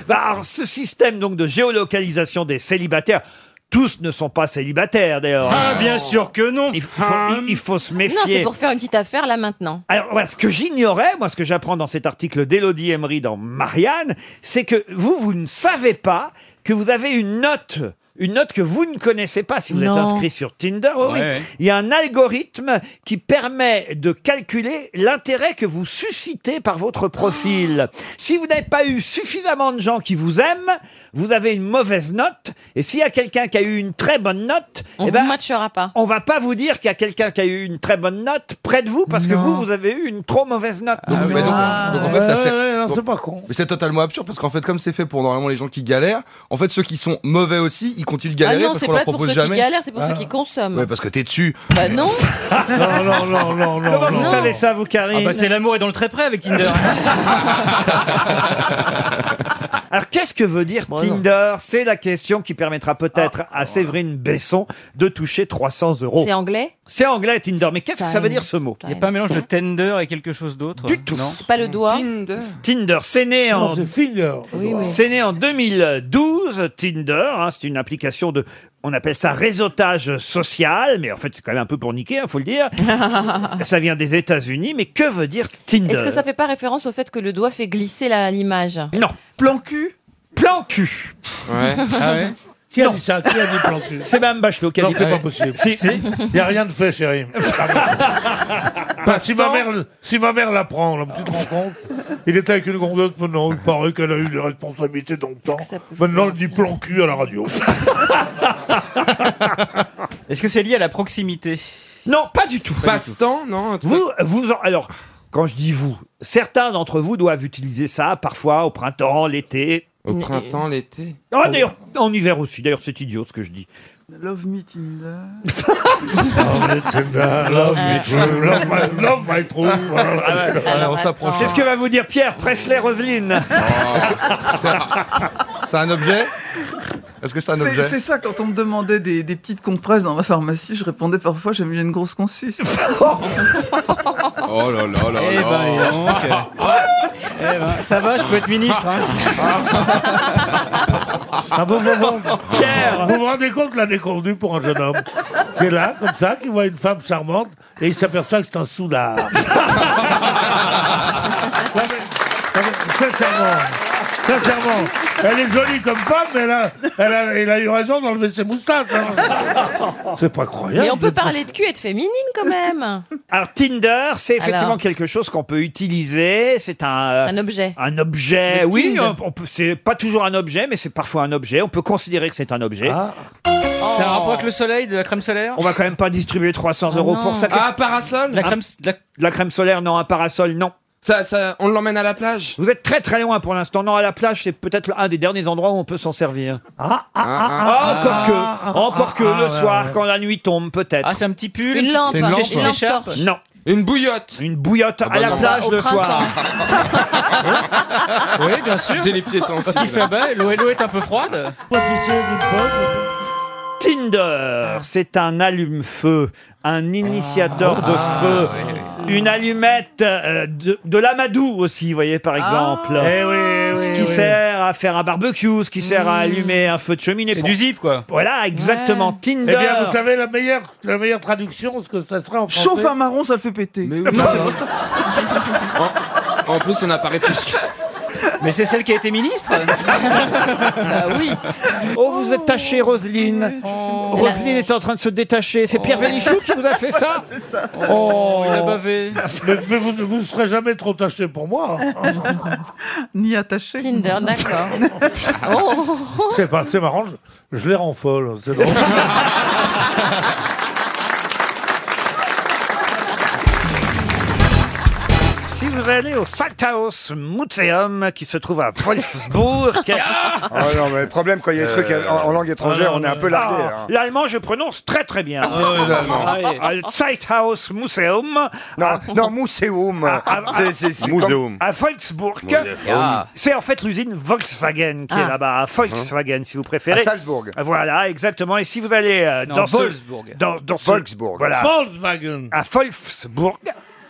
S3: Bah, alors, ce système donc de géolocalisation des célibataires, Tous ne sont pas célibataires, d'ailleurs.
S13: Ah, bien
S3: sûr que non. Il faut, il- il faut se méfier.
S9: Non, c'est pour faire une petite affaire là maintenant.
S3: Alors, voilà, ce que j'ignorais, moi, ce que j'apprends dans cet article d'Elodie Emery dans Marianne, c'est que vous, vous ne savez pas que vous avez une note. Une note que vous ne connaissez pas si vous
S16: Non.
S3: êtes inscrit sur Tinder. Oui, oui.
S16: Ouais, ouais.
S3: Il y a un algorithme qui permet de calculer l'intérêt que vous suscitez par votre profil. Si vous n'avez pas eu suffisamment de gens qui vous aiment, vous avez une mauvaise note. Et s'il y a quelqu'un qui a eu une très bonne note, on ne
S9: matchera pas.
S3: On va pas vous dire qu'il y a quelqu'un qui a eu une très bonne note près de vous parce que vous, vous avez eu une trop mauvaise note.
S19: Ah, mais donc, donc, en fait, ça sert- donc-
S3: Euh, pas con.
S19: Mais c'est totalement absurde parce qu'en fait, comme c'est fait pour normalement les gens qui galèrent, en fait, ceux qui sont mauvais aussi, ils continuent de
S9: Ah
S19: galérer
S9: non,
S19: parce
S9: c'est
S19: qu'on leur
S9: pas pour
S19: propose
S9: ceux
S19: jamais.
S9: qui galèrent, c'est pour
S19: Ah.
S9: ceux qui consomment.
S19: Ouais, parce que t'es dessus.
S9: Bah non
S19: Non, non, non, non, non.
S3: Comment vous savez ça, vous, Karine
S14: Ah bah, c'est l'amour est dans le très près avec Tinder. Eh
S3: Alors, qu'est-ce que veut dire Tinder C'est la question qui permettra peut-être à Séverine Besson de toucher 300 euros.
S9: C'est anglais
S3: C'est anglais, Tinder. Mais qu'est-ce que ça veut dire ce mot
S14: Il n'y a pas un mélange de Tinder et quelque chose d'autre
S3: Du tout.
S9: C'est pas le doigt
S3: Tinder, c'est né
S9: Non,
S3: en
S9: c'est Oui, oui.
S3: c'est né en 2012 Tinder, hein, c'est une application de on appelle ça réseautage social, mais en fait c'est quand même un peu pour niquer, il faut le dire. ça vient des États-Unis, mais que veut dire Tinder
S9: Est-ce que ça fait pas référence au fait que le doigt fait glisser la- l'image
S3: Non. Plan cul Plan cul
S13: Ouais. Ah ouais Qui a dit ça Qui a dit plan cul
S3: C'est Mme Bachelot qui a
S13: non,
S3: dit
S13: c'est
S3: ça.
S13: pas possible.
S3: Si. Si.
S13: Il n'y a rien de fait, chérie. Bah, si, ma mère, le- si ma mère l'apprend, là, tu te rends compte Il était avec une gondole, maintenant il paraît qu'elle a eu des responsabilités dans le temps. Maintenant, elle dit plan cul à la radio.
S14: Est-ce que c'est lié à la proximité
S3: Non, pas du tout.
S14: Passe-temps, non
S3: Vous, vous en- alors, quand je dis vous, certains d'entre vous doivent utiliser ça parfois au printemps, l'été.
S16: Au printemps, l'été.
S3: Ah, d'ailleurs, en hiver aussi. D'ailleurs, c'est idiot ce que je dis.
S16: Love me Tinder.
S13: Ah,
S3: Ah,
S13: Love me true, love my- love my true.
S19: on s'approche.
S3: C'est ce Ah, que va vous dire Pierre Presley Roselyne.
S19: C'est un objet Est-ce que c'est un
S16: C'est
S19: objet
S16: c'est ça, quand on me demandait des, des petites compresses dans ma pharmacie, je répondais parfois j'aime bien une grosse consus.
S19: Oh là là là
S14: Eh ben, donc. Eh ben, ça va, je peux être ministre. hein.
S13: Ah bon, bon, bon.
S3: Pierre
S13: Vous vous rendez compte la déconvenue pour un jeune homme C'est là, comme ça, qu'il voit une femme charmante et il s'aperçoit que c'est un soudard. Non, mais- non, mais Sincèrement, sincèrement, elle est jolie comme femme, mais elle a, elle a, il a eu raison d'enlever ses moustaches. hein. C'est pas croyable.
S9: Mais on peut parler de cul et de féminine quand même
S3: Alors Tinder, c'est effectivement
S9: Alors.
S3: quelque chose qu'on peut utiliser. C'est un euh,
S9: Un objet.
S3: Un objet.
S9: Le
S3: Oui,
S9: Tinder.
S3: on- on peut- c'est pas toujours un objet, mais c'est parfois un objet. On peut considérer que c'est un objet.
S33: Oh.
S14: C'est un rapport avec le soleil, de la crème solaire
S3: On va quand même pas distribuer 300 euros
S14: non.
S3: pour ça.
S14: Ah,
S3: un parasol
S14: La crème-
S3: la... crème solaire, non. Un parasol, non. Ça, on l'emmène à la plage Vous êtes très très loin pour l'instant. Non, à la plage, c'est peut-être un des derniers endroits où on peut s'en servir. Ah, ah,
S14: ah,
S3: encore
S14: ah,
S3: que,
S14: ah,
S3: encore
S14: ah,
S3: que
S14: ah,
S3: le
S14: ouais,
S3: soir,
S14: ouais.
S3: quand la nuit tombe, peut-être. Ah,
S14: c'est un petit pull
S9: Une lampe. Une lampe, ouais.
S3: écharpe
S9: torche.
S3: Non. Une bouillotte Une bouillotte
S8: Ah,
S9: bah
S3: à la
S9: non.
S3: plage
S9: Au
S3: le soir.
S14: Oui, bien sûr.
S3: J'ai les pieds
S14: Quand
S3: sensibles.
S14: il fait bas, l'eau l'eau est un peu froide.
S3: Tinder, c'est un allume-feu, un initiateur de feu, une allumette euh, de, de l'amadou aussi, vous voyez
S9: Ah.
S3: par exemple.
S13: Eh oui,
S3: ce
S13: oui,
S3: qui
S13: oui.
S3: sert à faire un barbecue, ce qui sert
S9: Hmm.
S3: à allumer un feu de cheminée.
S14: C'est
S3: Pour-
S14: du zip, quoi.
S3: Voilà, exactement. Tinder.
S13: Eh bien, vous savez, la meilleure, la meilleure traduction, ce que ça serait en français.
S16: Chauffe un marron, ça le fait péter.
S19: En plus, on n'a pas réfléchi.
S14: Mais c'est celle qui a été ministre
S9: Ah
S3: Bah oui. Oh, vous êtes taché, Roselyne. Roselyne est en train de se détacher. C'est Pierre Bénichou qui vous a fait ça
S14: Oh, il a bavé.
S13: Mais, mais vous vous ne serez jamais trop taché pour moi. hein.
S16: Ni attaché.
S9: Tinder, d'accord.
S13: Oh. C'est pas, c'est marrant. Je, je les rends folles. C'est drôle.
S3: Si vous allez au Sackhaus Museum qui se trouve à Wolfsburg.
S8: Oh non, mais le problème, quand il y a des trucs
S3: Euh,
S8: en, en langue étrangère, on est un peu largué.
S3: Ah,
S8: hein.
S3: L'allemand, je prononce très très bien.
S8: Ah, c'est vrai, l'allemand.
S3: Ah, oui. Ah, le Zeithaus Museum. Non,
S8: non Museum. C'est- c'est- c'est comme- Museum.
S3: À Wolfsburg.
S8: Museum. Ah.
S3: C'est en fait l'usine Volkswagen qui est
S8: Ah.
S3: là-bas. À Volkswagen, si vous préférez.
S8: À Salzbourg.
S3: Voilà, exactement. Et si vous allez euh,
S8: Non,
S3: dans ce-
S8: Wolfsburg.
S3: Dans, dans ce-
S8: Volksburg.
S3: Voilà.
S13: Volkswagen.
S3: À Wolfsburg.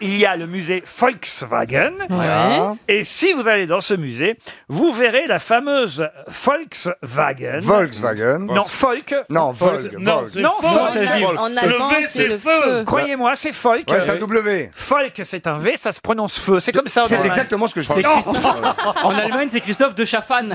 S3: il y a le musée Volkswagen.
S34: Ouais.
S3: Et si vous allez dans ce musée, vous verrez la fameuse Volkswagen.
S8: Volkswagen.
S3: Non, Volk.
S8: Non, Volk,
S3: Non,
S8: Volk.
S3: non,
S8: En
S3: Volk.
S8: allemand, Le V, c'est c'est le feu. feu.
S3: Croyez-moi, c'est Volk.
S8: Ouais, c'est un W.
S3: Volk, c'est un V, ça se prononce feu. C'est comme ça. en
S8: C'est
S3: Allemagne.
S8: exactement ce que je
S3: C'est
S8: pensais.
S3: Christophe-
S14: En Allemagne, c'est Christophe de Chaffan.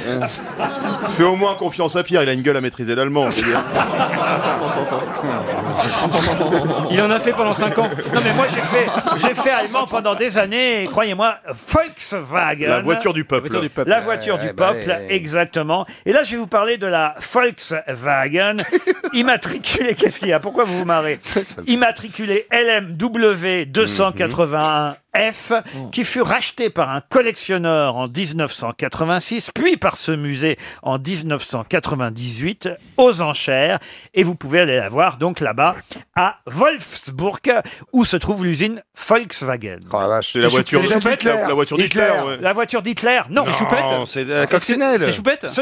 S4: Fais au moins confiance à Pierre, il a une gueule à maîtriser l'allemand. je veux dire.
S14: Il en a fait pendant 5 ans.
S3: Non mais moi j'ai fait j'ai fait allemand pendant des années et croyez-moi Volkswagen
S4: La voiture du peuple. La voiture du peuple.
S3: La voiture
S4: Ouais,
S3: du
S4: ouais, bah
S3: peuple,
S4: ouais.
S3: exactement et là je vais vous parler de la Volkswagen immatriculée qu'est-ce qu'il y a pourquoi vous vous marrez immatriculée LMW 281 F, qui fut rachetée par un collectionneur en 1986, puis par ce musée en 1998 aux enchères. Et vous pouvez aller la voir donc là-bas à Wolfsburg, où se trouve l'usine Volkswagen.
S4: C'est la voiture Choupette, la- la voiture d'Hitler, ouais.
S3: La voiture d'Hitler, non.
S4: C'est Choupette Non, c'est la coccinelle.
S3: Ce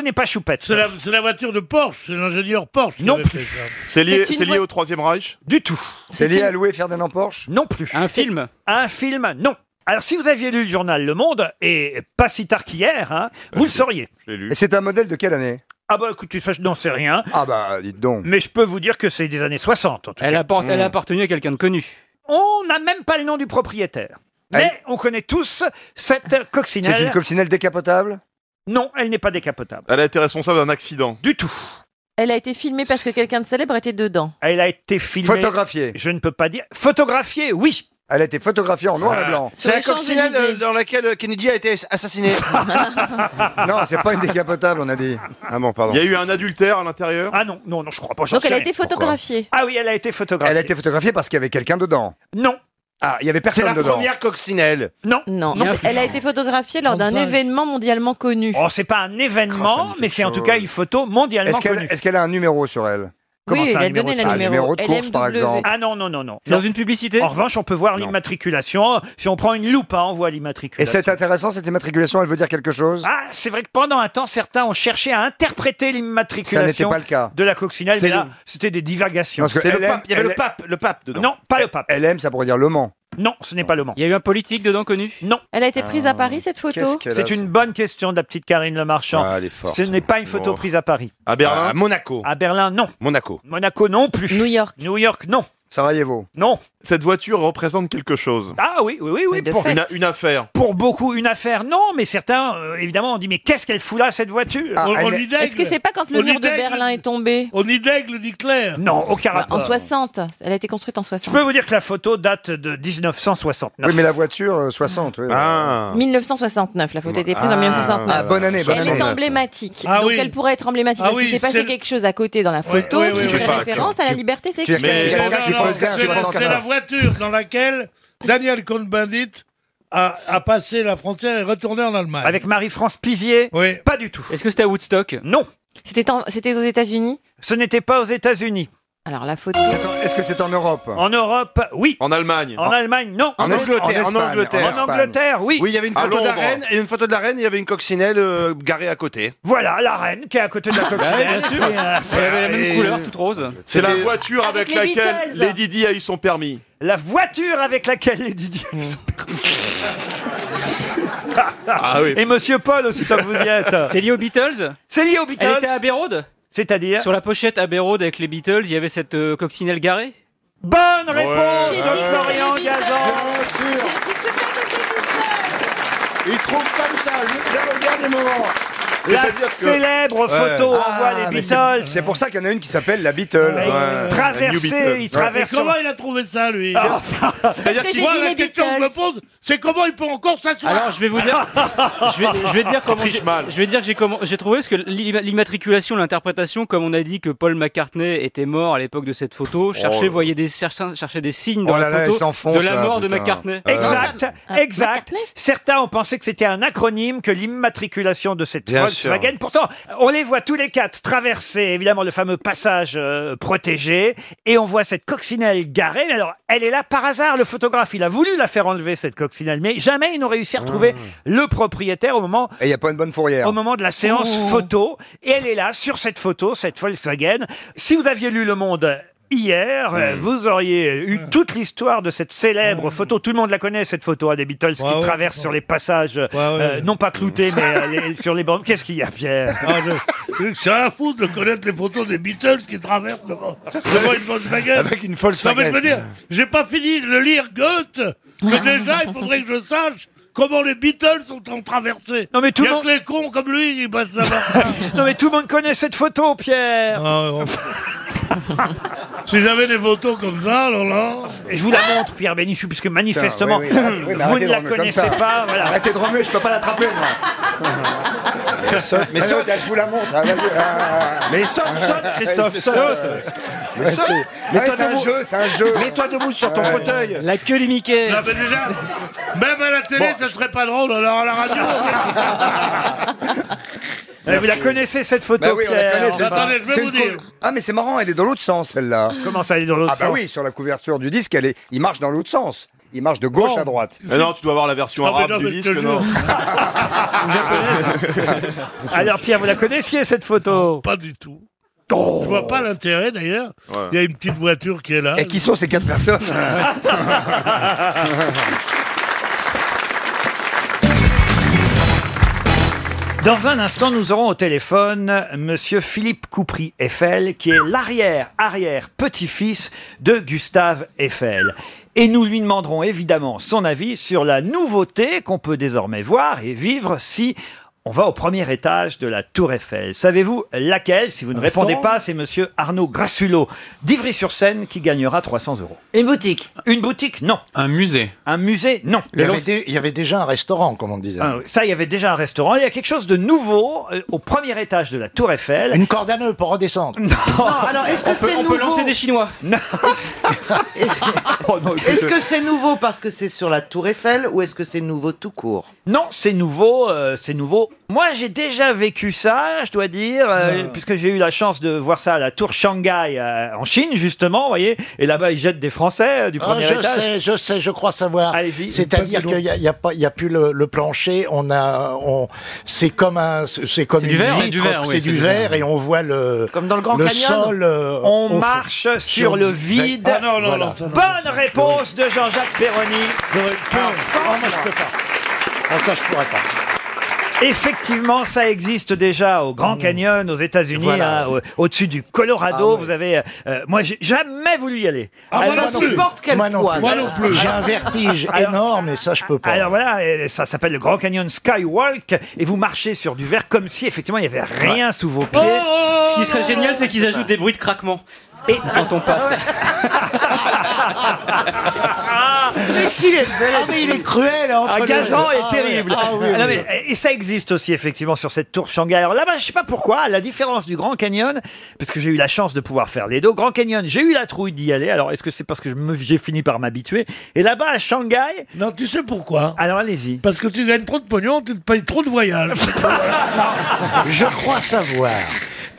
S3: n'est pas Choupette.
S13: C'est la, c'est la voiture de Porsche, c'est l'ingénieur Porsche. Non plus.
S4: C'est lié, c'est lié au Troisième Reich
S3: Du tout.
S8: C'est lié à Louis Ferdinand Porsche
S3: Non plus. Un film Un film, non. Alors, si vous aviez lu le journal Le Monde, et pas si tard qu'hier, hein, vous le sauriez.
S8: Et c'est un modèle de quelle année
S3: Ah bah écoutez, ça je n'en sais rien.
S8: Ah bah dites donc. Hmm.
S3: Mais je peux vous dire que c'est des années 60 en tout
S14: Elle,
S3: cas.
S14: apporte- elle a appartenu à quelqu'un de connu.
S3: On n'a même pas le nom du propriétaire. Mais on connaît tous cette coccinelle.
S8: Ah C'est une coccinelle décapotable
S3: Non, elle n'est pas décapotable.
S4: Elle a été responsable d'un accident.
S3: Du tout.
S9: Elle a été filmée parce que quelqu'un de célèbre était dedans.
S3: Elle a été filmée.
S8: Photographiée.
S3: Je ne peux pas dire. Photographiée, oui.
S8: Elle a été photographiée en noir et blanc.
S35: C'est la coccinelle euh, dans laquelle euh, Kennedy a été assassiné.
S8: Non, c'est pas une décapotable, on a dit. Ah bon, pardon.
S4: Il y a eu un adultère à l'intérieur
S3: Ah non, non, non, je crois pas.
S9: Donc elle a été photographiée.
S3: Ah oui, elle a été photographiée.
S8: Elle a été photographiée parce qu'il y avait quelqu'un dedans.
S3: Non.
S8: Ah, il y avait personne
S35: C'est la
S8: dedans.
S35: première coccinelle.
S3: Non.
S9: Non,
S35: Oh,
S9: c'est- elle a été photographiée lors d'un événement mondialement connu.
S3: Oh, c'est pas un événement, mais c'est en tout
S8: chose.
S3: cas une photo mondialement
S8: Est-ce qu'elle
S3: connue.
S8: est-ce qu'elle a un numéro sur elle
S3: Comment
S9: Oui,
S3: ça,
S9: elle a
S3: un
S9: donné
S3: sur-
S9: le numéro.
S8: de course, par
S9: LMW.
S8: exemple.
S3: Ah non, non, non, non.
S8: C'est dans
S3: une publicité En revanche, on peut voir l'immatriculation. Si on prend une loupe, hein, on voit l'immatriculation.
S8: Et c'est intéressant, cette immatriculation, elle veut dire quelque chose
S3: Ah, c'est vrai que pendant un temps, certains ont cherché à interpréter
S8: Ça n'était
S3: l'immatriculation
S8: pas le cas.
S3: de la coccinelle. mais
S8: C'était
S3: là,
S8: le-
S3: C'était des divagations.
S8: Non, parce que
S3: C'était
S8: LM, elle-
S3: le pape dedans. Non, pas le pape.
S8: LM, ça pourrait dire Le Mans.
S3: Non, ce n'est pas le Mans.
S14: Il y a eu un politique dedans connu Ah.
S3: Non.
S9: Elle a été
S8: Ah,
S9: prise à Paris cette photo.
S3: C'est une bonne question de la petite Karine Le Marchand.
S35: Ah, elle est forte.
S3: Ce n'est pas une photo
S35: Bon.
S3: prise à Paris.
S35: À Berlin À Monaco.
S3: À Berlin, non.
S35: Monaco.
S3: Monaco, non plus. New York. New York, non.
S8: Sarajevo.
S3: Non.
S4: Cette voiture représente quelque chose.
S3: Ah oui, oui, oui, oui.
S4: Pour une, une affaire.
S3: pour beaucoup une affaire. Non, mais certains, euh, évidemment, on dit mais qu'est-ce qu'elle fout là cette voiture
S8: Ah, On- on elle-
S9: Est-ce que c'est pas quand le
S13: On
S9: mur
S13: y
S9: de
S13: daigle.
S9: Berlin est tombé
S13: On y d'aigle, dit Claire.
S3: Non, aucun
S9: Bah, En
S8: Ah.
S3: rapport.
S9: 60. Elle a été construite en
S3: Je
S9: 60.
S3: peux vous dire que la photo date de 1969.
S8: Oui, mais la voiture, euh, 60. oui.
S4: Ah.
S9: 1969, la photo a été prise en
S8: Ah,
S9: 1969.
S8: ah, bonne année, bonne
S9: elle
S8: année.
S9: est emblématique.
S13: Ah
S9: donc
S13: oui.
S9: elle pourrait être emblématique
S13: Ah
S9: parce
S13: oui,
S9: qu'il s'est
S13: c'est
S9: passé
S13: le-
S9: quelque chose à côté dans la photo
S13: oui, oui,
S9: qui
S13: oui.
S9: fait
S13: Tu-
S9: référence à la liberté
S13: Mais
S9: sexuelle.
S13: non,
S8: tu
S13: non,
S8: posais un
S13: c'est la-
S8: 64.
S13: c'est la voiture dans laquelle Daniel Cohn-Bendit a, a passé la frontière et retourné en Allemagne.
S3: Avec Marie-France Pizier
S13: Oui.
S3: Pas du tout.
S14: Est-ce que c'était à Woodstock
S3: Non,
S9: C'était en- c'était aux États-Unis
S3: ce n'était pas aux États-Unis.
S9: Alors la photo.
S8: C'est en- Est-ce que c'est en Europe
S3: En Europe, oui.
S4: En Allemagne.
S8: Ah.
S3: En Allemagne, non.
S35: En Angleterre, en
S8: Espagne,
S35: Angleterre.
S3: En Angleterre, oui.
S35: Oui, il y avait une
S4: À
S35: photo de la
S4: Londres.
S35: reine et une photo de la reine, il y avait une coccinelle euh, garée à côté.
S3: Voilà, la reine qui est à côté de la coccinelle.
S14: bien sûr.
S3: Et, euh,
S14: Elle avait la même
S35: Et-
S14: couleur, toute rose.
S4: Bah, C'est la voiture avec,
S9: Avec les
S4: laquelle
S9: Beatles.
S4: Lady Di a eu son permis.
S3: La voiture avec laquelle les Didier.
S4: Ah oui.
S3: Et Monsieur Paul aussi, tant que vous y
S14: C'est
S3: êtes.
S14: lié aux Beatles
S3: C'est lié aux
S14: Elle était à
S3: Beatles.
S14: Abbey Road
S3: C'est-à-dire
S14: Sur la pochette Abbey Road avec les Beatles, il y avait cette euh, coccinelle garée
S3: Bonne réponse
S9: J'ai dit que
S3: de
S9: c'était
S3: Florian
S9: les Beatles.
S3: Gazan.
S9: J'ai dit que c'était
S35: Il trouve comme ça, je- je regarde des moments.
S3: La
S4: C'est-à-dire que-
S3: célèbre photo
S8: Ouais.
S3: envoie
S8: Ah,
S3: les
S8: mais
S3: Beatles.
S8: C'est pour ça qu'il y en a une qui s'appelle la Beatle.
S3: Traversée,
S4: Beatles.
S3: il
S13: Et
S3: traverse.
S13: comment il a trouvé ça, lui
S9: Parce que j'ai
S13: Moi,
S9: dit
S13: la
S9: les
S13: question que je me
S9: Beatles.
S13: pose, c'est comment il peut encore s'asseoir
S14: Alors je vais vous dire, je vais, je vais te dire comment j'ai,
S4: Triche mal.
S14: je vais te dire que j'ai comment- j'ai trouvé parce que l'im- l'immatriculation, l'interprétation, comme on a dit que Paul McCartney était mort à l'époque de cette photo, cherchez, voyez des cherchez, cherchez des signes dans
S8: Oh
S14: la
S8: là là, elle
S14: photo
S8: s'enfonce,
S14: de la
S8: là,
S14: mort de
S8: putain.
S14: McCartney.
S3: Exact,
S9: Ah,
S3: exact.
S9: McCartney
S3: Certains ont pensé que c'était un acronyme, que l'immatriculation de cette
S35: Bien
S3: Volkswagen. Pourtant, on les voit tous les quatre traverser, évidemment, le fameux passage euh, protégé, et on voit cette coccinelle garée. Mais alors, elle est là par hasard. Le photographe, il a voulu la faire enlever, cette coccinelle, mais jamais ils n'ont réussi à retrouver le propriétaire au moment
S8: Ah. Et il n'y a pas une bonne fourrière.
S3: au moment de la séance photo. Et elle est là, sur cette photo, cette Volkswagen. Si vous aviez lu Le Monde hier, euh, vous auriez eu toute l'histoire de cette célèbre photo. Tout le monde la connaît, cette photo hein, des Beatles qui
S13: ouais,
S3: traverse sur les passages, euh, non pas cloutés, mais euh, les- sur les bandes. Qu'est-ce qu'il y a, Pierre
S13: Ah, je- C'est un fou de connaître les photos des Beatles qui traversent devant, devant une Volkswagen.
S8: Avec une Volkswagen.
S13: Non, mais je veux dire, j'ai pas fini de lire Goethe, que déjà, il faudrait que je sache comment les Beatles sont en traversée.
S3: Non, mais tout
S13: il y a
S3: le monde-
S13: que les cons comme lui qui passent là-bas.
S3: Non, mais tout le monde connaît cette photo, Pierre
S13: Ah, Si j'avais des photos comme ça, alors là...
S3: Je vous la montre, Pierre Bénichou, puisque manifestement,
S8: Putain, oui, oui, arrête- oui, mais
S3: vous
S8: arrêtez
S3: ne
S8: de
S3: la
S8: remuer comme
S3: connaissez
S8: ça.
S3: pas. Voilà. Euh,
S8: Arrêtez de remuer, je peux pas l'attraper, moi. saute, mais saute, je vous la montre. ah, vas-y, ah.
S14: Mais saute, saute, Christophe,
S8: Ouais, c'est ça.
S14: saute.
S8: Mais
S14: Ouais,
S8: saute.
S14: c'est-
S8: Ouais,
S14: mets-toi
S8: c'est un
S14: debout.
S3: Euh,
S8: jeu, c'est un jeu.
S14: Mets-toi debout sur ton
S8: Ouais.
S14: fauteuil.
S36: La queue du Mickey.
S13: Non, mais déjà, même à la télé, ça serait pas drôle, alors à la radio...
S3: Eh, Vous la connaissez, cette photo,
S8: Bah oui, on la
S3: Pierre
S8: connaît, c'est pas-
S13: Attendez, je vais
S8: c'est
S13: vous
S8: une co-
S13: dire.
S8: Ah, mais c'est marrant, elle est dans l'autre sens, celle-là.
S3: Comment ça, elle est dans l'autre
S8: ah, Ah, bah
S3: sens
S8: oui, sur la couverture du disque, elle est... il marche dans l'autre sens. Il marche de gauche à droite.
S37: Mais Eh non, tu dois avoir la version
S8: Ah, mais
S37: arabe
S8: non,
S37: du
S8: mais je
S37: disque,
S8: te
S37: non
S3: Alors, Pierre, vous la connaissiez, cette photo Oh.
S13: Pas du tout. Je vois pas l'intérêt d'ailleurs.
S8: Ouais.
S13: Il y a une petite voiture qui est là.
S8: Et qui sont ces quatre personnes
S3: Dans un instant, nous aurons au téléphone Monsieur Philippe Coupry Eiffel, qui est l'arrière, arrière, petit-fils de Gustave Eiffel. Et nous lui demanderons évidemment son avis sur la nouveauté qu'on peut désormais voir et vivre si on va au premier étage de la Tour Eiffel. Savez-vous laquelle Si vous ne
S14: Restaurant
S3: répondez pas, c'est Monsieur Arnaud Grassulot d'Ivry-sur-Seine qui gagnera 300 euros. Une boutique Une boutique, non. Un musée Un musée, non.
S2: Il y, avait dé- il y avait déjà un restaurant, comme on disait.
S3: Ah oui, ça, il y avait déjà un restaurant. Il y a quelque chose de nouveau euh, au premier étage de la Tour Eiffel.
S2: Une corde à nœuds pour redescendre.
S3: Non,
S38: alors, est-ce que c'est
S36: On peut
S38: nouveau
S36: lancer des Chinois.
S38: Est-ce que c'est nouveau parce que c'est sur la Tour Eiffel ou est-ce que c'est nouveau tout court
S3: Non, c'est nouveau, euh, c'est nouveau. Moi, j'ai déjà vécu ça, je dois dire, euh,
S2: Ah.
S3: puisque j'ai eu la chance de voir ça à la Tour Shanghai euh, en Chine, justement, vous voyez. Et là-bas, ils jettent des Français euh, du
S2: Ah,
S3: premier
S2: je
S3: étage.
S2: sais, je sais, je crois savoir. C'est-à-dire
S3: Pas plus
S2: qu'il n'y a, il y a pas- il y a plus le, le plancher, on a, on, c'est comme un, c'est comme
S3: C'est
S2: une
S3: du verre,
S2: vitre,
S3: c'est du verre, oui,
S2: c'est
S3: c'est
S2: du
S3: du
S2: verre
S3: verre.
S2: et on voit le, comme dans le
S3: Grand Canyon,
S2: sol. euh,
S3: on
S2: au fond.
S3: marche sur, le vide.
S2: Ah, non, non,
S3: Voilà.
S2: non, ça, non,
S3: Bonne réponse de Jean-Jacques Perroni.
S2: Ah, ça, je pourrais pas.
S3: Effectivement, ça existe déjà au Grand Canyon, aux États-Unis,
S2: Mm. Voilà.
S3: hein, au- au-dessus du Colorado.
S2: Ah ouais.
S3: Vous avez, euh, euh, moi, j'ai jamais voulu y aller.
S2: Ah, moi
S3: Alors-
S2: non plus. Moi non plus. J'ai un vertige
S3: Alors-
S2: énorme et ça, je peux pas.
S3: Alors voilà, et ça s'appelle le Grand Canyon Skywalk et vous marchez sur du verre comme si effectivement il n'y avait rien sous vos pieds.
S2: Oh,
S13: Oh
S36: Ce qui serait génial, c'est qu'ils ajoutent des bruits de craquement.
S3: Et
S36: quand on passe.
S13: Ah
S2: mais il est Ah, mais il est cruel entre
S3: Ah,
S2: les-
S3: gazant
S2: Ah,
S3: est terrible.
S2: ouais. Ah, oui,
S3: Ah, non,
S2: oui.
S3: mais- et ça existe aussi effectivement sur cette tour Shanghai. Alors là-bas, je sais pas pourquoi, à la différence du Grand Canyon, parce que j'ai eu la chance de pouvoir faire les deux. Grand Canyon, j'ai eu la trouille d'y aller. Alors est-ce que c'est parce que je me- j'ai fini par m'habituer Et là-bas à Shanghai,
S13: non, tu sais pourquoi
S3: Alors allez-y.
S13: Parce que tu gagnes trop de pognon, tu te payes trop de voyages.
S2: Je crois savoir.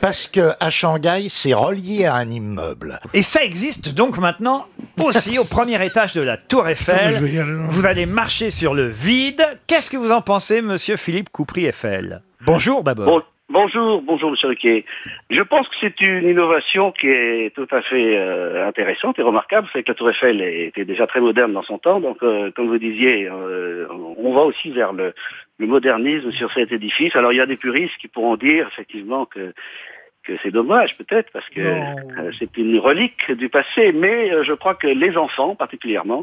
S2: Parce que à Shanghai, c'est relié à un immeuble.
S3: Et ça existe donc maintenant aussi au premier étage de la Tour Eiffel.
S2: Attends, mais je vais y aller,
S3: Vous allez marcher sur le vide. Qu'est-ce que vous en pensez, monsieur Philippe Coupry Eiffel Bonjour d'abord.
S5: Bon- bonjour, bonjour Monsieur Riquet. Je pense que c'est une innovation qui est tout à fait euh, intéressante et remarquable. C'est que la Tour Eiffel était déjà très moderne dans son temps, donc euh, comme vous disiez, euh, on va aussi vers le, le modernisme sur cet édifice. Alors il y a des puristes qui pourront dire effectivement que que c'est dommage peut-être parce que euh, c'est une relique du passé, mais euh, je crois que les enfants particulièrement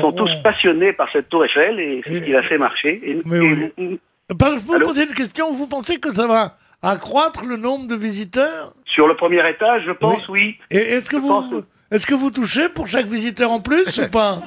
S5: sont tous passionnés par cette tour Eiffel et ce qui l'a fait marcher. Et-
S13: Mais
S5: et-
S13: oui. Pardon, je peux vous poser une question. Vous pensez que ça va accroître le nombre de visiteurs
S5: Sur le premier étage, je pense, oui.
S13: Et est-ce que vous est-ce que vous touchez pour chaque visiteur en plus ou pas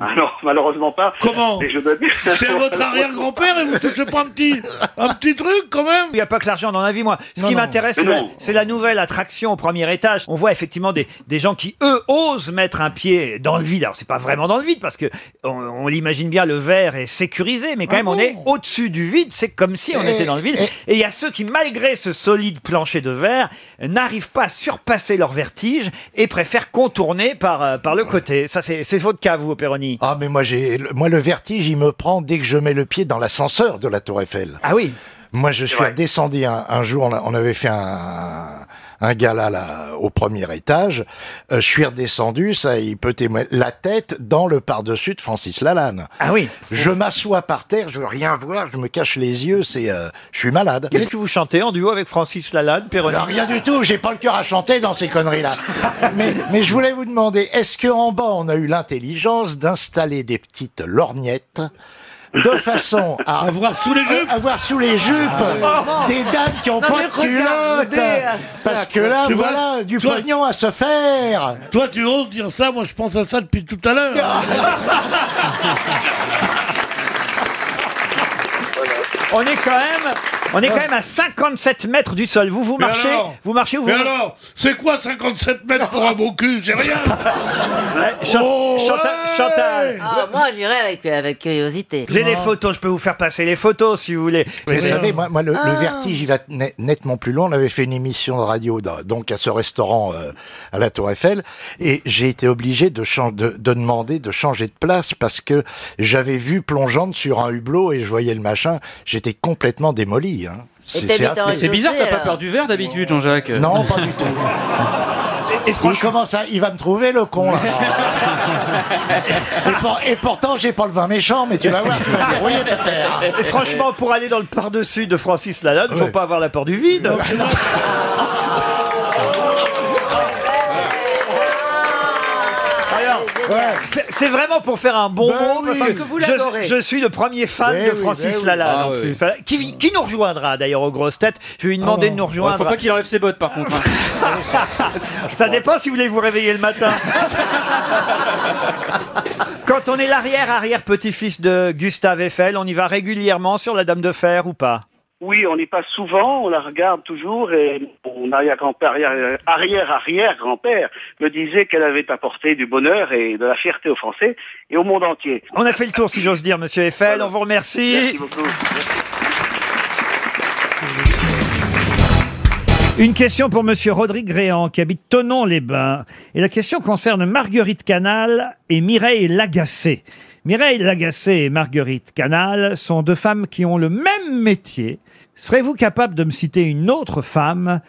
S5: Ah non, malheureusement pas.
S13: Comment
S5: Et je dois dire-
S13: C'est votre arrière-grand-père et vous touchez pas un petit un petit truc quand même
S3: Il n'y a pas que l'argent dans la vie, moi. Ce qui m'intéresse, c'est
S5: Mais
S3: la-
S5: non.
S3: c'est la nouvelle attraction au premier étage. On voit effectivement des, des gens qui, eux, osent mettre un pied dans le vide. Alors, c'est pas vraiment dans le vide, parce que on, on l'imagine bien, le verre est sécurisé, mais quand même, on est au-dessus du vide. C'est comme si on
S2: Et-
S3: était dans le vide. Et il y a ceux qui, malgré ce solide plancher de verre, n'arrivent pas à surpasser leur vertige et préfèrent contourner par, euh, par le côté. Ça, c'est c'est votre cas, vous, au Péroni.
S2: Ah, mais moi, j'ai, le- moi, le vertige, il me prend dès que je mets le pied dans l'ascenseur de la Tour Eiffel.
S3: Ah oui.
S2: Moi, je suis
S5: vrai.
S2: descendu un, un jour, on, a- on avait fait un, un gala là, au premier étage. Euh, je suis redescendu, ça, il peut témoigner, la tête dans le par-dessus de Francis Lalanne.
S3: Ah oui.
S2: Je m'assois par terre, je veux rien voir, je me cache les yeux, c'est, euh, je suis malade.
S3: Qu'est-ce que vous chantez en duo avec Francis Lalanne, Péroni
S2: Alors, rien du tout, j'ai pas le cœur à chanter dans ces conneries-là. mais, mais je voulais vous demander, est-ce qu'en bas, on a eu l'intelligence d'installer des petites lorgnettes de façon à avoir sous les jupes, avoir sous les jupes
S28: Ah oui.
S2: des dames qui ont
S28: Non,
S2: pas
S28: mais
S2: de culotte,
S28: regardez à ça,
S2: parce que
S28: quoi.
S2: là,
S28: Tu vois,
S2: voilà, du
S28: toi-
S2: pognon à se faire.
S26: Toi, tu oses dire ça, moi je pense à ça depuis tout à l'heure.
S3: On est quand même, on est quand même à 57 mètres du sol. Vous, vous
S26: Mais
S3: marchez,
S26: alors
S3: vous marchez ou vous
S26: Mais alors, c'est quoi 57 mètres pour un beau cul J'ai rien
S3: Chan-
S13: Oh,
S3: Chanta- Chantal.
S18: Ah, moi, j'irai avec, avec curiosité. Oh.
S3: J'ai des photos, je peux vous faire passer les photos si vous voulez.
S2: Mais vous savez, moi, moi, le, le
S18: Ah.
S2: vertige, il va net- nettement plus long. On avait fait une émission de radio, dans- donc à ce restaurant euh, à la Tour Eiffel, et j'ai été obligé de, chan- de, de demander de changer de place parce que j'avais vu plongeante sur un hublot et je voyais le machin. J'étais complètement démoli. hein. C'est- c'est affreux.
S14: Mais c'est bizarre, t'as pas peur du verre d'habitude, Jean-Jacques.
S2: Non, pas du tout. Et, franchement, ça, il va me trouver le con là. et, pour- et pourtant, j'ai pas le vin méchant, mais tu vas voir, tu vas me débrouiller, ta terre.
S3: Et franchement, pour aller dans le par-dessus de Francis Lalanne, faut pas avoir la peur du vide. Alors, c'est- C'est vraiment pour faire un bon
S13: Ben
S3: mot.
S13: oui. Parce que vous
S3: je-
S13: l'adorez.
S3: je, suis le premier fan
S13: Ben
S3: de
S13: oui,
S3: Francis
S13: ben oui.
S3: Lalanne.
S13: Ah
S3: en
S13: oui.
S3: plus. Voilà. Euh, Qui, qui nous rejoindra d'ailleurs aux grosses têtes Je vais lui demander de nous rejoindre.
S14: faut pas qu'il enlève ses bottes par contre. hein.
S3: Ça dépend si vous voulez vous réveiller le matin. Quand on est l'arrière-arrière-petit-fils de Gustave Eiffel, on y va régulièrement sur la Dame de Fer ou pas
S5: Oui, on y passe souvent, on la regarde toujours et mon arrière-grand-père, arrière- arrière-arrière-grand-père me disait qu'elle avait apporté du bonheur et de la fierté aux Français et au monde entier.
S3: On a fait le tour, si j'ose dire, monsieur Eiffel. On vous remercie.
S5: Merci beaucoup.
S3: Une question pour Monsieur Rodrigue Réan, qui habite Tonon-les-Bains. Et la question concerne Marguerite Canal et Mireille Lagacé. Mireille Lagacé et Marguerite Canal sont deux femmes qui ont le même métier. Serez-vous capable de me citer une autre femme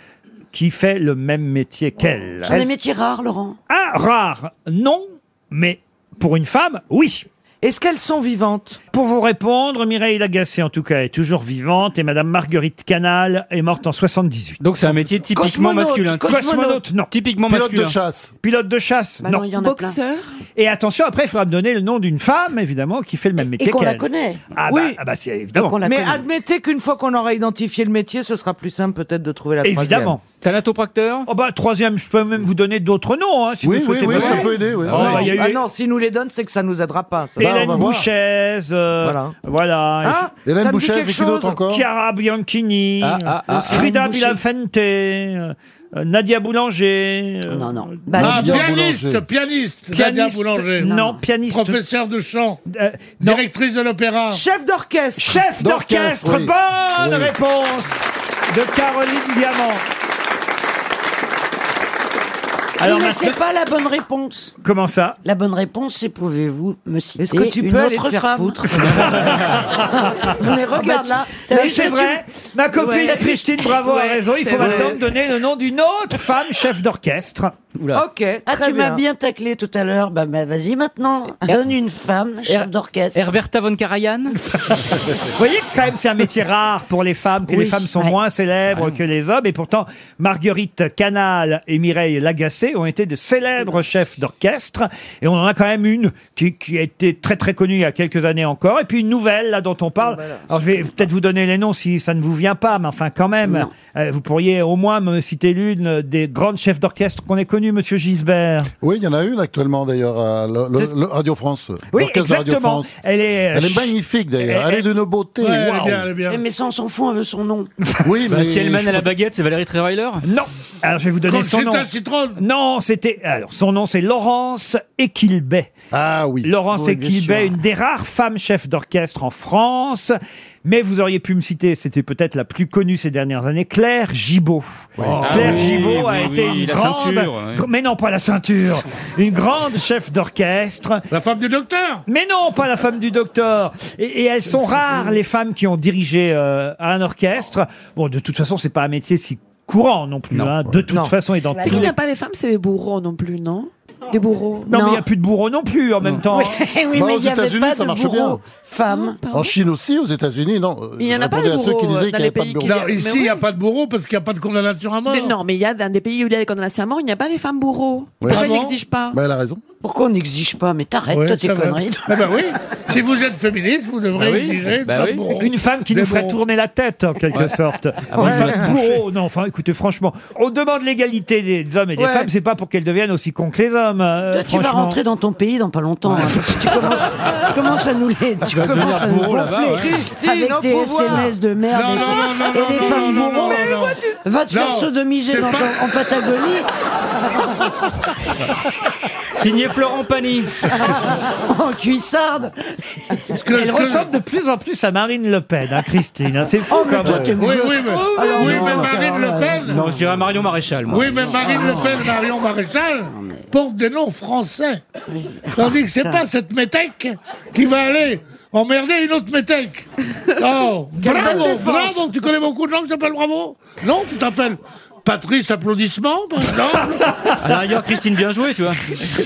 S3: qui fait le même métier qu'elle
S22: Sont des métiers rares, Laurent.
S3: Ah, rare, non, mais pour une femme, oui.
S8: Est-ce qu'elles sont vivantes
S3: Pour vous répondre, Mireille Lagacé, en tout cas, est toujours vivante et Madame Marguerite Canal est morte en 78.
S14: Donc c'est un métier typiquement
S3: Cosmonaute,
S14: masculin.
S3: cosmonaute, non.
S14: Typiquement masculin.
S3: Pilote de chasse,
S14: Bah
S3: non.
S14: non, il y en a plein. Boxeur
S3: Et attention, après, il faudra me donner le nom d'une femme, évidemment, qui fait le même métier
S8: qu'on la
S3: qu'elle.
S8: connaît.
S3: Ah bah,
S8: Oui.
S3: ah bah, c'est évidemment.
S8: Mais admettez qu'une fois qu'on aura identifié le métier, ce sera plus simple peut-être de trouver la troisième.
S3: Évidemment. Thanatopracteur Oh bah troisième, je peux même vous donner d'autres noms hein, si
S8: Oui,
S3: vous
S8: oui,
S3: souhaitez.
S8: oui,
S3: me
S8: ça
S3: faire.
S8: peut aider,
S3: Oh, bah, il y a eu
S8: Ah non, s'ils nous les donnent, c'est que ça nous aidera pas. ça. Bah,
S3: Hélène Bouchez, euh, voilà.
S8: Ah, Hélène ça me dit Bouchez, quelque et qui d'autre chose encore
S3: Chiara Bianchini, euh,
S8: Ah, ah, ah,
S3: Frida
S8: Hélène Bouchez.
S3: Bilafente, euh, euh, Nadia Boulanger. euh, non, non.
S22: Bah,
S26: Ah, pianiste, pianiste, Nadia Boulanger.
S3: Non, pianiste. Euh,
S26: Professeur de chant, directrice de l'opéra.
S8: Chef d'orchestre.
S3: Chef d'orchestre,
S26: D'orchestre, oui.
S3: bonne
S26: Oui.
S3: réponse de Caroline Diamant.
S22: Alors,
S3: Alors
S22: mais
S3: maintenant-
S22: c'est pas la bonne réponse.
S3: Comment ça
S22: La bonne réponse, c'est pouvez-vous me citer
S8: Est-ce que tu
S22: une
S8: peux aller
S22: autre
S8: te faire
S22: femme Ah, bah,
S8: foutre Ah,
S22: Mais regarde là.
S3: Mais c'est vrai, ma copine
S22: Ouais.
S3: Christine Bravo
S22: Ouais,
S3: a raison, il
S22: c'est
S3: faut
S22: vrai.
S3: maintenant me donner le nom d'une autre femme chef d'orchestre.
S8: Ok, très
S22: Ah, tu
S8: bien.
S22: m'as bien taclé tout à l'heure. Bah, bah, vas-y maintenant. Donne une femme, chef d'orchestre.
S14: Herberta von Karajan
S3: Vous voyez que quand même c'est un métier rare pour les femmes, que les
S14: Oui,
S3: femmes sont
S14: ouais.
S3: moins
S14: Ah
S3: célèbres que les hommes, et pourtant Marguerite Canal et Mireille Lagacé ont été de célèbres chefs d'orchestre, et on en a quand même une qui, qui a été très très connue il y a quelques années encore, et puis une nouvelle là dont on parle. Alors je vais peut-être vous donner les noms si ça ne vous vient pas, mais enfin quand même, euh, vous pourriez au moins me citer l'une des grandes chefs d'orchestre qu'on ait connues, Monsieur Gisbert.
S4: Oui, il y en a une actuellement d'ailleurs à le- le- le Radio France.
S3: Oui,
S4: L'orchestre de Radio
S3: exactement.
S4: France.
S3: Elle est, euh,
S4: Elle est
S3: ch-
S4: magnifique d'ailleurs.
S3: elle-
S4: Elle est d'une beauté. Waouh.
S22: Eh, Mais ça, on s'en fout, on veut son nom.
S4: Oui, mais
S14: Bah, si elle mène
S4: je
S14: à la
S4: peux-
S14: baguette, c'est Valérie Trierweiler
S3: Non. Alors je vais vous donner son nom.
S14: Conchita
S3: Non, c'était alors son nom c'est Laurence Equilbet.
S4: Ah oui.
S3: Laurence
S4: Oui, bien
S3: Equilbet,
S4: sûr.
S3: une des rares femmes chefs d'orchestre en France. Mais vous auriez pu me citer, c'était peut-être la plus connue ces dernières années, Claire Gibault. Claire
S14: Ah oui,
S3: Gibault a
S14: oui,
S3: été
S14: oui,
S3: une
S14: la
S3: grande,
S14: ceinture, ouais.
S3: mais non pas la ceinture, une grande chef d'orchestre.
S26: La femme du docteur
S3: Mais non, pas la femme du docteur. Et, et elles sont rares les femmes qui ont dirigé euh, un orchestre. Bon, de toute façon, c'est pas un métier si courant non plus, hein, de toute façon, et dans
S22: C'est
S3: tous
S22: qu'il n'y
S3: les-
S22: a pas des femmes, c'est des bourreaux non plus, non Des bourreaux.
S3: Non, mais il n'y a plus de bourreaux non plus en même temps. hein.
S22: Oui, Mm. oui, Bah, mais aux il y avait États-Unis, pas ça de marche bien. bourreaux Bah
S8: Femmes.
S4: En Chine aussi, aux États-Unis, non.
S22: Il y en a pas de
S4: à ceux qui
S22: bourreaux,
S4: disaient
S22: euh,
S4: qu'il y
S22: dans les
S4: avait pas de
S22: pays
S4: bourreaux.
S22: qui- Non, ici, Mais il y a oui.
S4: pas de bourreaux parce qu'il n'y a pas de condamnation à
S22: Des- non, mais il y a dans des pays où il y a des condamnations à mort, il n'y a pas des femmes bourreaux.
S4: Ouais.
S22: Pourquoi
S4: Ah
S22: ils
S4: bon
S22: n'exigent pas
S4: Bah, elle a raison.
S8: Pourquoi on n'exige pas Mais t'arrêtes,
S4: Ouais,
S8: toi, tes
S4: ça va.
S8: conneries.
S13: Eh
S4: Ah
S13: ben
S4: bah oui. Si vous êtes féministe, vous devrez
S3: Bah oui.
S4: exiger
S3: Bah
S4: pas
S3: oui.
S4: de bourreaux.
S3: Une femme qui
S4: Des
S3: nous ferait
S4: bourreaux.
S3: tourner la tête, en quelque
S4: Ouais.
S3: sorte.
S4: Ah
S8: bah,
S4: bon,
S3: Une
S4: il
S3: femme
S4: faudrait
S3: bourreau, non, enfin, écoutez, franchement, on demande l'égalité des hommes et des
S8: Ouais.
S3: femmes, c'est pas pour qu'elles deviennent aussi cons que les hommes. euh,
S8: Toi, tu vas
S3: franchement.
S8: rentrer dans ton pays dans pas longtemps. hein, parce que tu, commences, tu commences à nous les. Tu
S3: vas
S8: commences
S3: devenir
S8: à nous
S3: bourreau là-bas,
S8: gonfler.
S3: ouais. Christine,
S8: avec
S3: au
S8: des
S3: pouvoir.
S8: SMS de merde.
S3: Non,
S8: et-
S3: non, non, non,
S8: et les
S3: non,
S8: femmes
S3: non, non,
S8: bourreaux.
S3: non, Mais non. moi,
S8: Va te faire
S3: Non,
S8: sodomiser
S3: c'est
S8: dans
S3: pas-
S8: ton- en Patagonie.
S14: Signé Florent Pagny.
S8: en cuissarde.
S3: Elle ressemble de plus en plus à Marine Le Pen, hein, Christine. hein, c'est fou
S8: Oh, mais
S3: quand
S8: toi,
S3: même.
S8: t'es Oui, mignonne. oui, mais-
S14: oh,
S13: oui, mais Marine Le Pen.
S14: Non, je dirais Marion Maréchal. moi.
S13: Oui, mais Marine Le Pen, Marion Maréchal portent des noms français. Tandis que c'est
S39: Ah,
S13: pas cette métèque qui va aller emmerder une autre métèque. Oh,
S39: Quelle
S13: bravo,
S39: belle défense.
S13: bravo. Tu connais beaucoup de gens qui s'appellent Bravo Non, tu t'appelles Patrice Applaudissement par exemple
S14: À la rigueur, Christine, bien joué, tu vois.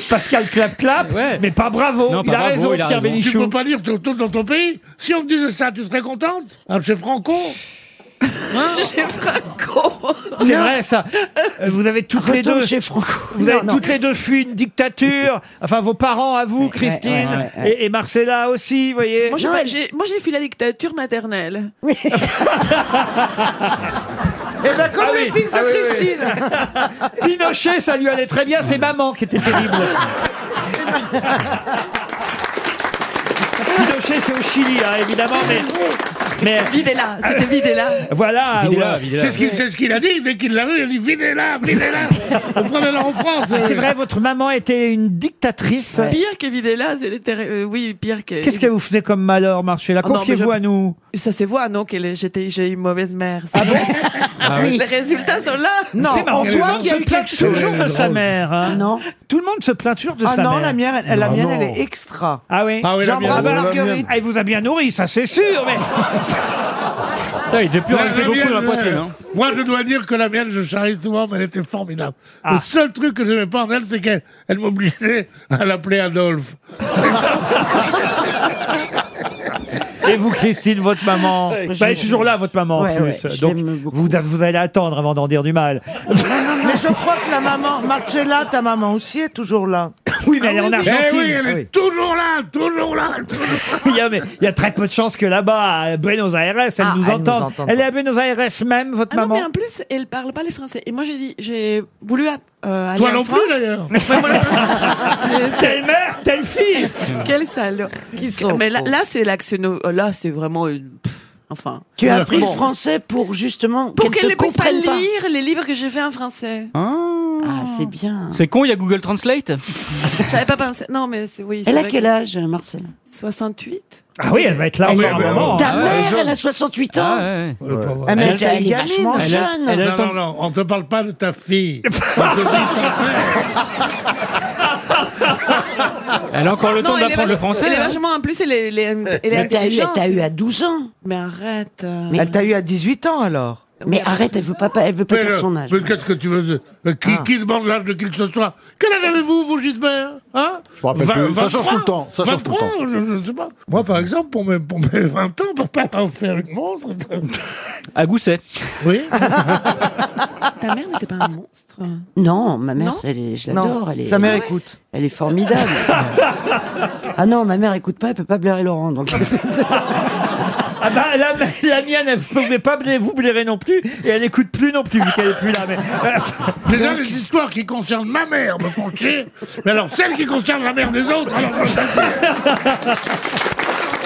S3: Pascal Clap Clap, mais pas bravo.
S14: Non, pas
S3: il a
S14: bravo,
S3: raison,
S14: il a
S3: Pierre
S14: raison.
S3: Bénichou.
S13: Tu peux pas dire que tu retournes dans ton pays Si on te disait ça, tu serais contente hein, Chez Franco hein Chez Franco
S3: C'est vrai ça. Euh, Vous avez toutes les
S8: Retourne
S3: deux
S8: chez Franco.
S3: Vous
S8: Non,
S3: avez
S8: non.
S3: toutes les deux fui une dictature. Enfin, vos parents à vous, Christine,
S8: ouais, ouais, ouais.
S3: Et, et Marcella aussi, vous voyez.
S22: Moi, j'ai pas- j'ai- moi, j'ai fui la dictature maternelle.
S8: Oui. Eh ben,
S22: Et la
S3: Ah oui, ah oui, oui. Pinochet, ça lui allait très bien. C'est maman qui était terrible. Pinochet, c'est au Chili, hein, évidemment, mais. mais...
S22: Videla, c'était Videla.
S3: Voilà.
S13: Videla,
S3: ouais.
S13: Videla. C'est ce qu'il- c'est ce qu'il a dit dès qu'il l'a vu, il a dit videz-la, videz-la. On prenait la en France.
S3: Ah, C'est
S13: euh.
S3: vrai, votre maman était une dictatrice.
S22: Pire que Videla, c'est les terres- euh, Oui, pire que.
S3: Qu'est-ce que vous faisiez comme malheur, Marcella
S22: Ah non, mais
S3: Confiez-vous
S22: je-
S3: à nous.
S22: Ça se voit, non, que les- j'étais- j'ai eu une mauvaise mère.
S3: Ah
S22: Ah Les résultats sont là.
S3: C'est marrant, tout le monde se plaint toujours de sa mère. hein.
S40: Euh, Non.
S3: Tout le monde se plaint toujours de
S40: Ah
S3: sa mère.
S40: non, la mienne, elle- la mienne, elle est extra.
S3: Ah oui
S40: Ah oui, la J'embrasse mienne. Marguerite.
S3: Ah, Elle vous a bien nourri, ça c'est sûr, mais...
S14: Putain, il devait plus
S13: Moi,
S14: rester
S13: la
S14: beaucoup dans la
S13: mienne,
S14: poitrine.
S13: euh,
S14: hein.
S13: Moi, je dois dire que la mienne, je charrie souvent, mais elle était formidable.
S14: Ah.
S13: Le seul truc que j'aimais pas en elle, c'est qu'elle elle m'obligeait à l'appeler Adolphe.
S3: Et vous, Christine, votre maman
S40: Ouais,
S3: Bah,
S40: je-
S3: Elle est toujours là, votre maman,
S40: Ouais,
S3: en plus.
S40: ouais, je
S3: Donc, vous, vous allez attendre avant d'en dire du mal.
S8: Ah,
S40: Mais je crois que la maman, Marcella, ta maman aussi est toujours là. Ah
S3: Oui, mais elle est en Argentine. Ah
S13: Eh oui, elle est
S3: Oui.
S13: toujours là, toujours là. toujours là.
S3: il, y a, mais, il y a très peu de chances que là-bas, à Buenos Aires, elle
S40: Ah,
S3: nous
S40: elle
S3: entende.
S40: nous entend.
S3: elle est à Buenos Aires même, votre
S22: Ah non,
S3: maman
S22: mais en plus, elle parle pas les français. Et moi, j'ai dit, j'ai voulu euh, aller
S13: Toi
S22: en
S13: non plus,
S22: France.
S13: d'ailleurs.
S22: Ouais, moi non plus.
S3: Telle mère, telle Ah, fille
S22: Quel salaud Qui
S8: sont,
S22: Mais là,
S8: pauvres.
S22: là c'est l'accent. Là, c'est vraiment. une- pff, enfin.
S8: Tu as appris
S22: Bon.
S8: le français pour justement.
S22: Pour
S8: qu'elle
S22: qu'elle
S8: te
S22: ne puisse pas
S8: comprenne
S22: lire les livres que j'ai fait en français.
S8: Ah, c'est bien.
S14: C'est con, il y a Google Translate.
S22: J'avais pas pensé. Non, mais c'est- oui. c'est
S8: Elle a
S22: vrai
S8: quel
S22: que-
S8: âge, Marcel
S22: 68
S3: Ah oui, elle va être là encore un moment.
S8: Ta
S3: Ah
S13: bah,
S3: ouais.
S8: mère, Eh, elle a 68 ans.
S13: Ah,
S8: mais
S13: mais
S8: elle, elle est vachement
S13: elle a-
S8: jeune.
S13: elle a- non, non, non, on te parle pas de ta fille. On te
S14: Elle a encore le temps
S22: elle est
S14: d'apprendre
S22: vach-
S14: le français.
S22: Elle est
S14: hein.
S22: vachement. En plus, elle est, elle est, elle est
S8: Euh, Mais t'as eu, elle
S22: intelligente.
S8: t'a eu à 12 ans.
S22: Mais arrête. euh.
S40: Elle t'a eu à 18 ans alors.
S8: Mais arrête, elle veut pas, elle veut pas
S13: Mais,
S8: dire
S13: le-
S8: son âge. Ah.
S13: mais qu'est-ce que tu veux euh, qui, qui demande l'âge de qui que ce soit Quel âge avez-vous, vous, Gisbert hein
S4: Je me rappelle
S13: Vingt-
S4: plus. Ça change tout le temps, ça change tout le
S13: 23, je, je sais pas. Moi, par exemple, pour mes, pour mes 20 ans, papa m'a offert une montre.
S14: bah. À Gousset.
S13: Oui.
S22: Ah, Ta mère n'était pas un monstre.
S8: Non, ma mère,
S22: Non
S8: elle est- je
S40: Non.
S8: l'adore. elle est-
S40: Sa mère
S8: elle-
S40: écoute.
S8: Elle est formidable. ah non, ma mère écoute pas, elle peut pas blairer Laurent. Donc...
S3: Ah bah, la, la mienne, elle ne pouvait pas blairer- vous blairer non plus, et elle écoute plus non plus, vu qu'elle est plus là. Mais...
S13: Déjà, les histoires qui concernent ma mère me font chier. Mais alors, celles qui concernent la mère des autres, alors... ça, c'est-